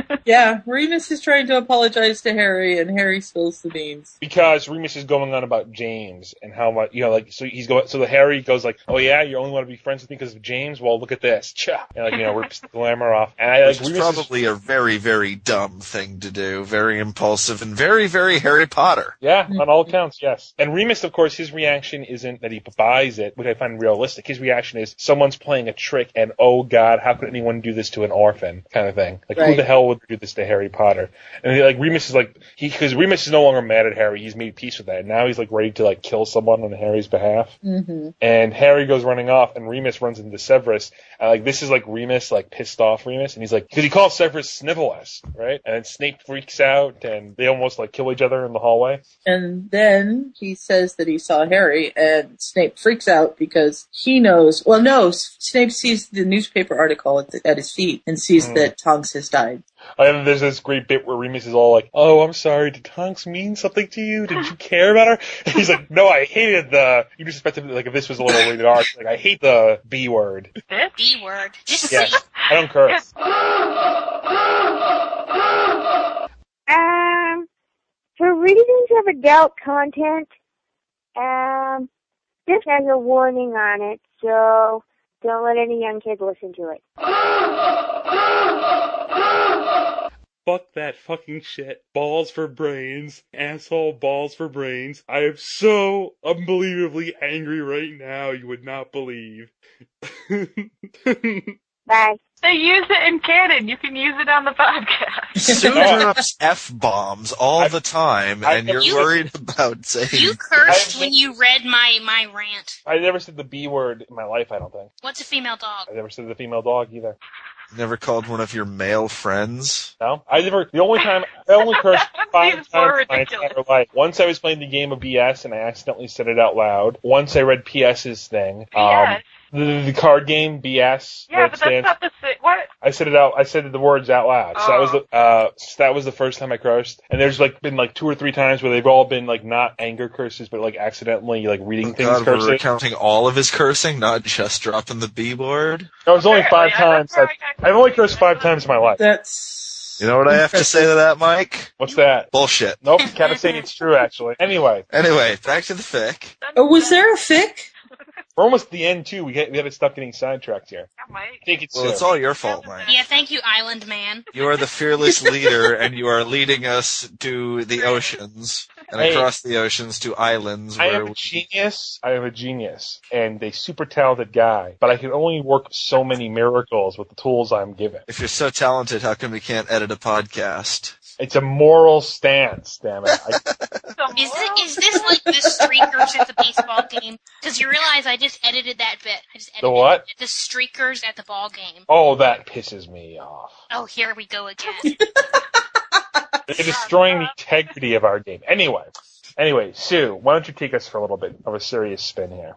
yeah, Remus is trying to apologize to Harry, and Harry spills the beans. because Remus is going on about James and how much you know, like so he's going so the Harry goes like, oh yeah, you only want to be friends with me because of James. Well, look at this, Cha. and like you know, rips the glamour off. And I, like Which is Remus is- probably a very, very dumb thing to do. Very impulsive and very, very Harry Potter. Yeah, on all accounts, yes. And Remus, of course, his reaction isn't that he buys it, which I find realistic. His reaction is someone's playing a trick, and oh god, how could anyone do this to an orphan, kind of thing. Like who Right. the hell would do this to Harry Potter? And like Remus is like he because Remus is no longer mad at Harry. He's made peace with that. And now he's like ready to like kill someone on Harry's behalf. Mm-hmm. And Harry goes running off, and Remus runs into Severus. And, like this is like Remus, like pissed off Remus, and he's like, because he calls Severus Snivellus, right? And Snape freaks out, and they almost like kill each other in the hallway. And then he says that he saw Harry, and Snape freaks out because he knows. Well, no, S- Snape sees the newspaper article at, the, at his feet and sees Mm. that Tonks has died. And there's this great bit where Remus is all like, "Oh, I'm sorry. Did Tonks mean something to you? Did you care about her?" And he's like, "No, I hated the. You just expected like if this was a little rated R, like I hate the B word. B word. Just Yeah, I don't curse. Um, for reasons of adult content, um, this has a warning on it, so don't let any young kid listen to it. Fuck that fucking shit. Balls for brains. Asshole balls for brains. I am so unbelievably angry right now, you would not believe. Bye. They use it in canon. You can use it on the podcast. Sue drops f bombs all the time, and you're You- worried about saying You cursed when you read my my rant. I never said the B word in my life. I don't think. What's a female dog? I never said the female dog either. never called one of your male friends. No, I never. The only time I only cursed five so times in my ridiculous. entire life. Once I was playing the game of BS and I accidentally said it out loud. Once I read PS's thing. Um, BS? the, the card game BS. where Yeah, it but that's stands- not the same. What? I said it out. I said the words out loud. So that was the uh, so that was the first time I cursed. And there's like been like two or three times where they've all been like not anger curses, but like accidentally like reading things Oh, God, curses. we're recounting all of his cursing, not just dropping the B word. That was only five times. I've, I've only cursed five times in my life. That's You know what I have to say to that, Mike? What's that? Bullshit. Nope, kind of saying it's true actually. Anyway, Anyway, back to the fic. Oh, was there a fic? We're almost at the end too. We get, we gotta stop getting sidetracked here. I think it's Well, Sue. it's all your fault, Mike. Yeah, thank you, Island Man. You are the fearless leader, and you are leading us to the oceans and Hey. across the oceans to islands I where am a genius. I am a genius and a super talented guy, but I can only work so many miracles with the tools I'm given. If you're so talented, how come you can't edit a podcast? It's a moral stance, damn it. I, Is this, is this like the streakers at the baseball game? Because you realize I just edited that bit. I just edited the what? the streakers at the ball game. Oh, that pisses me off. Oh, here we go again. They're destroying the integrity of our game. Anyway, anyway, Sue, why don't you take us for a little bit of a serious spin here?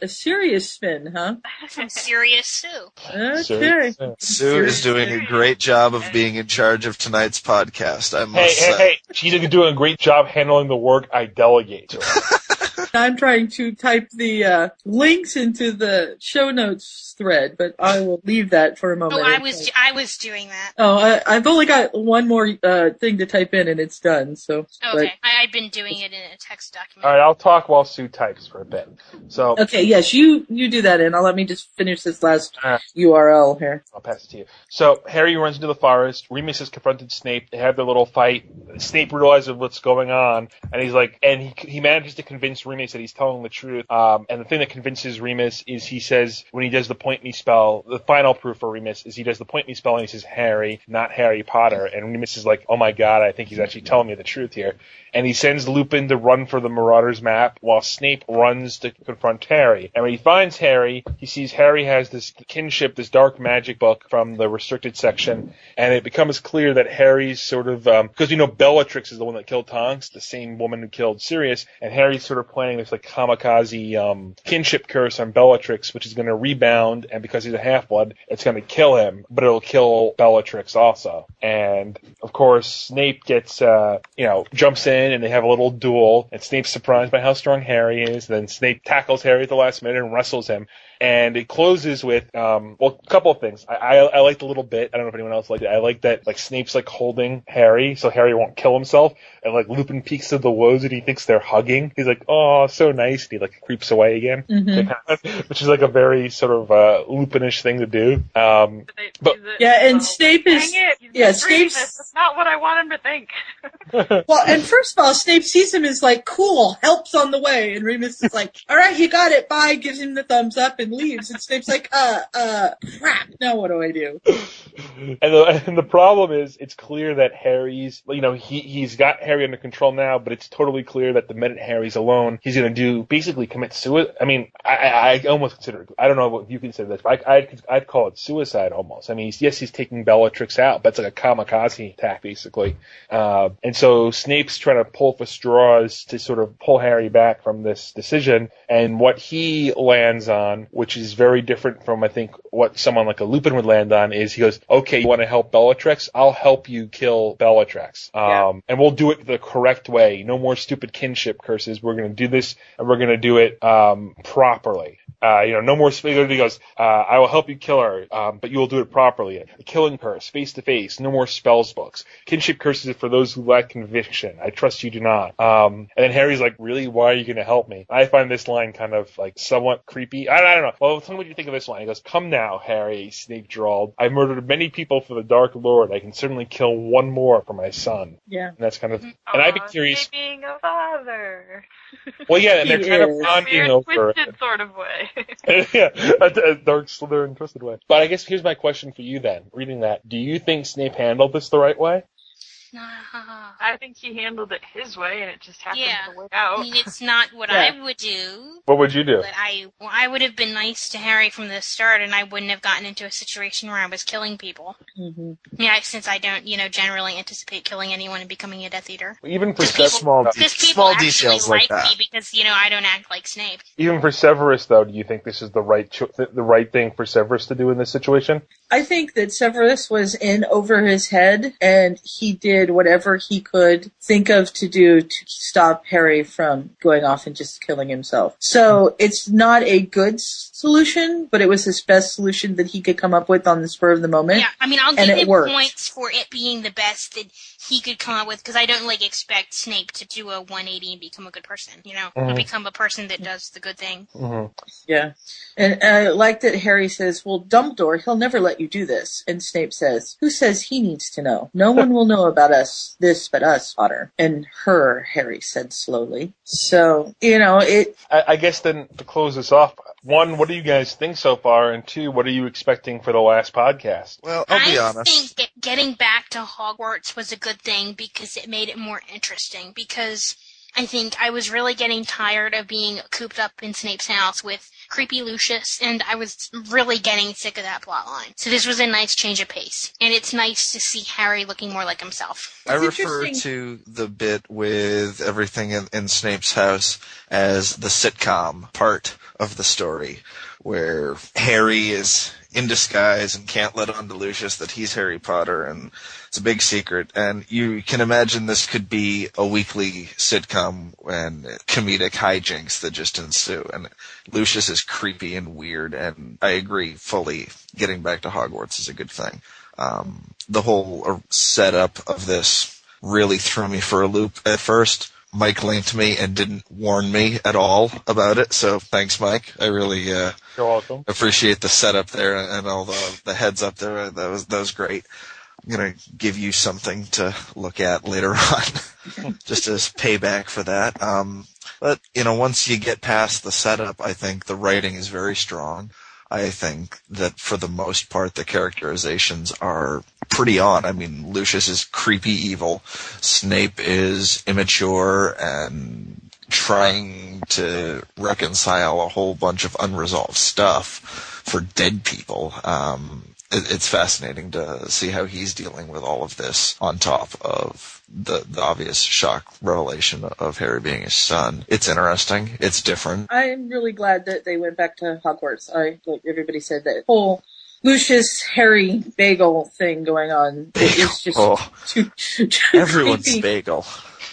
A serious spin, huh? From Serious Sue. Okay. Sue is doing a great job of being in charge of tonight's podcast. I must Hey, hey, say. hey, she's doing a great job handling the work I delegate to her. I'm trying to type the uh, links into the show notes thread, but I will leave that for a moment. Oh, I was I was doing that. Oh, I, I've only got one more uh, thing to type in, and it's done. So, Oh, Okay, I, I've been doing it in a text document. All right, I'll talk while Sue types for a bit. So but, okay, yes, you you do that, and I'll let me just finish this last Uh, URL here. I'll pass it to you. So Harry runs into the forest. Remus has confronted Snape. They have their little fight. Snape realizes what's going on, and he's like, and he he manages to convince Remus that he's telling the truth. Um, and the thing that convinces Remus is he says when he does the point me spell, the final proof for Remus is he does the point me spell and he says Harry, not Harry Potter. And Remus is like, oh my god, I think he's actually telling me the truth here. And he sends Lupin to run for the Marauder's map while Snape runs to confront Harry. And when he finds Harry, he sees Harry has this kinship, this dark magic book from the restricted section, and it becomes clear that Harry's um, sort of because you know Bellatrix is the one that killed Tonks, the same woman who killed Sirius, and Harry's sort of planning playing this like kamikaze um, kinship curse on Bellatrix, which is going to rebound, and because he's a half blood, it's going to kill him, but it'll kill Bellatrix also. And of course, Snape gets uh, you know jumps in, and they have a little duel. And Snape's surprised by how strong Harry is. Then Snape tackles Harry at the last minute and wrestles him. And it closes with um, well, a couple of things. I, I I liked a little bit. I don't know if anyone else liked it. I like that like Snape's like holding Harry so Harry won't kill himself, and like Lupin peeks to the woes and he thinks they're hugging. He's like, oh, so nice, and he like creeps away again, Mhm. which is like a very sort of uh, Lupinish thing to do. Um, but Yeah, and Snape is Dang it! yeah, He's reading Snape's this. That's not what I want him to think. well, and first of all, Snape sees him as like, cool, help's on the way. And Remus is like, all right, you got it, bye, gives him the thumbs up and leaves. And Snape's like, uh, uh, crap, now what do I do? and, the, and the problem is, it's clear that Harry's, you know, he, he's got Harry under control now, but it's totally clear that the minute Harry's alone, he's going to do, basically commit suicide. I mean, I, I, I almost consider it, I don't know what you consider this, but I, I'd, I'd call it suicide almost. I mean, he's, yes, he's taking Bellatrix out, but it's like a kamikaze attack, basically. Uh, and so Snape's trying to pull for straws to sort of pull Harry back from this decision. And what he lands on, which is very different from, I think, what someone like a Lupin would land on, is he goes, okay, you want to help Bellatrix? I'll help you kill Bellatrix. Um, And we'll do it the correct way. No more stupid kinship curses. We're going to do this and we're going to do it um, properly. Uh, you know, no more. sp- He goes, uh, I will help you kill her, um, but you will do it properly. A killing curse, face to face. No more spells books. Kinship curses are for those who lack conviction. I trust you do not. Um, and then Harry's like, really? Why are you going to help me? I find this line kind of like somewhat creepy. I, I don't know. Well, tell me what you think of this line. He goes, come now, Harry, Snape drawled. I murdered many people for the Dark Lord. I can certainly kill one more for my son. Yeah. And that's kind of, and I'd be Mm-hmm. Aw, curious. Snape being a father. Well, yeah, and they're He kind of is. bonding Weird, over it. twisted sort of way. yeah, a, a dark Slytherin twisted way. But I guess here's my question for you then. Reading that, do you think Snape handled this the right way? I think he handled it his way, and it just happened Yeah. to work I out. mean, it's not what Oh. Yeah. I would do, What would you do? but I well, I would have been nice to Harry from the start, and I wouldn't have gotten into a situation where I was killing people. Yeah, since I don't, you know, generally anticipate killing anyone and becoming a Death Eater. Even for Just people- small de- Because people small actually details like like, that. me because you know I don't act like Snape. Even for Severus, though, do you think this is the right cho- th- the right thing for Severus to do in this situation? I think that Severus was in over his head and he did whatever he could think of to do to stop Harry from going off and just killing himself. So it's not a good s- solution, but it was his best solution that he could come up with on the spur of the moment. Yeah, I mean, I'll and give it him worked. points for it being the best that he could come up with because I don't like expect Snape to do a 180 and become a good person, you know, or Mhm. become a person that does the good thing. Mm-hmm. Yeah. And uh, I like that Harry says, well, Dumbledore, he'll never let you do this. And Snape says, who says he needs to know? No one will know about us, this but us, Potter. And her, Harry said slowly. So, you know, it, I, I guess then to close this off, one, what do you guys think so far, and two, what are you expecting for the last podcast? Well, I'll be I think get- getting back to Hogwarts was a good thing because it made it more interesting. Because I think I was really getting tired of being cooped up in Snape's house with creepy Lucius, and I was really getting sick of that plot line. So this was a nice change of pace, and it's nice to see Harry looking more like himself. I refer to the bit with everything in, in Snape's house as the sitcom part of the story, where Harry is in disguise and can't let on to Lucius that he's Harry Potter, and it's a big secret. And you can imagine this could be a weekly sitcom and comedic hijinks that just ensue. And Lucius is creepy and weird, and I agree fully. Getting back to Hogwarts is a good thing um, the whole uh, setup of this really threw me for a loop at first. Mike linked me and didn't warn me at all about it, so thanks, Mike. I really uh, You're welcome. appreciate the setup there and all the, the heads up there. That was that was great. I'm gonna give you something to look at later on, just as payback for that. Um, but you know, once you get past the setup, I think the writing is very strong. I think that for the most part, the characterizations are pretty on. I mean, Lucius is creepy evil. Snape is immature and trying to reconcile a whole bunch of unresolved stuff for dead people. Um, it, it's fascinating to see how he's dealing with all of this on top of the, the obvious shock revelation of Harry being his son. It's interesting. It's different. I'm really glad that they went back to Hogwarts. I like everybody said that whole Lucius Harry bagel thing going on. It was just Oh, too, too everyone's creepy. bagel.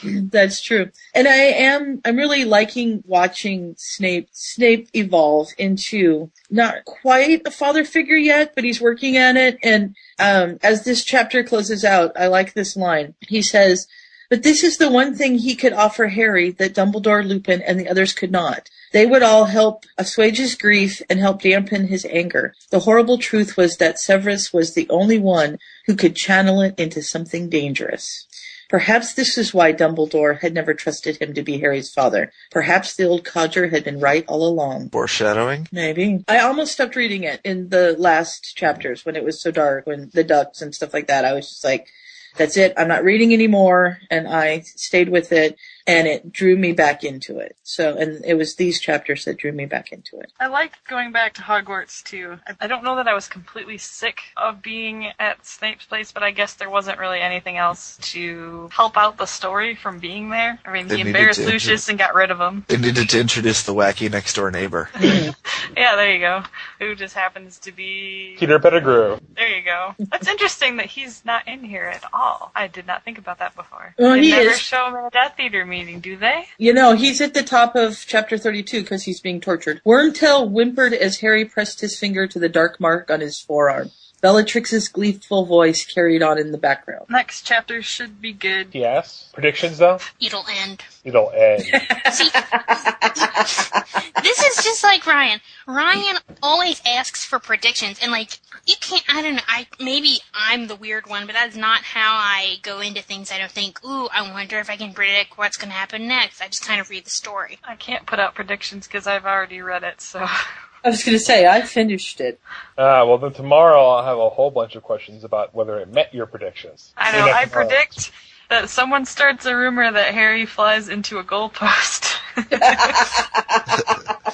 That's true. And I am, I'm really liking watching Snape, Snape evolve into not quite a father figure yet, but he's working at it. And, um, as this chapter closes out, I like this line. He says, but this is the one thing he could offer Harry that Dumbledore, Lupin, and the others could not. They would all help assuage his grief and help dampen his anger. The horrible truth was that Severus was the only one who could channel it into something dangerous. Perhaps this is why Dumbledore had never trusted him to be Harry's father. Perhaps the old codger had been right all along. Foreshadowing. Maybe. I almost stopped reading it in the last chapters when it was so dark, when the ducks and stuff like that. I was just like, that's it. I'm not reading anymore. And I stayed with it and it drew me back into it. So, and it was these chapters that drew me back into it. I liked going back to Hogwarts too. I- I don't know that I was completely sick of being at Snape's place, but I guess there wasn't really anything else to help out the story from being there. I mean, They he needed embarrassed to. Lucius and got rid of him. They needed to introduce the wacky next door neighbor. Yeah, there you go. Who just happens to be. Peter Pettigrew. There you go. That's interesting that he's not in here at all. I did not think about that before. Well, they he never is. show him at a Death Eater meeting, do they? You know, he's at the top of chapter 32 because he's being tortured. Wormtail whimpered as Harry pressed his finger to the dark mark on his forearm. Bellatrix's gleeful voice carried on in the background. Next chapter should be good. Yes. Predictions though? It'll end. It'll end. This is just like Ryan. Ryan always asks for predictions, and like you can't. I don't know. I maybe I'm the weird one, but that's not how I go into things. I don't think, ooh, I wonder if I can predict what's going to happen next. I just kind of read the story. I can't put out predictions because I've already read it, so. I was going to say, I finished it. Ah, well then tomorrow I'll have a whole bunch of questions about whether it met your predictions. I know. I predict that someone starts a rumor that Harry flies into a goalpost.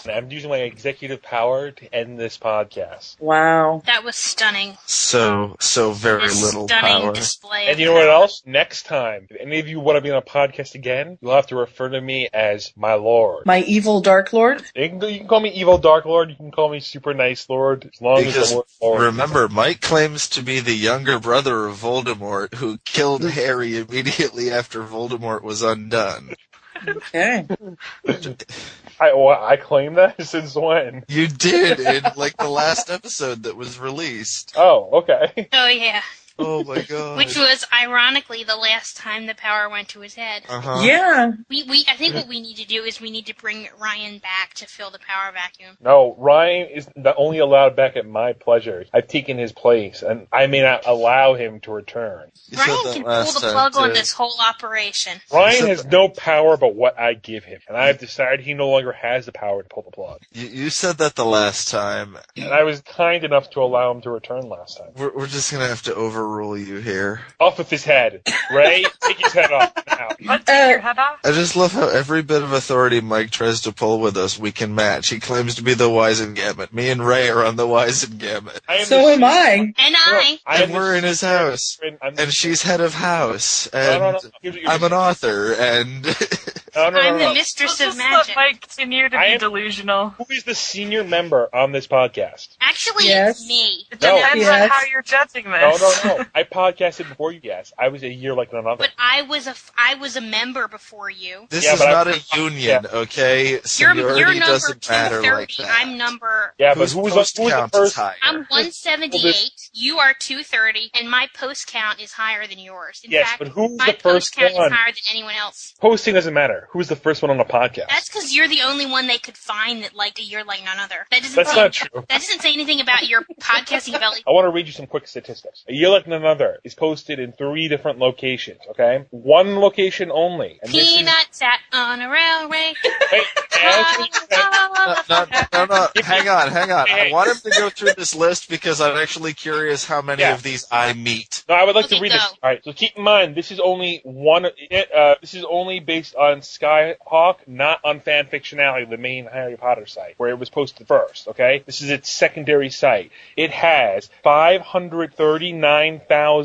I'm using my executive power to end this podcast. Wow. That was stunning. So, so very A little stunning power. display. And you know what else? Next time, if any of you want to be on a podcast again, you'll have to refer to me as my lord. My evil dark lord? You can, you can call me evil dark lord. You can call me super nice lord. As long as Because the word lord. remember, Mike claims to be the younger brother of Voldemort who killed Harry immediately after Voldemort was undone. Okay. I well, I claim that since when? You did in like the last episode that was released. Oh, okay. Oh yeah, Oh my god. which was ironically the last time the power went to his head. Uh-huh. Yeah. We we I think what we need to do is we need to bring Ryan back to fill the power vacuum. No, Ryan is the only allowed back at my pleasure. I've taken his place, and I may not allow him to return. You said Ryan that can pull last the time, plug on too. this whole operation. Ryan has no power but what I give him, and I've decided he no longer has the power to pull the plug. You, you said that the last time. And I was kind enough to allow him to return last time. We're, we're just gonna have to overrule you here. Off with his head, Ray. take his head off now. Let's take your head off. I just love how every bit of authority Mike tries to pull with us, we can match. He claims to be the wise and gamut. Me and Ray are on the wise and gamut. I am So the am I. And I I am and the we're in his house. secret- I'm the- And she's head of house. No, no, And no. Here's what you're I'm an author. And No, no, no, I'm no, the no. mistress of Let's just magic. let Mike continue to I be am- delusional. Who is the senior member on this podcast? Actually, Yes. it's me. It No. depends on Yes. how you're judging No, this. no, no. I podcasted before you guys. I was a year like another. But I was a f- I was a member before you. this Yeah, is but I- not a union, okay? You're, Seniority you're number doesn't matter 230. like that. I'm number. yeah, but Whose who was, post who was the count is first? higher? I'm 178. You are 230, and my post count is higher than yours. In Yes, fact, but who was my the first post count one? is higher than anyone else. Posting doesn't matter. Who was the first one on the podcast? That's because you're the only one they could find that liked a year like none other. That doesn't That's say not true. that doesn't say anything about your podcasting ability. I want to read you some quick statistics. A year like another is posted in three different locations. Okay, one location only. And this is- Peanut sat on a railway. wait, as- No, no, no, no, Hang on, hang on. I want him to go through this list because I'm actually curious how many Yeah. of these I meet. No, I would like Okay, to read go. this. All right, so keep in mind this is only one. Uh, this is only based on Skyhawk, not on Fanfictionality, the main Harry Potter site where it was posted first. Okay, this is its secondary site. It has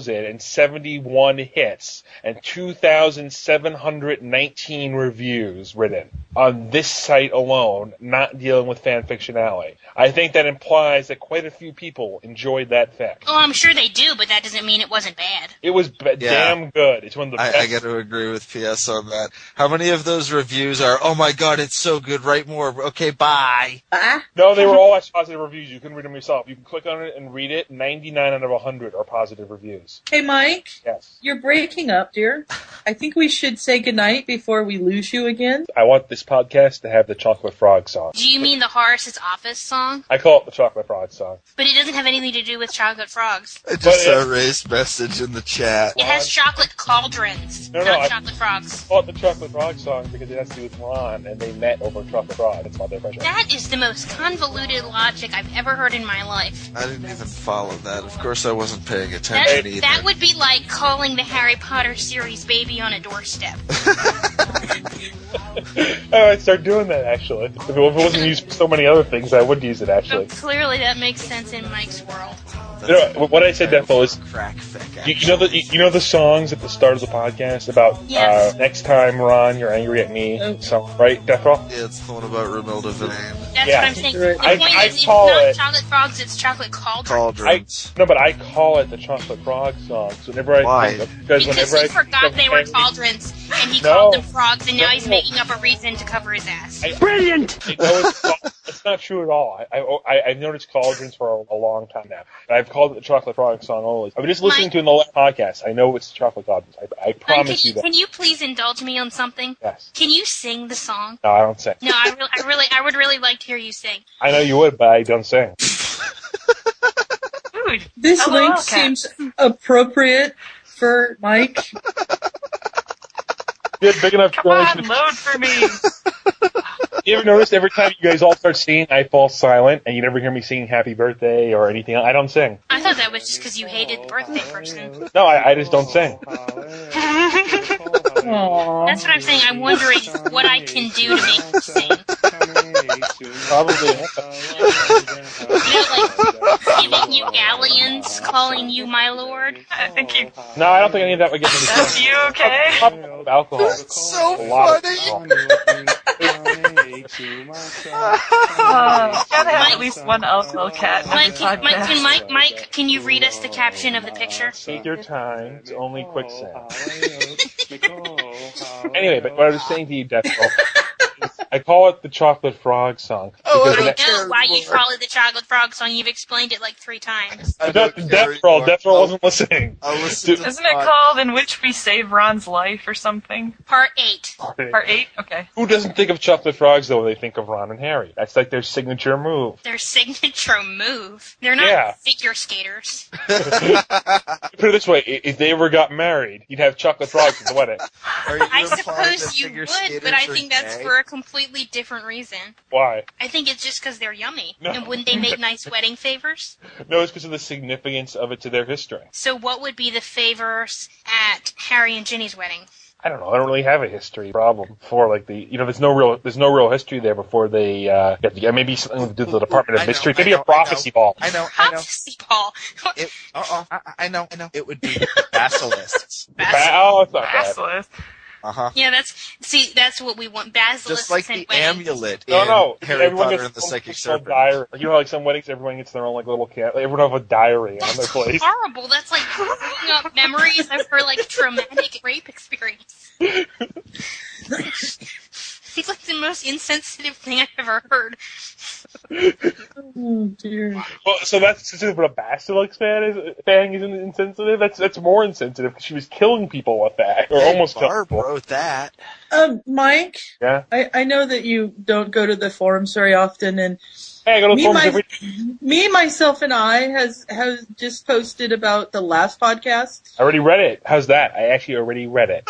539,071 hits and 2,719 reviews written on this site alone, not dealing with Fanfictionality. I think that implies that quite a few people enjoyed that fact. Oh, I'm sure they do, but that doesn't mean it wasn't bad. It was b- damn good. It's one of the I, best. I got to agree with PS on that. How many of those reviews are? Oh my god, it's so good. Write more. Okay, bye. No, they were all as positive reviews. You can read them yourself. You can click on it and read it. 99 out of 100 are positive reviews. Hey, Mike. Yes. You're breaking up, dear. I think we should say goodnight before we lose you again. I want this podcast to have the Chocolate Frog song. Do you mean the Horace's Office song? I call it the Chocolate Frog song. But it doesn't have anything to do with chocolate frogs. I just saw Ray's message in the chat. It has chocolate cauldrons, No, no, not I- chocolate frogs. I call it the Chocolate Frog song because it has to do with Ron, and they met over Chocolate Frog. That's why they're friends. That is the most convoluted logic I've ever heard in my life. I didn't even follow that. Of course, I wasn't paying attention That, either. that would be like calling the Harry Potter series baby on a doorstep. Oh, I would start doing that, actually. If it wasn't used for so many other things, I would use it, actually. Clearly, that makes sense in Mike's world. You know, what I said, Defo, is Crack fic. You, you know the you know the songs at the start of the podcast about Yes. uh, next time Ron, you're angry at me. So right, Death Roll? Yeah, it's the one about Romilda Vane. That's Yeah. what I'm saying. The I- point I is, it's call not it- chocolate frogs, it's chocolate cauldron. I, no, but I call it the Chocolate Frog song. So whenever I Why? because Because whenever he I forgot they were cauldrons, and he called them frogs, and now he's making up a reason to cover his ass. Brilliant. it's not true at all. I, I I've noticed cauldrons for a, a long time now. And I've called it the Chocolate Frog song only. I've just listening to it in the last podcast. I know it's the Chocolate Cauldrons. I, I Mike, promise can, you that. can you please indulge me on something? Yes. Can you sing the song? No, I don't sing. No, I really, I really, I would really like to hear you sing. I know you would, but I don't sing. This Hello, link Cat. seems appropriate for Mike. You had big enough Come on, girls- load for me. you ever noticed every time you guys all start singing, I fall silent, and you never hear me singing "Happy Birthday" or anything. I don't sing. I thought that was just because you hated the birthday person. No, I, I just Oh. don't sing. That's what I'm saying. I'm wondering what I can do to make you sing. Probably. Even you aliens calling you my lord. I think you. No, I don't think any of that would get me. That's you, okay? Alcohol. alcohol. So A lot of funny. Oh, gotta have at least one alcohol cat. on Mike, the can, Mike, can podcast. Mike, Mike, can you read us the caption of the picture? Take your time. It's only quicksand. anyway, but what I was saying to you, Death Roll, I call it the chocolate frog song. because I that- know why you followed the chocolate frog song. You've explained it like three times. Death, Death Roll, Death Roll wasn't listening. Isn't it called In Which We Save Ron's Life or something? Part 8. Part Part 8? Okay. Who doesn't think of chocolate frogs though? when They think of Ron and Harry. That's like their signature move. Their signature move. They're not Yeah. figure skaters. Put it this way: i- if they ever got married, you'd have chocolate frogs at the wedding. I suppose you would, but I are think that's gay? for a completely different reason. Why? I think it's just because they're yummy. No. And wouldn't they make nice wedding favors? No, it's because of the significance of it to their history. So what would be the favors at Harry and Ginny's wedding? I don't know. I don't really have a history problem for like the you know. There's no real there's no real history there before they uh, get together. Maybe something to do with the Department of History. Maybe a prophecy ball. I know, I know. Paul. It, uh-oh, I, I know, I know. It would be basilisks. Oh, it's not bad. Uh huh. Yeah, that's see, that's what we want. Basilisk Just like and the weddings. amulet No, in no. Harry everyone Potter gets and the their own Psychic personal Serpent. Diary. Like, you know, like some weddings, everyone gets their own like little cat. Like, everyone have a diary on their place. horrible. That's like bringing up memories of her like traumatic rape experience. it's like the most insensitive thing I've ever heard. Oh dear. Well, so that's considered what a basilisk fan is. Fan is insensitive. That's that's more insensitive because she was killing people with that, or almost Barb killing people. wrote that. Um, Mike, Yeah. I, I know that you don't go to the forums very often, and Hey, I go to me, forums my- every- me, myself, and I has has just posted about the last podcast. I already read it. How's that? I actually already read it.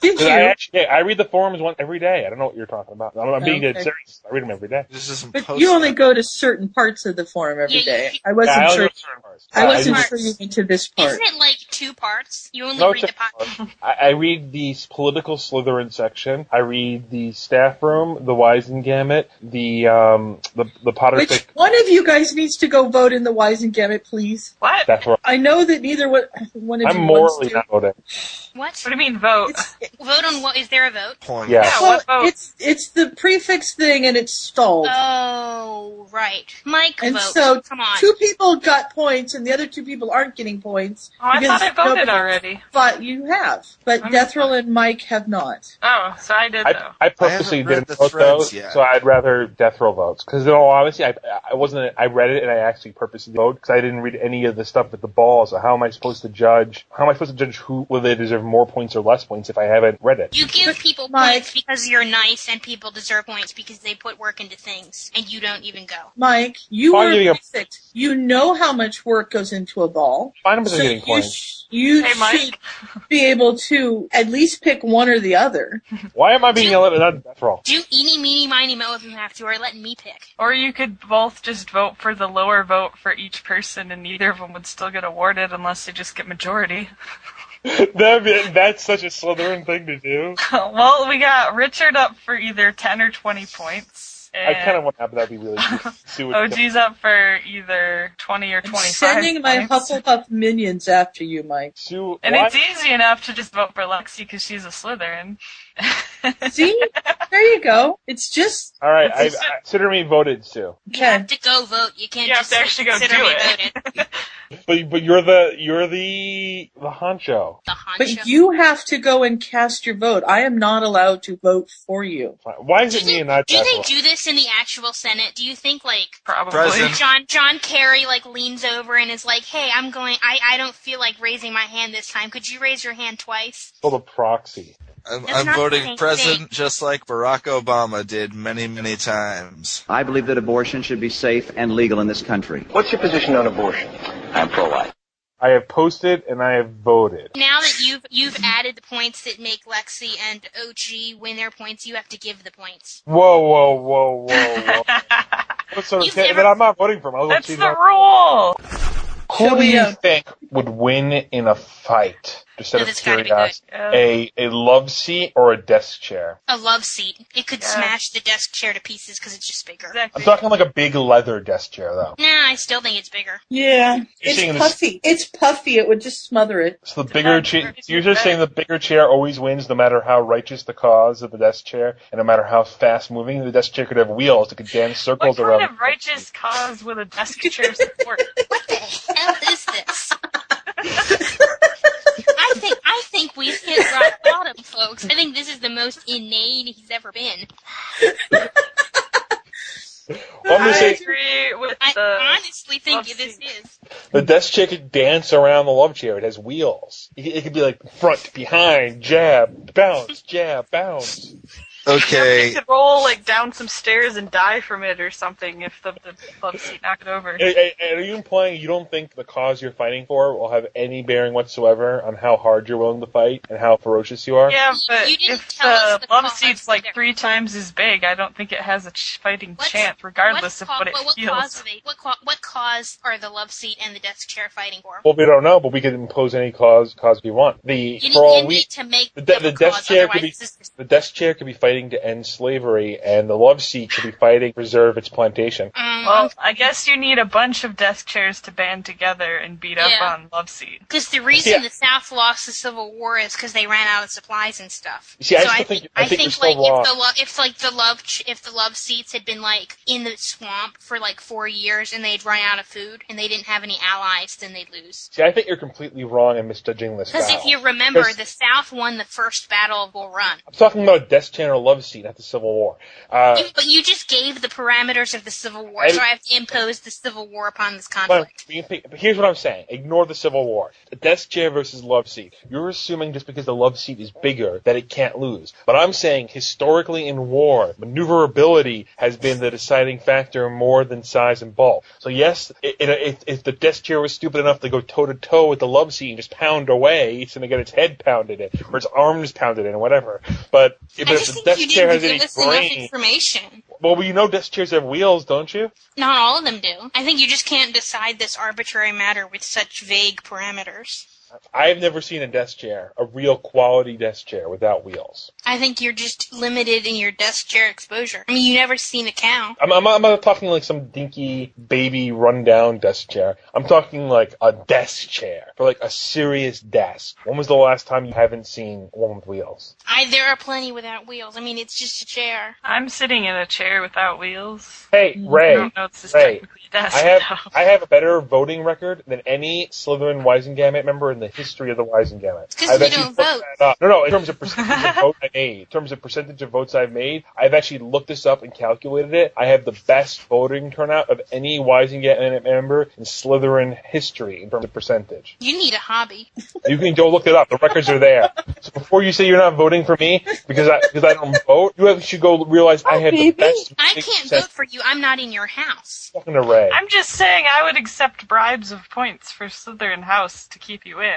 Did I you? actually, yeah, I read the forums one every day. I don't know what you're talking about. I'm, I'm being dead Okay. serious. I read them every day. This is But you only go to certain parts of the forum every day. I wasn't Yeah, I only sure. read certain parts. ours. I wasn't just- sure you went to this part. Isn't it like two parts? You only No, read it's the podcast. I, I read the s- political Slytherin section. I read the staff room, the Wisen Gamut, the um, the the Potter Which fic. one of you guys needs to go vote in the Wise and Gamut, please? What? That's where I know that neither one, one of I'm you morally wants to. not voting. What? What do you mean vote? vote on what? Is there a vote? Yeah. Well, it's it's the prefix thing and it's stalled. Oh, right. Mike Oh. and vote. so Come on. two people got points and the other two people aren't getting points. Oh, I because thought I voted nobody- already. But you have. But Death Roll and Mike have not. Oh, so I did though. I, I purposely read didn't the vote threads those, yet. so I'd rather death row votes. Because in all honesty, I, I wasn't. I read it and I actually purposely voted because I didn't read any of the stuff with the balls. So how am I supposed to judge? How am I supposed to judge who whether they deserve more points or less points if I haven't read it? You give people points because you're nice, and people deserve points because they put work into things, and you don't even go. Mike, you Why are are you- perfect. You know how much work goes into a ball. Find them So getting you points. You Hey, Mike. should be able to at least pick one or the other. Why am I being yelled at? about Death row. Do eeny, meeny, miny, mo if you have to, or let me pick. Or you could both just vote for the lower vote for each person, and neither of them would still get awarded unless they just get majority. That'd be- that's such a Slytherin thing to do. well, we got Richard up for either 10 or 20 points. I kind of And want that, but that'd be really. cool. See what OG's up for either 20 or 25. Sending my points. Hufflepuff minions after you, Mike. Sue, And why- it's easy enough to just vote for Lexi because she's a Slytherin. See? There you go. It's just All right, I, I consider me voted, Sue. You have to go vote. You can't You have just to actually go consider do me it. voted. But but you're the you're the the honcho. The honcho. But you have to go and cast your vote. I am not allowed to vote for you. Why is it me and not do Death they row? do this in the actual Senate? Do you think like Probably. President. John John Kerry like leans over and is like, "Hey, I'm going. I I don't feel like raising my hand this time. Could you raise your hand twice?" Called a proxy. I'm, That's I'm not the voting same president thing. just like Barack Obama did many, many times. I believe that abortion should be safe and legal in this country. What's your position on abortion? I'm pro-life. I have posted and I have voted. Now that you've you've added the points that make Lexi and OG win their points, you have to give the points. Whoa, whoa, whoa, whoa, whoa. what sort of You've cat never- that I'm not voting for? him. I was That's cheating the on- rule! Who do you think would win in a fight? Just out No, of that's gotta be curiosity, good. Oh. a a love seat or a desk chair? A love seat. It could Yeah. smash the desk chair to pieces because it's just bigger. I'm talking like a big leather desk chair though. Nah, I still think it's bigger. Yeah. saying It's this- puffy. It's puffy. It would just smother it. So the bigger chair, you're just saying the bigger chair always wins, no matter how righteous the cause of the desk chair, and no matter how fast moving the desk chair could have wheels that could dance What circles kind around. of righteous cause with a desk chair support? hell is this? I think I think we've hit rock bottom, folks. I think this is the most inane he's ever been. Well, I'm I gonna say agree with I the. honestly think this is. the desk chair could dance around the love chair. It has wheels. It, it could be like front, behind, jab, bounce, jab, bounce. They Okay. could roll like down some stairs and die from it or something if the, the club seat knocked it over. And- and- and Are you implying you don't think the cause you're fighting for will have any bearing whatsoever on how hard you're willing to fight and how ferocious you are? Yeah, but You didn't if tell us the, the love cause seat's like three times as big, I don't think it has a ch- fighting What's- chance, regardless of ca- what it what, feels. cause are they? What, ca- what cause are the love seat and the desk chair fighting for? Well, we don't know, but we could impose any cause cause we want. The you need, for all you we need to make the, de- them the a desk cause, chair otherwise could be this is- the desk chair could be fighting to end slavery, and the love seat could be fighting to preserve its plantation. um, Well, I guess you need a bunch of desk chairs to band together and beat up Yeah. on Love Seat. Because the reason Yeah. the South lost the Civil War is because they ran out of supplies and stuff. You see, I so still I think- think, I think you're think still like wrong. if the lo- if like the love ch- if the love seats had been like in the swamp for like four years and they'd run out of food and they didn't have any allies, then they'd lose. See, I think you're completely wrong in misjudging this. Because if battle. you remember, 'Cause the South won the first battle of Bull Run. I'm talking about a desk chair and a love seat, not the Civil War. Uh, You- but you just gave the parameters of the Civil War, I- so I have to impose the Civil War upon this But conflict. you think- but here's what I'm saying. Ignore the Civil War. The desk chair versus love seat. You're assuming just because the love seat is bigger that it can't lose. But I'm saying historically in war, maneuverability has been the deciding factor more than size and bulk. So yes, i- in a- if, if the desk chair was stupid enough to go toe to toe with the love seat and just pound away, it's going to get its head pounded in or its arms pounded in or whatever. But if, I if just the think desk you chair didn't has give any us enough brain, information. Well, you know desk chairs have wheels, don't you? Not all of them do. I think you just can't decide this arbitrary matter with such vague parameters. I've never seen a desk chair, a real quality desk chair without wheels. I think you're just limited in your desk chair exposure. I mean, you never seen a cow. I'm, I'm, I'm not talking like some dinky baby rundown desk chair. I'm talking like a desk chair for like a serious desk. When was the last time you haven't seen one with wheels? I there are plenty without wheels. I mean, it's just a chair. I'm sitting in a chair without wheels. Hey, Ray. I don't know if this is Ray, technically a desk. I have though. I have a better voting record than any Slytherin Weisengamot member in the history of the Weisengamot. It's 'cause I've you actually don't looked vote. that up. No, no. In terms of percentage of votes I made, in terms of percentage of votes I've made, I've actually looked this up and calculated it. I have the best voting turnout of any Weisengamot member in Slytherin history in terms of percentage. You need a hobby. You can go look it up. The records are there. So before you say you're not voting for me because I because I don't vote, you have, should go realize I have the best. Oh, I can't vote for you. I'm not in your house. Fucking array. I'm just saying I would accept bribes of points for Slytherin House to keep you in.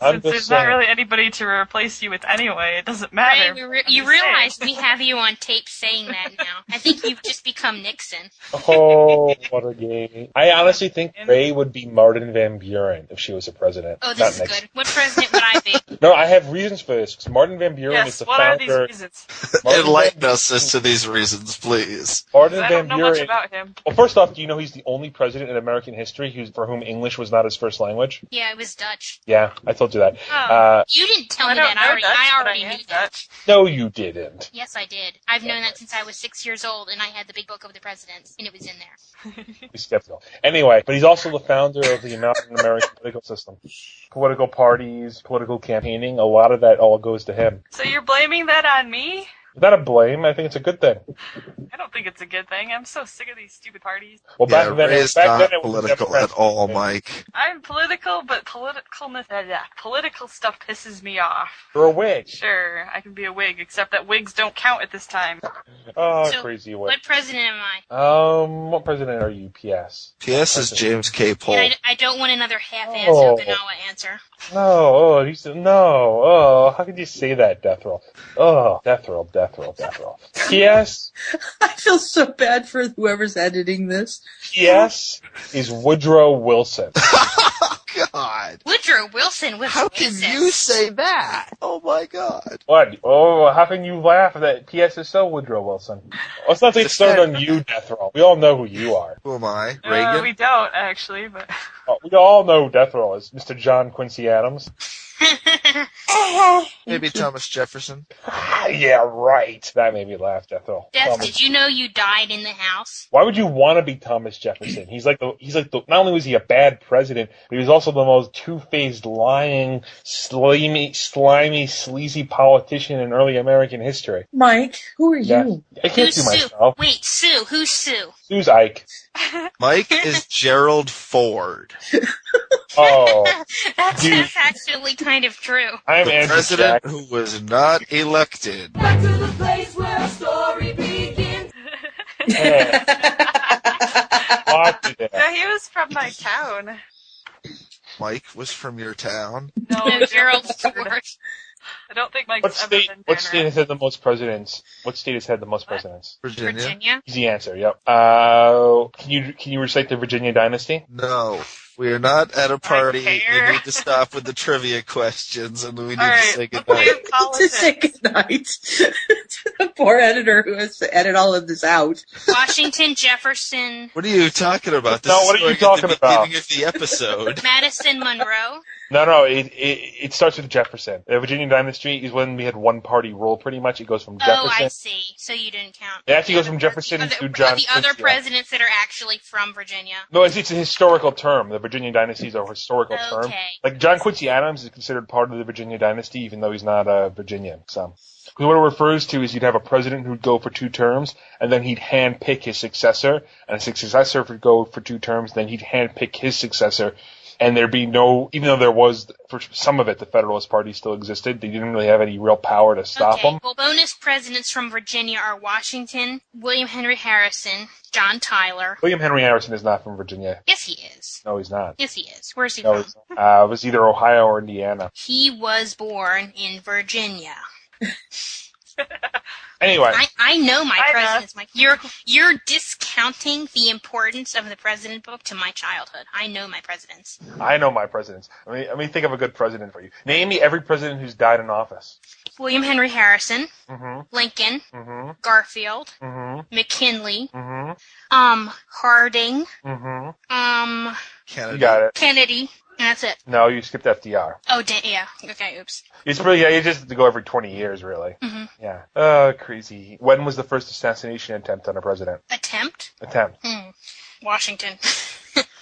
I'm just Since there's saying. not really anybody to replace you with anyway, it doesn't matter. Ray, we re- you realize we have you on tape saying that now. I think you've just become Nixon. Oh, what a game. I honestly think Ray would be Martin Van Buren if she was a president. Oh, this Not is Nixon. good. What president would I be? No, I have reasons for this because Martin Van Buren is Yes, the what are these founder. reasons? Martin Enlighten us as to these reasons, please. Martin I Van don't know much Buren. about him. Well, first off, do you know he's the only president in American history who's, for whom English was not his first language? Yeah, it was Dutch. Yeah, I told you that. Oh. Uh, you didn't tell I me don't that. I know already, Dutch, I but already I am knew that. no, you didn't. Yes, I did. I've known that since I was six years old, and I had the big book of the presidents, and it was in there. Be skeptical. Anyway, but he's also the founder of the American American political system. Political parties, political campaigning, a lot of that all goes to him. So you're blaming that on me? Not a blame. I think it's a good thing. I don't think it's a good thing. I'm so sick of these stupid parties. Well, back yeah, then, Ray is back not then it was a political Democrat. at all, Mike. I'm political, but political myth- uh, yeah, political stuff pisses me off. You're a wig. Sure, I can be a wig, except that wigs don't count at this time. Oh, So, crazy wig. What president am I? Um, what president are you? P.S. P.S. is James K. And Polk. I, I don't want another half-ass Oh. Okinawa answer. No, oh, he's no, oh, how could you say that, Death Roll? Oh, Death Roll, Death Roll, Death Roll. P.S. I feel so bad for whoever's editing this. P.S. is Woodrow Wilson. God. Woodrow Wilson was How can racist. you say that? Oh my god. What? Oh, how can you laugh at that? P.S. is so Woodrow Wilson. Let's not get started on you, Death Roll. We all know who you are. Who am I? Uh, Reagan? we don't actually, but Oh, We all know who Death Roll is Mr. John Quincy Adams. Maybe Thomas Jefferson? Ah, yeah, right. That made me laugh, Death Roll. Death, Thomas did you know you died in the house? Why would you want to be Thomas Jefferson? He's like the he's like the not only was he a bad president, but he was also the most two-faced, lying, slimy, slimy, sleazy politician in early American history. Mike, who are Yeah. you? I can't Who's do Sue? myself. Wait, Sue. Who's Sue? Who's Ike? Mike is Gerald Ford. Oh, That's, Dude. that's actually kind of true. I'm the Andrew president Jack. who was not elected. Back to the place where a story begins. Yeah, locked it no, in. he was from my town. Mike was from your town. No, No, Gerald Ford. I don't think Mike's What ever state? been What down state around. has had the most presidents? What state has had the most presidents? Virginia? Virginia. Easy answer. Yep. Uh, can you can you recite the Virginia dynasty? No. We are not at a party. care. We need to stop with the trivia questions and we need All to right, say let's goodnight. do to say politics. goodnight to the poor editor who has to edit all of this out. Washington, Jefferson, What are you talking about? No, is what are going you at talking about? the beginning of the episode. Madison, Monroe. No, no, it, it it starts with Jefferson. The Virginia dynasty is when we had one party rule. Pretty much, it goes from Oh, Jefferson. I see. So you didn't count. It actually goes from The Jefferson other- to John The other Quincy. presidents that are actually from Virginia. no, it's, it's a historical term. The Virginia dynasty is a historical term. Okay. Like John Quincy Adams is considered part of the Virginia dynasty, even though he's not a Virginian. So, 'Cause what it refers to is you'd have a president who'd go for two terms, and then he'd hand pick his successor, and his successor would go for two terms, then he'd hand pick his successor, and there'd be no, even though there was for some of it, the Federalist Party still existed. They didn't really have any real power to stop okay. them. Well, bonus presidents from Virginia are Washington, William Henry Harrison, John Tyler. William Henry Harrison is not from Virginia. Yes, he is. No, he's not. Yes, he is. Where's he No, from? he's not. Uh, it was either Ohio or Indiana. He was born in Virginia. Anyway, I, I know my I know. president's my you're you're discounting the importance of the president book to my childhood. I know my presidents. I know my presidents. Let me, let me think of a good president for you. Name me every president who's died in office. William Henry Harrison, Mm-hmm. Lincoln, Mm-hmm. Garfield, Mm-hmm. McKinley, Mm-hmm. um, Harding, Mm-hmm. um, Kennedy. You got it. Kennedy, and that's it. No, you skipped FDR. Oh, da- yeah. Okay, oops. It's really yeah. You just have to go every twenty years, really. hmm Yeah. Uh, crazy. When was the first assassination attempt on a president? Attempt? Attempt. Hmm. Washington.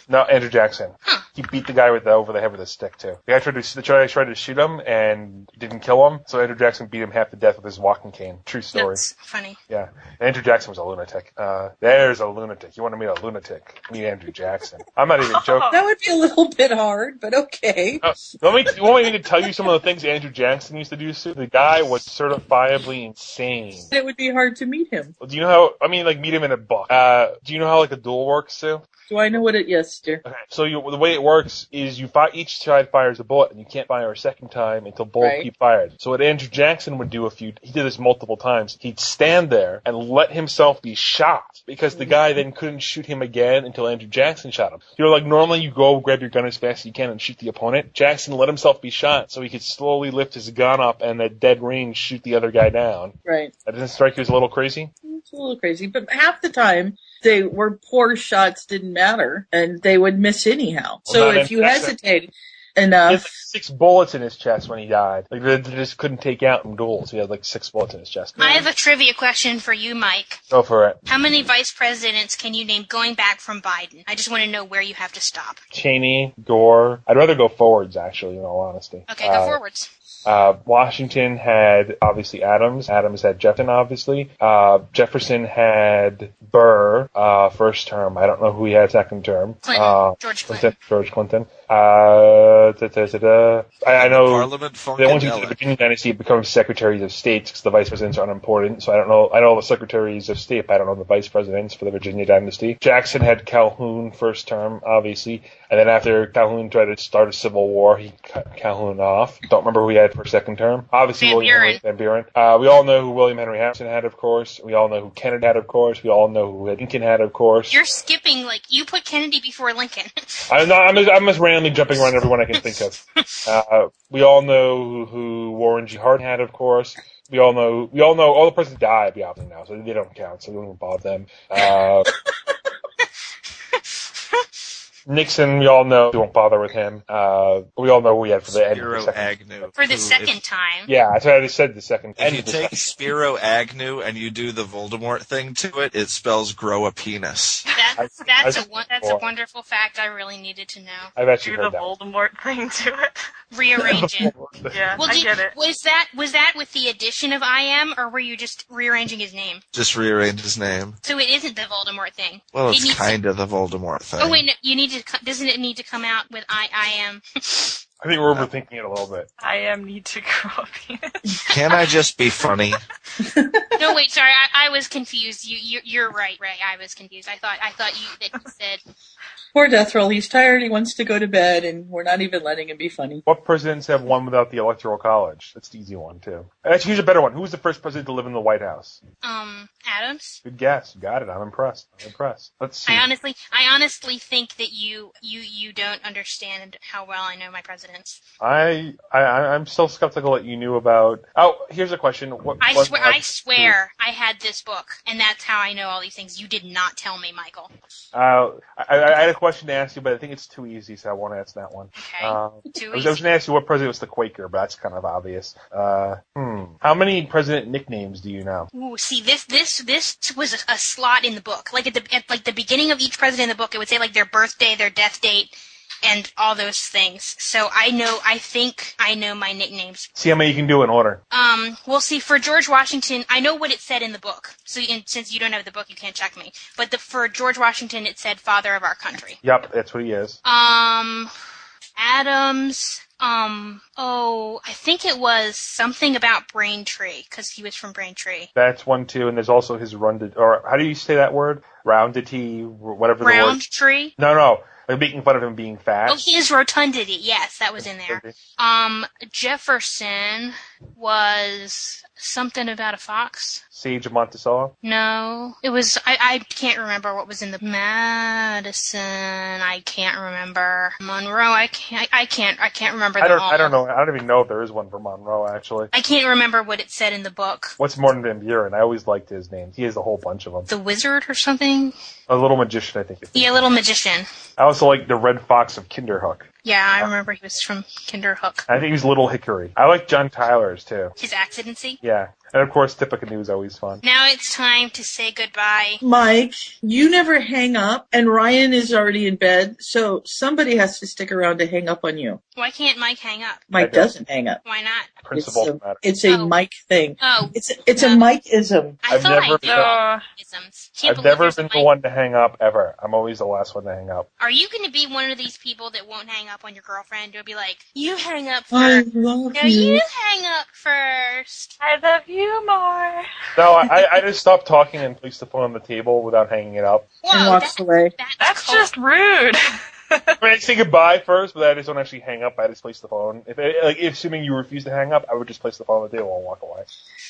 No, Andrew Jackson. Huh. He beat the guy with the, over the head with a stick too. The guy tried to the guy tried to shoot him and didn't kill him, so Andrew Jackson beat him half to death with his walking cane. True story. That's funny. Yeah. Andrew Jackson was a lunatic. Uh, there's a lunatic. You want to meet a lunatic? Meet Andrew Jackson. I'm not even joking. That would be a little bit hard, but okay. Uh, let me want me to tell you some of the things Andrew Jackson used to do. Sue? The guy was certifiably insane. It would be hard to meet him. Do you know how? I mean, like meet him in a book. Uh, do you know how like a duel works, Sue? Do I know what it? Yes, dear. Okay. So you, the way it works is you fi- each side fires a bullet, and you can't fire a second time until both Right. keep fired. So what Andrew Jackson would do if you he did this multiple times, he'd stand there and let himself be shot because the guy then couldn't shoot him again until Andrew Jackson shot him. You know, like normally you go grab your gun as fast as you can and shoot the opponent. Jackson let himself be shot so he could slowly lift his gun up and at dead range shoot the other guy down. Right. That doesn't strike you as a little crazy? It's a little crazy, but half the time they were poor shots didn't matter and they would miss anyhow. So Well, not if in- you that's a- hesitate He had like enough, six bullets in his chest when he died. Like they they just couldn't take out in duels. He had like six bullets in his chest. I have a trivia question for you, Mike. Go for it. How many vice presidents can you name going back from Biden? I just want to know where you have to stop. Cheney, Gore. I'd rather go forwards, actually, in all honesty. Okay, go Uh, forwards. Uh, Washington had obviously Adams. Adams had Jefferson, obviously. Uh, Jefferson had Burr uh, first term. I don't know who he had second term. Clinton. Uh, George was Clinton. that George Clinton. Uh, da, da, da, da. I, I know. Parliament They want you to the Funkadelic. Virginia dynasty become secretaries of state because the vice presidents are unimportant. So I don't know. I know the secretaries of state, but I don't know the vice presidents for the Virginia dynasty. Jackson had Calhoun first term, obviously, and then after Calhoun tried to start a civil war, he cut Calhoun off. Don't remember who he had for second term. Obviously, Van William Henry Van Buren. Uh, we all know who William Henry Harrison had, of course. We all know who Kennedy had, of course. We all know who Lincoln had, of course. You're skipping like you put Kennedy before Lincoln. I'm not. I'm just, I'm just randomly jumping around everyone I can think of. Uh, we all know who Warren G. Hart had, of course. We all know. We all know all the presidents died, we obviously now, so they don't count. So we don't even bother them. Uh, Nixon, we all know. We won't bother with him. Uh, we all know who we had for the end. Of the Spiro second. Agnew. For the who, second time. Yeah, that's what I just said. The second. If, if end you of the take second. Spiro Agnew and you do the Voldemort thing to it, it spells grow a penis. That's I- that's I- a one, that's a wonderful fact I really needed to know. I've actually Do the heard that. Voldemort thing to it. Rearrange it. Yeah, Well, I did- get it. was that was that with the addition of I am, or were you just rearranging his name? Just rearrange his name. So it isn't the Voldemort thing. Well, It it's needs to- kind of the Voldemort thing. Oh wait, no, you need to. co- Doesn't it need to come out with I I am? I think we're overthinking it a little bit. I am need to grow up. Can I just be funny? no, wait, sorry, I, I was confused. You, you you're right, Ray. I was confused. I thought I thought you that you said poor Death Roll, he's tired, he wants to go to bed, and we're not even letting him be funny. What presidents have won without the Electoral College? That's the easy one too. Actually, here's a better one. Who was the first president to live in the White House? um Adams. Good guess. You got it. I'm impressed. I'm impressed. Let's see. I honestly, I honestly think that you, you, you don't understand how well I know my presidents. I, I I'm still skeptical that you knew about. Oh, here's a question. What, I what- swear, I swear, I had this book, and that's how I know all these things. You did not tell me, Michael. Uh, I, I had a question to ask you, but I think it's too easy, so I won't ask that one. Okay, Uh, too I was, I was easy. going to ask you what president was the Quaker, but that's kind of obvious. Uh, hmm. How many president nicknames do you know? Ooh, see this, this, this was a, a slot in the book. Like at the, at like the beginning of each president in the book, it would say like their birthday, their death date, and all those things. So I know, I think I know my nicknames. See how many you can do in order. Um, well, see, for George Washington, I know what it said in the book. So, and since you don't have the book, you can't check me. But the, for George Washington, it said "Father of Our Country." Yep, that's what he is. Um, Adams. Um, oh, I think it was something about Braintree because he was from Braintree. That's one too, and there's also his rounded, or how do you say that word? Rounded T, whatever the word. Roundtree. No, no. They're making fun of him being fat. Oh, his rotundity. Yes, that was in there. Um, Jefferson was something about a fox. Sage of Monticello. No, it was. I, I can't remember what was in the Madison. I can't remember Monroe. I can't. I, I can't. I can't remember. I Them don't. all. I don't know. I don't even know if there is one for Monroe actually. I can't remember what it said in the book. What's Morton Van Buren? I always liked his name. He has a whole bunch of them. The Wizard or something. A little magician, I think. Yeah, Little Magician. I also like the Red Fox of Kinderhook. Yeah, I Oh. remember he was from Kinderhook. I think he was Little Hickory. I like John Tyler's too. His accidency. Yeah, and of course Tippecanoe is always fun. Now it's time to say goodbye. Mike, you never hang up, and Ryan is already in bed, so somebody has to stick around to hang up on you. Why can't Mike hang up? Mike doesn't hang up. Why not? Principle it's a, matter. It's a Mike thing. Oh, It's it's a Mikeism. I I've thought never I did. been- Isms. Can't I've believe never there's a been Mike. the one to hang up ever. I'm always the last one to hang up. Are you going to be one of these people that won't hang up on your girlfriend? You'll be like, you hang up I first. love No, you. you hang up first. I love you more. No, I, I just stopped talking and placed the phone on the table without hanging it up. and walks away. That's just rude. I mean, I say goodbye first, but I just don't actually hang up. I just place the phone. If eh, like, assuming you refuse to hang up, I would just place the phone on the table and walk away.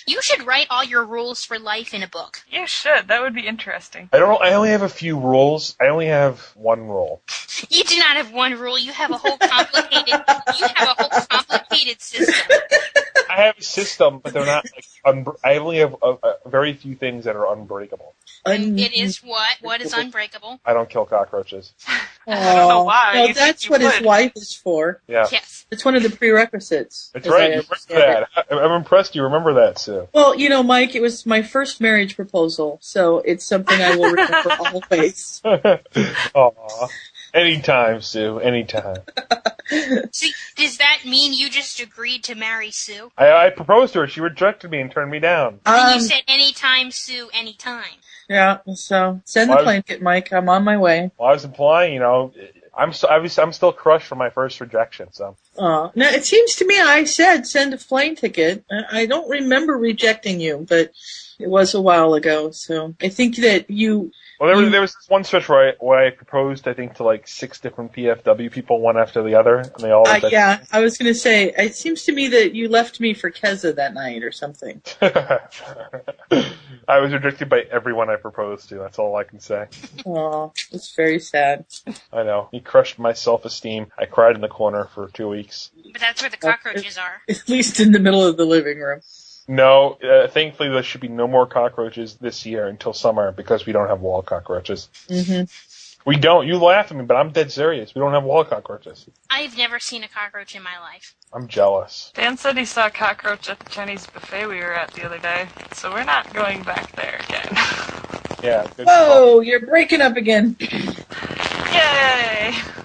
You should write all your rules for life in a book. You should. That would be interesting. I don't. I only have a few rules. I only have one rule. You do not have one rule. You have a whole complicated. you have a whole complicated system. I have a system, but they're not. Like, unbr I only have uh uh very few things that are unbreakable. Un- It is what? What is unbreakable? I don't kill cockroaches. I don't know why. No, You'd think that's you what his would. wife is for. Yeah, Yes. It's one of the prerequisites. that's as I right. You understand it. remember that. I, I'm impressed. You remember that, Sue. Well, you know, Mike, it was my first marriage proposal, so it's something I will remember always. Aw. Anytime, Sue. Anytime. See, does that mean you just agreed to marry Sue? I, I proposed to her. She rejected me and turned me down. And you Um, said anytime, Sue, anytime. yeah, so send the Why- blanket, Mike. I'm on my way. Well, I was implying, you know, I'm so, I was, I'm still crushed from my first rejection. So Uh, now, it seems to me I said send a plane ticket. I I don't remember rejecting you, but it was a while ago, so I think that you. well, there was You- there was this one stretch where I, where I proposed, I think, to like six different PFW people, one after the other, and they all Uh, rejected. yeah, I was going to say, it seems to me that you left me for Keza that night or something. I was rejected by everyone I proposed to. That's all I can say. Oh, it's very sad. I know he crushed my self-esteem. I cried in the corner for two weeks. But that's where the cockroaches are. At least in the middle of the living room. No, uh, thankfully there should be no more cockroaches this year until summer because we don't have wall cockroaches. hmm We don't. You laugh at me, but I'm dead serious. We don't have wall cockroaches. I've never seen a cockroach in my life. I'm jealous. Dan said he saw a cockroach at the Chinese buffet we were at the other day, so we're not going back there again. Yeah. Good call. Whoa, you're breaking up again. Yay!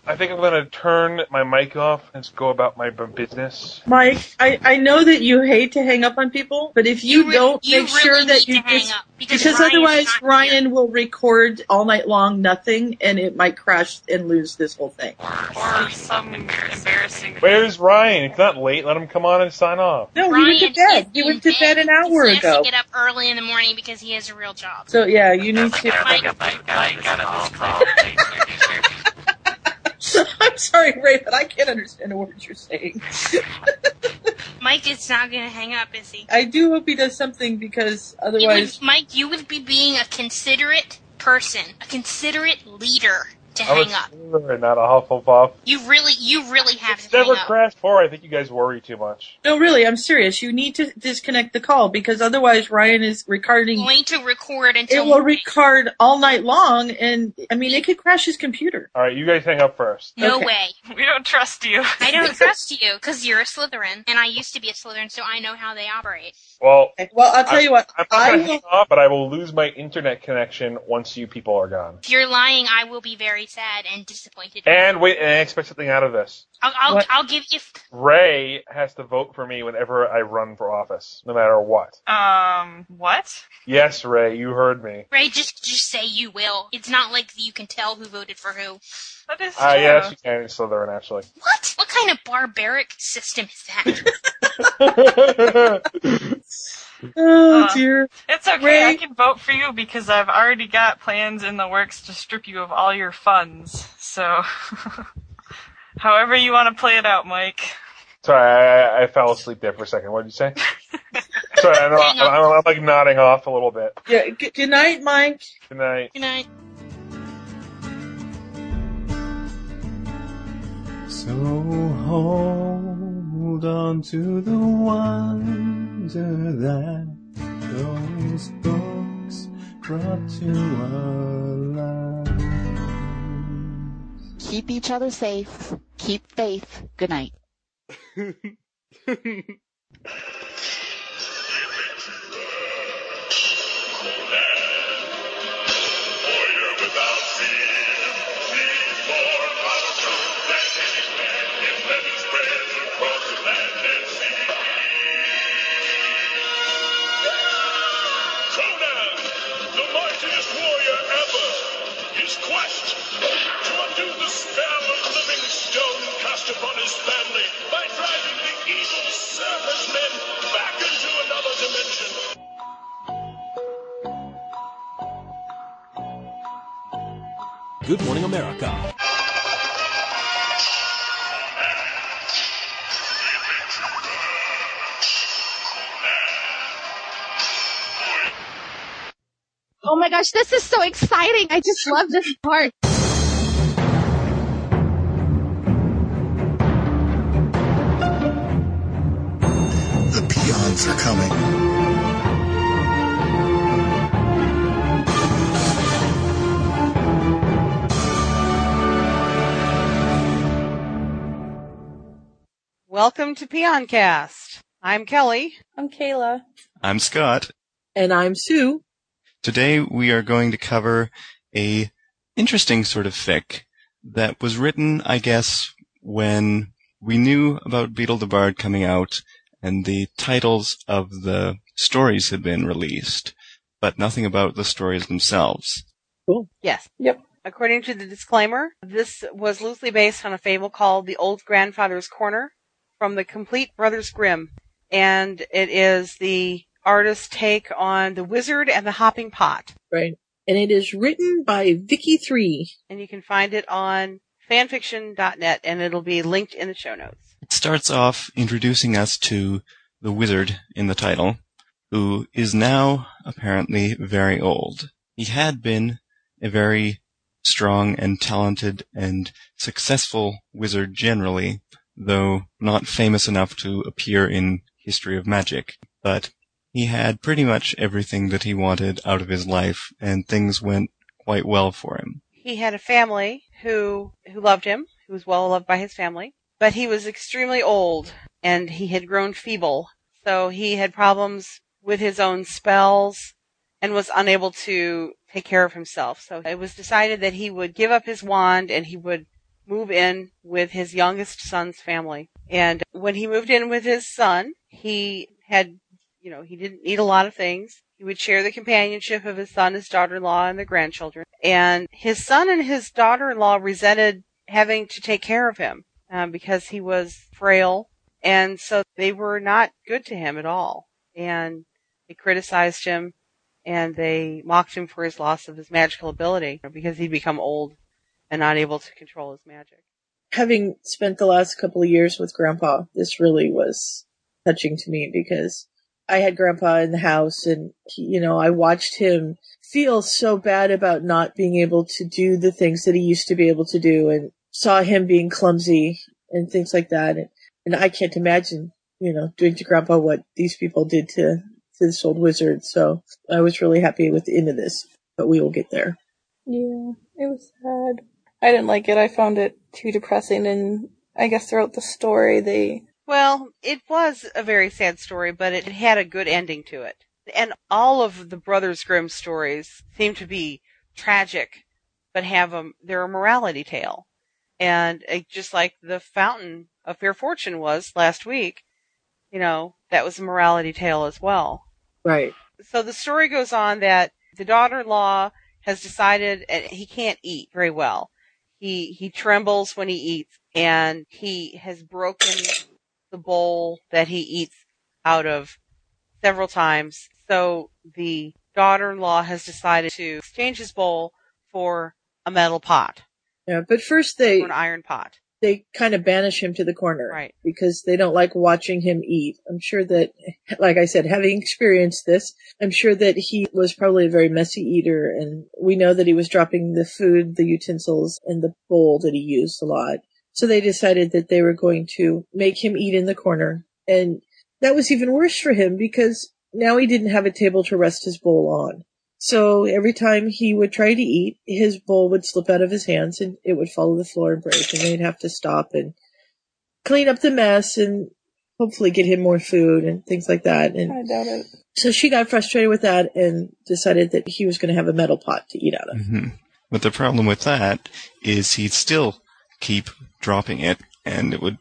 I think I'm gonna turn my mic off and just go about my b- business. Mike, I, I know that you hate to hang up on people, but if you, re- don't you make really sure that need you to hang just up because, because, Ryan's otherwise not here. Ryan will record all night long nothing and it might crash and lose this whole thing. Or some embarrassing. Where's Ryan? It's not late. Let him come on and sign off. No, Ryan he went to bed. is He in went to bed an He hour has ago. to get up early in the morning because he has a real job. So yeah, you need Mike, to Why I'm sorry, Ray, but I can't understand a word you're saying. Mike is not going to hang up, is he? I do hope he does something because You would, otherwise Mike, you would be being a considerate person, a considerate leader to I'm a hang up. Slytherin, not a Hufflepuff. You really, you really have It's to hang never up. crashed before. I think you guys worry too much. No, really, I'm serious. You need to disconnect the call because otherwise Ryan is recording going to record until it will record all night long and i mean it could crash his computer All right, you guys hang up first. no okay. way. We don't trust you. I don't trust you because you're a Slytherin, and I used to be a Slytherin, so I know how they operate. Well, well i'll tell you what I'm not i gonna hang will up, but I will lose my internet connection once you people are gone. If you're lying, I will be very sad and disappointed. And wait, and I expect something out of this. I'll, I'll, What? I'll give if Ray has to vote for me whenever I run for office, no matter what. Um, what? Yes, Ray, you heard me. Ray just just say you will. It's not like you can tell who voted for who. That is true. Ah, yes, you can. It's Slytherin, actually. What? What kind of barbaric system is that? Uh, oh dear. It's okay. I Ray- can vote for you because I've already got plans in the works to strip you of all your funds. So, however you want to play it out, Mike. Sorry, I, I fell asleep there for a second. What did you say? Sorry, I know, I'm, I'm, I'm like nodding off a little bit. Yeah. Good, good night, Mike. Good night. Good night. So hold on to the wonder that those books brought to our lives. Keep each other safe. Keep faith. Good night. Conan, the mightiest warrior ever, his quest to undo the spell of living stone cast upon his family by driving the evil serpent men back into another dimension. Good Morning America. Oh my gosh, this is so exciting. I just love this part. The peons are coming. Welcome to Peoncast. I'm Kelly. I'm Kayla. I'm Scott. And I'm Sue. Today we are going to cover a interesting sort of fic that was written, I guess, when we knew about Beetle the Bard coming out and the titles of the stories had been released, but nothing about the stories themselves. Yes. Yep. According to the disclaimer, this was loosely based on a fable called The Old Grandfather's Corner from the Complete Brothers Grimm. And it is the artist's take on The Wizard and the Hopping Pot. Right. And it is written by Vicky Three. And you can find it on fanfiction.net and it'll be linked in the show notes. It starts off introducing us to the wizard in the title, who is now apparently very old. He had been a very strong and talented and successful wizard generally, though not famous enough to appear in history of magic. But he had pretty much everything that he wanted out of his life, and things went quite well for him. He had a family who, who loved him, who was well loved by his family, but he was extremely old and he had grown feeble. So he had problems with his own spells and was unable to take care of himself. So it was decided that he would give up his wand and he would move in with his youngest son's family. And when he moved in with his son, he had, you know, he didn't need a lot of things. He would share the companionship of his son, his daughter-in-law, and their grandchildren. And his son and his daughter-in-law resented having to take care of him um, because he was frail. And so they were not good to him at all. And they criticized him and they mocked him for his loss of his magical ability because he'd become old and not able to control his magic. Having spent the last couple of years with Grandpa, this really was touching to me because I had Grandpa in the house and, he, you know, I watched him feel so bad about not being able to do the things that he used to be able to do and saw him being clumsy and things like that. And, and I can't imagine, you know, doing to Grandpa what these people did to, to this old wizard. So I was really happy with the end of this, but we will get there. Yeah, it was sad. I didn't like it. I found it too depressing, and I guess throughout the story, they Well, it was a very sad story, but it had a good ending to it. And all of the Brothers Grimm stories seem to be tragic, but have a, they're a morality tale. And it, just like the Fountain of Fair Fortune was last week, you know, that was a morality tale as well. right. So the story goes on that the daughter-in-law has decided and he can't eat very well. He, he trembles when he eats and he has broken the bowl that he eats out of several times. So the daughter-in-law has decided to exchange his bowl for a metal pot, Yeah, but first they for an iron pot. they kind of banish him to the corner Right. because they don't like watching him eat. I'm sure that, like I said, having experienced this, I'm sure that he was probably a very messy eater, and we know that he was dropping the food, the utensils, and the bowl that he used a lot. So they decided that they were going to make him eat in the corner, and that was even worse for him because now he didn't have a table to rest his bowl on. So every time he would try to eat, his bowl would slip out of his hands and it would fall to the floor and break, and they'd have to stop and clean up the mess and hopefully get him more food and things like that. I And doubt it. so she got frustrated with that and decided that he was going to have a metal pot to eat out of. hmm But the problem with that is he'd still keep dropping it, and it would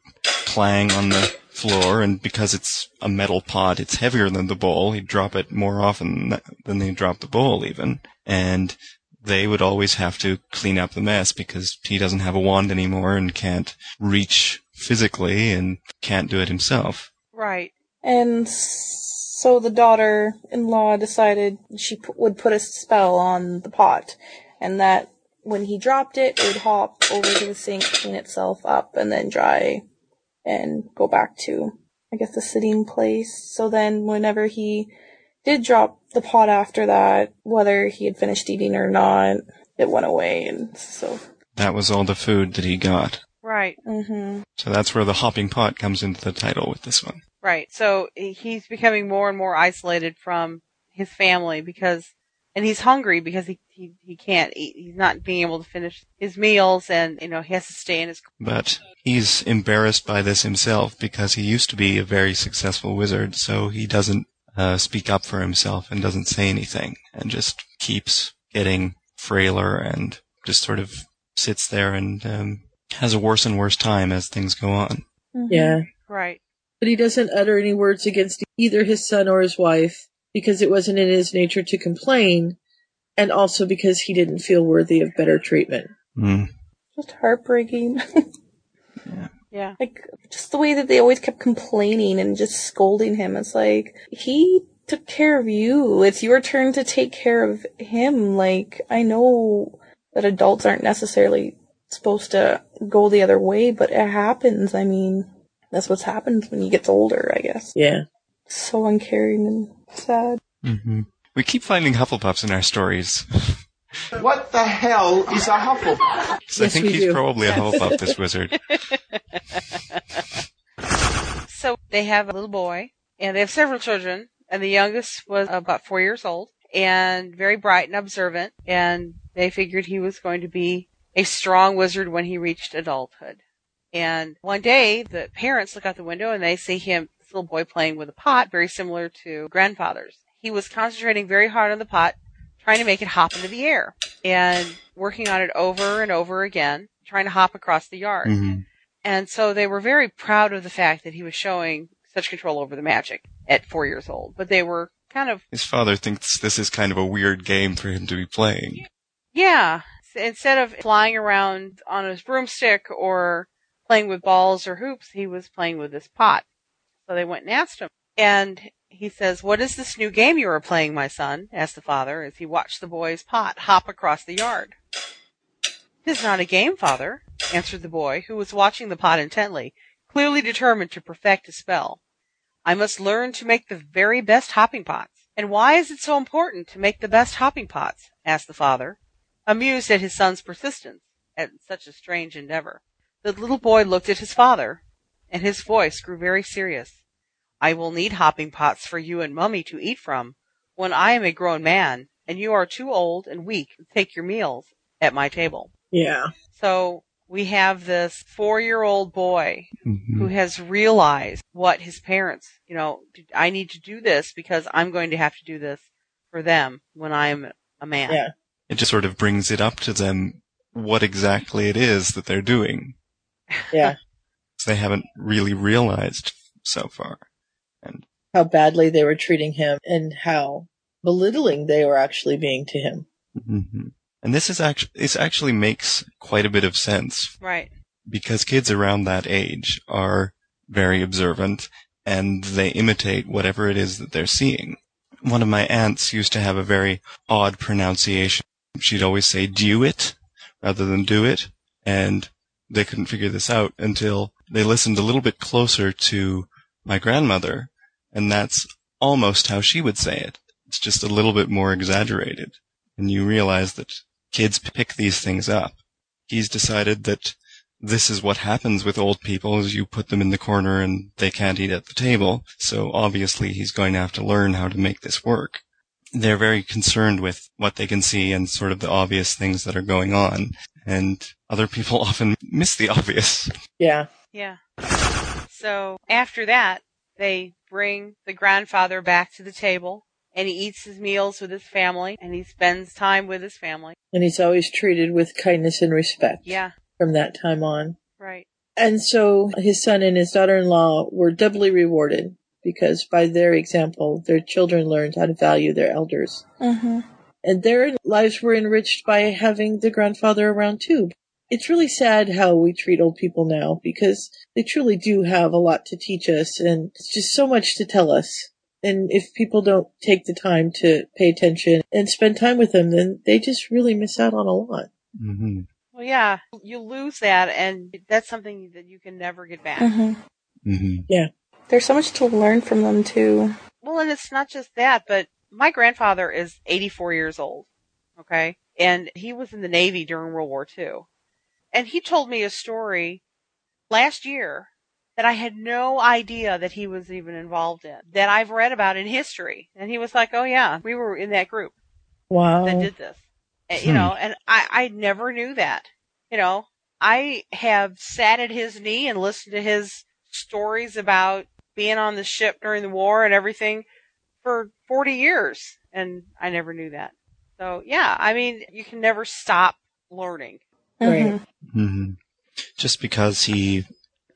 clang on the floor. And because it's a metal pot, it's heavier than the bowl. He'd drop it more often tha- than they drop the bowl, even. And they would always have to clean up the mess because he doesn't have a wand anymore and can't reach physically and can't do it himself. Right. And s- so the daughter-in-law decided she p- would put a spell on the pot, and that when he dropped it, it would hop over to the sink, clean itself up, and then dry, and go back to, I guess, the sitting place. So then, whenever he did drop the pot after that, whether he had finished eating or not, it went away, and so. That was all the food that he got. Right. hmm So that's where the hopping pot comes into the title with this one. Right. So eh, he's becoming more and more isolated from his family because, and he's hungry because he, he, he can't eat. He's not being able to finish his meals and, you know, he has to stay in his, But he's embarrassed by this himself because he used to be a very successful wizard, so he doesn't uh, speak up for himself and doesn't say anything and just keeps getting frailer and just sort of sits there and um, has a worse and worse time as things go on. Yeah. right. But he doesn't utter any words against either his son or his wife because it wasn't in his nature to complain and also because he didn't feel worthy of better treatment. Hmm. Just heartbreaking. Yeah. like just the way that they always kept complaining and just scolding him. It's like he took care of you. It's your turn to take care of him. Like I know that adults aren't necessarily supposed to go the other way, but it happens. I mean, that's what happens when he gets older, I guess. Yeah. So uncaring and sad. Mm-hmm. We keep finding Hufflepuffs in our stories. What the hell is a Hufflepuff? 'Cause I think he's probably a Hufflepuff, this wizard. So they have a little boy and they have several children and the youngest was about four years old and very bright and observant and they figured he was going to be a strong wizard when he reached adulthood. And one day the parents look out the window and they see him, this little boy playing with a pot very similar to grandfather's. He was concentrating very hard on the pot, trying to make it hop into the air and working on it over and over again, trying to hop across the yard. And so they were very proud of the fact that he was showing such control over the magic at four years old. But they were kind of, His father thinks this is kind of a weird game for him to be playing. yeah, s- instead of flying around on his broomstick or playing with balls or hoops, he was playing with this pot. So they went and asked him. And he says, What is this new game you are playing, my son? asked the father as he watched the boy's pot hop across the yard. It is not a game, father, answered the boy, who was watching the pot intently, clearly determined to perfect his spell. I must learn to make the very best hopping pots. And why is it so important to make the best hopping pots? asked the father, amused at his son's persistence at such a strange endeavor. The little boy looked at his father, and his voice grew very serious. I will need hopping pots for you and mummy to eat from when I am a grown man, and you are too old and weak to take your meals at my table. Yeah. So we have this four year old boy Hmm. who has realized what his parents, you know, I need to do this because I'm going to have to do this for them when I'm a man. Yeah. It just sort of brings it up to them what exactly it is that they're doing. Yeah. they haven't really realized so far. how badly they were treating him and how belittling they were actually being to him. And this is actually this actually makes quite a bit of sense Right. because kids around that age are very observant and they imitate whatever it is that they're seeing. One of my aunts used to have a very odd pronunciation. She'd always say do it rather than do it. And they couldn't figure this out until they listened a little bit closer to my grandmother. And that's almost how she would say it. It's just a little bit more exaggerated. And you realize that kids pick these things up. He's decided that this is what happens with old people is you put them in the corner and they can't eat at the table. So obviously he's going to have to learn how to make this work. They're very concerned with what they can see and sort of the obvious things that are going on. And other people often miss the obvious. Yeah. Yeah. So after that, they bring the grandfather back to the table and he eats his meals with his family and he spends time with his family. And he's always treated with kindness and respect. Yeah. From that time on. Right. And so his son and his daughter in law were doubly rewarded because by their example, their children learned how to value their elders. Mm-hmm. And their lives were enriched by having the grandfather around too. It's really sad how we treat old people now because they truly do have a lot to teach us and it's just so much to tell us. And if people don't take the time to pay attention and spend time with them, then they just really miss out on a lot. Mm-hmm. Well, yeah, you lose that, and that's something that you can never get back. Mhm. Mm-hmm. Yeah. There's so much to learn from them too. Well, and it's not just that, but my grandfather is 84 years old, okay? And he was in the Navy during World War II. And he told me a story last year that I had no idea that he was even involved in, that I've read about in history. And he was like, oh, yeah, we were in that group Wow. that did this. And, You know, and I, I never knew that. You know, I have sat at his knee and listened to his stories about being on the ship during the war and everything for 40 years. And I never knew that. So yeah, I mean, you can never stop learning. Right. hmm Just because he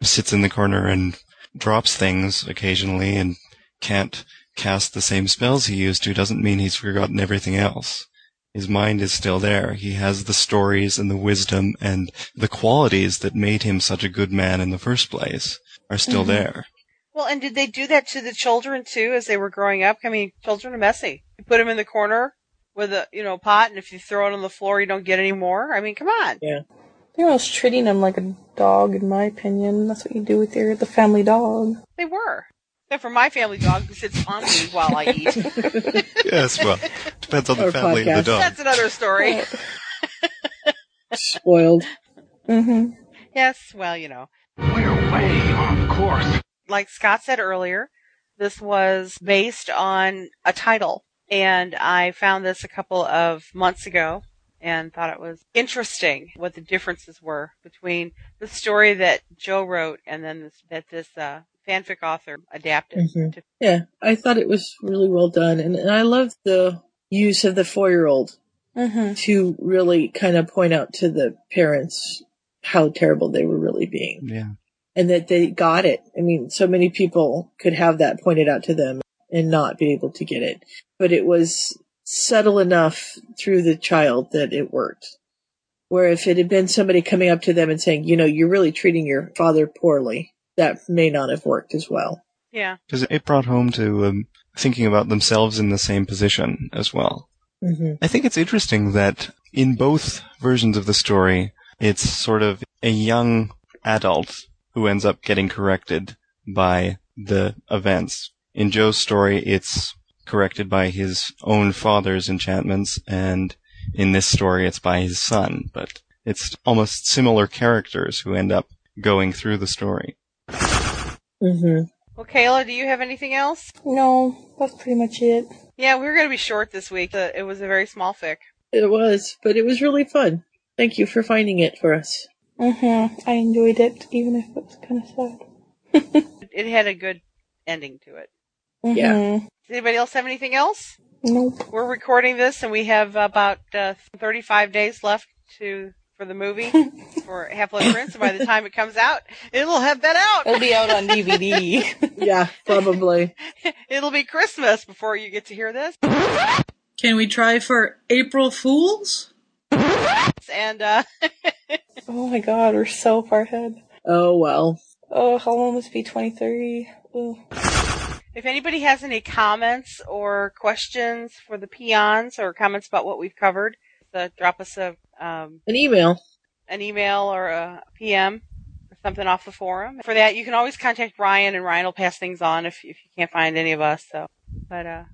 sits in the corner and drops things occasionally and can't cast the same spells he used to doesn't mean he's forgotten everything else. His mind is still there. He has the stories and the wisdom and the qualities that made him such a good man in the first place are still Mhm. there. Well, and did they do that to the children too as they were growing up? I mean, children are messy. You put them in the corner with a, you know, pot and if you throw it on the floor, you don't get any more. I mean, come on. Yeah. They're almost treating him like a dog, in my opinion. That's what you do with your the family dog. They were. Except for my family dog who sits on me while I eat. yes, well, depends on the Or family and the podcast. dog. That's another story. Spoiled. Mm-hmm. yes, well, you know. We're way off course. like Scott said earlier, this was based on a title. And I found this a couple of months ago and thought it was interesting what the differences were between the story that Joe wrote and then this, that this uh, fanfic author adapted. Mhm. to- Yeah. I thought it was really well done. And, and I love the use of the four year old Mm-hmm. to really kind of point out to the parents how terrible they were really being. Yeah. and that they got it. I mean, so many people could have that pointed out to them and not be able to get it. But it was subtle enough through the child that it worked. Where if it had been somebody coming up to them and saying, you know, you're really treating your father poorly, that may not have worked as well. yeah. Because it brought home to um, thinking about themselves in the same position as well. Mm-hmm. I think it's interesting that in both versions of the story, it's sort of a young adult who ends up getting corrected by the events. In Joe's story, it's corrected by his own father's enchantments, and in this story, it's by his son, but it's almost similar characters who end up going through the story. Mm-hmm. Well, Kayla, do you have anything else? No, that's pretty much it. Yeah, we're going to be short this week. Uh, It was a very small fic. It was, but it was really fun. Thank you for finding it for us. Mm-hmm. I enjoyed it, even if it was kind of sad. It had a good ending to it. Mm-hmm. Yeah. Does anybody else have anything else? Nope. We're recording this, and we have about uh, 35 days left to for the movie for Half Blood Prince. And by the time it comes out, it'll have been out. It'll be out on DVD. Yeah, probably. It'll be Christmas before you get to hear this. Can we try for April Fools? And uh, oh my god, we're so far ahead. oh well. Oh, how long must be 23? Ooh. If anybody has any comments or questions for the peons or comments about what we've covered, uh, drop us a um, An email. an email or a PM or something off the forum. For that, you can always contact Ryan, and Ryan will pass things on if if you can't find any of us. So, but uh,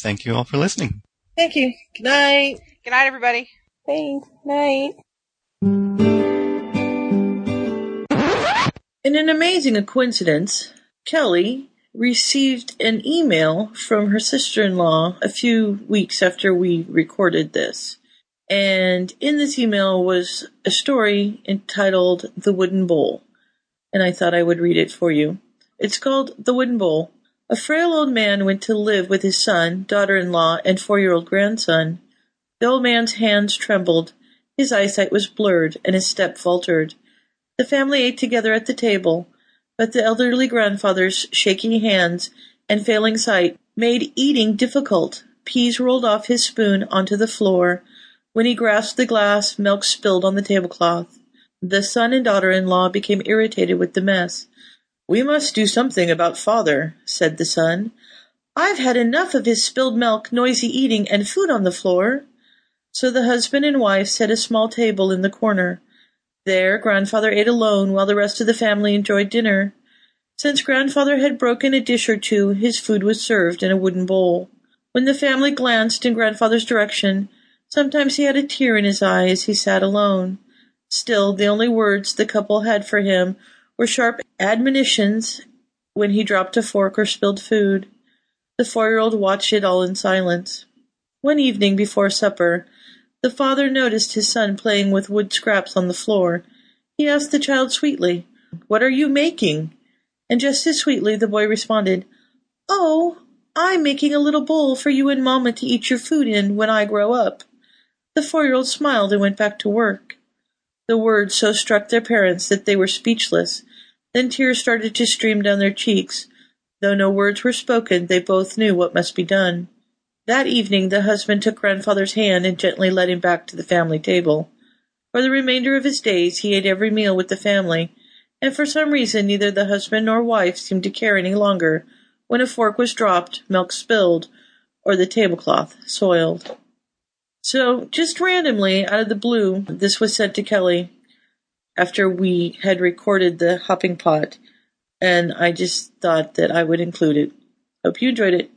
Thank you all for listening. Thank you. Good night. good night, everybody. Thanks. Night. In an amazing coincidence, Kelly received an email from her sister in law a few weeks after we recorded this. And in this email was a story entitled The Wooden Bowl. And I thought I would read it for you. It's called The Wooden Bowl. A frail old man went to live with his son, daughter in law, and four year old grandson. The old man's hands trembled, his eyesight was blurred, and his step faltered. The family ate together at the table, but the elderly grandfather's shaking hands and failing sight made eating difficult. Peas rolled off his spoon onto the floor. When he grasped the glass, milk spilled on the tablecloth. The son and daughter in law became irritated with the mess. We must do something about father, said the son. I've had enough of his spilled milk, noisy eating, and food on the floor. So the husband and wife set a small table in the corner. There, grandfather ate alone while the rest of the family enjoyed dinner. Since grandfather had broken a dish or two, his food was served in a wooden bowl. When the family glanced in grandfather's direction, sometimes he had a tear in his eye as he sat alone. Still, the only words the couple had for him were sharp admonitions when he dropped a fork or spilled food. The four year old watched it all in silence. One evening before supper, the father noticed his son playing with wood scraps on the floor. He asked the child sweetly, What are you making? And just as sweetly the boy responded, Oh, I'm making a little bowl for you and mamma to eat your food in when I grow up. The four year old smiled and went back to work. The words so struck their parents that they were speechless. Then tears started to stream down their cheeks. Though no words were spoken, they both knew what must be done. That evening, the husband took grandfather's hand and gently led him back to the family table. For the remainder of his days, he ate every meal with the family, and for some reason, neither the husband nor wife seemed to care any longer when a fork was dropped, milk spilled, or the tablecloth soiled. So, just randomly, out of the blue, this was sent to Kelly after we had recorded the hopping pot, and I just thought that I would include it. Hope you enjoyed it.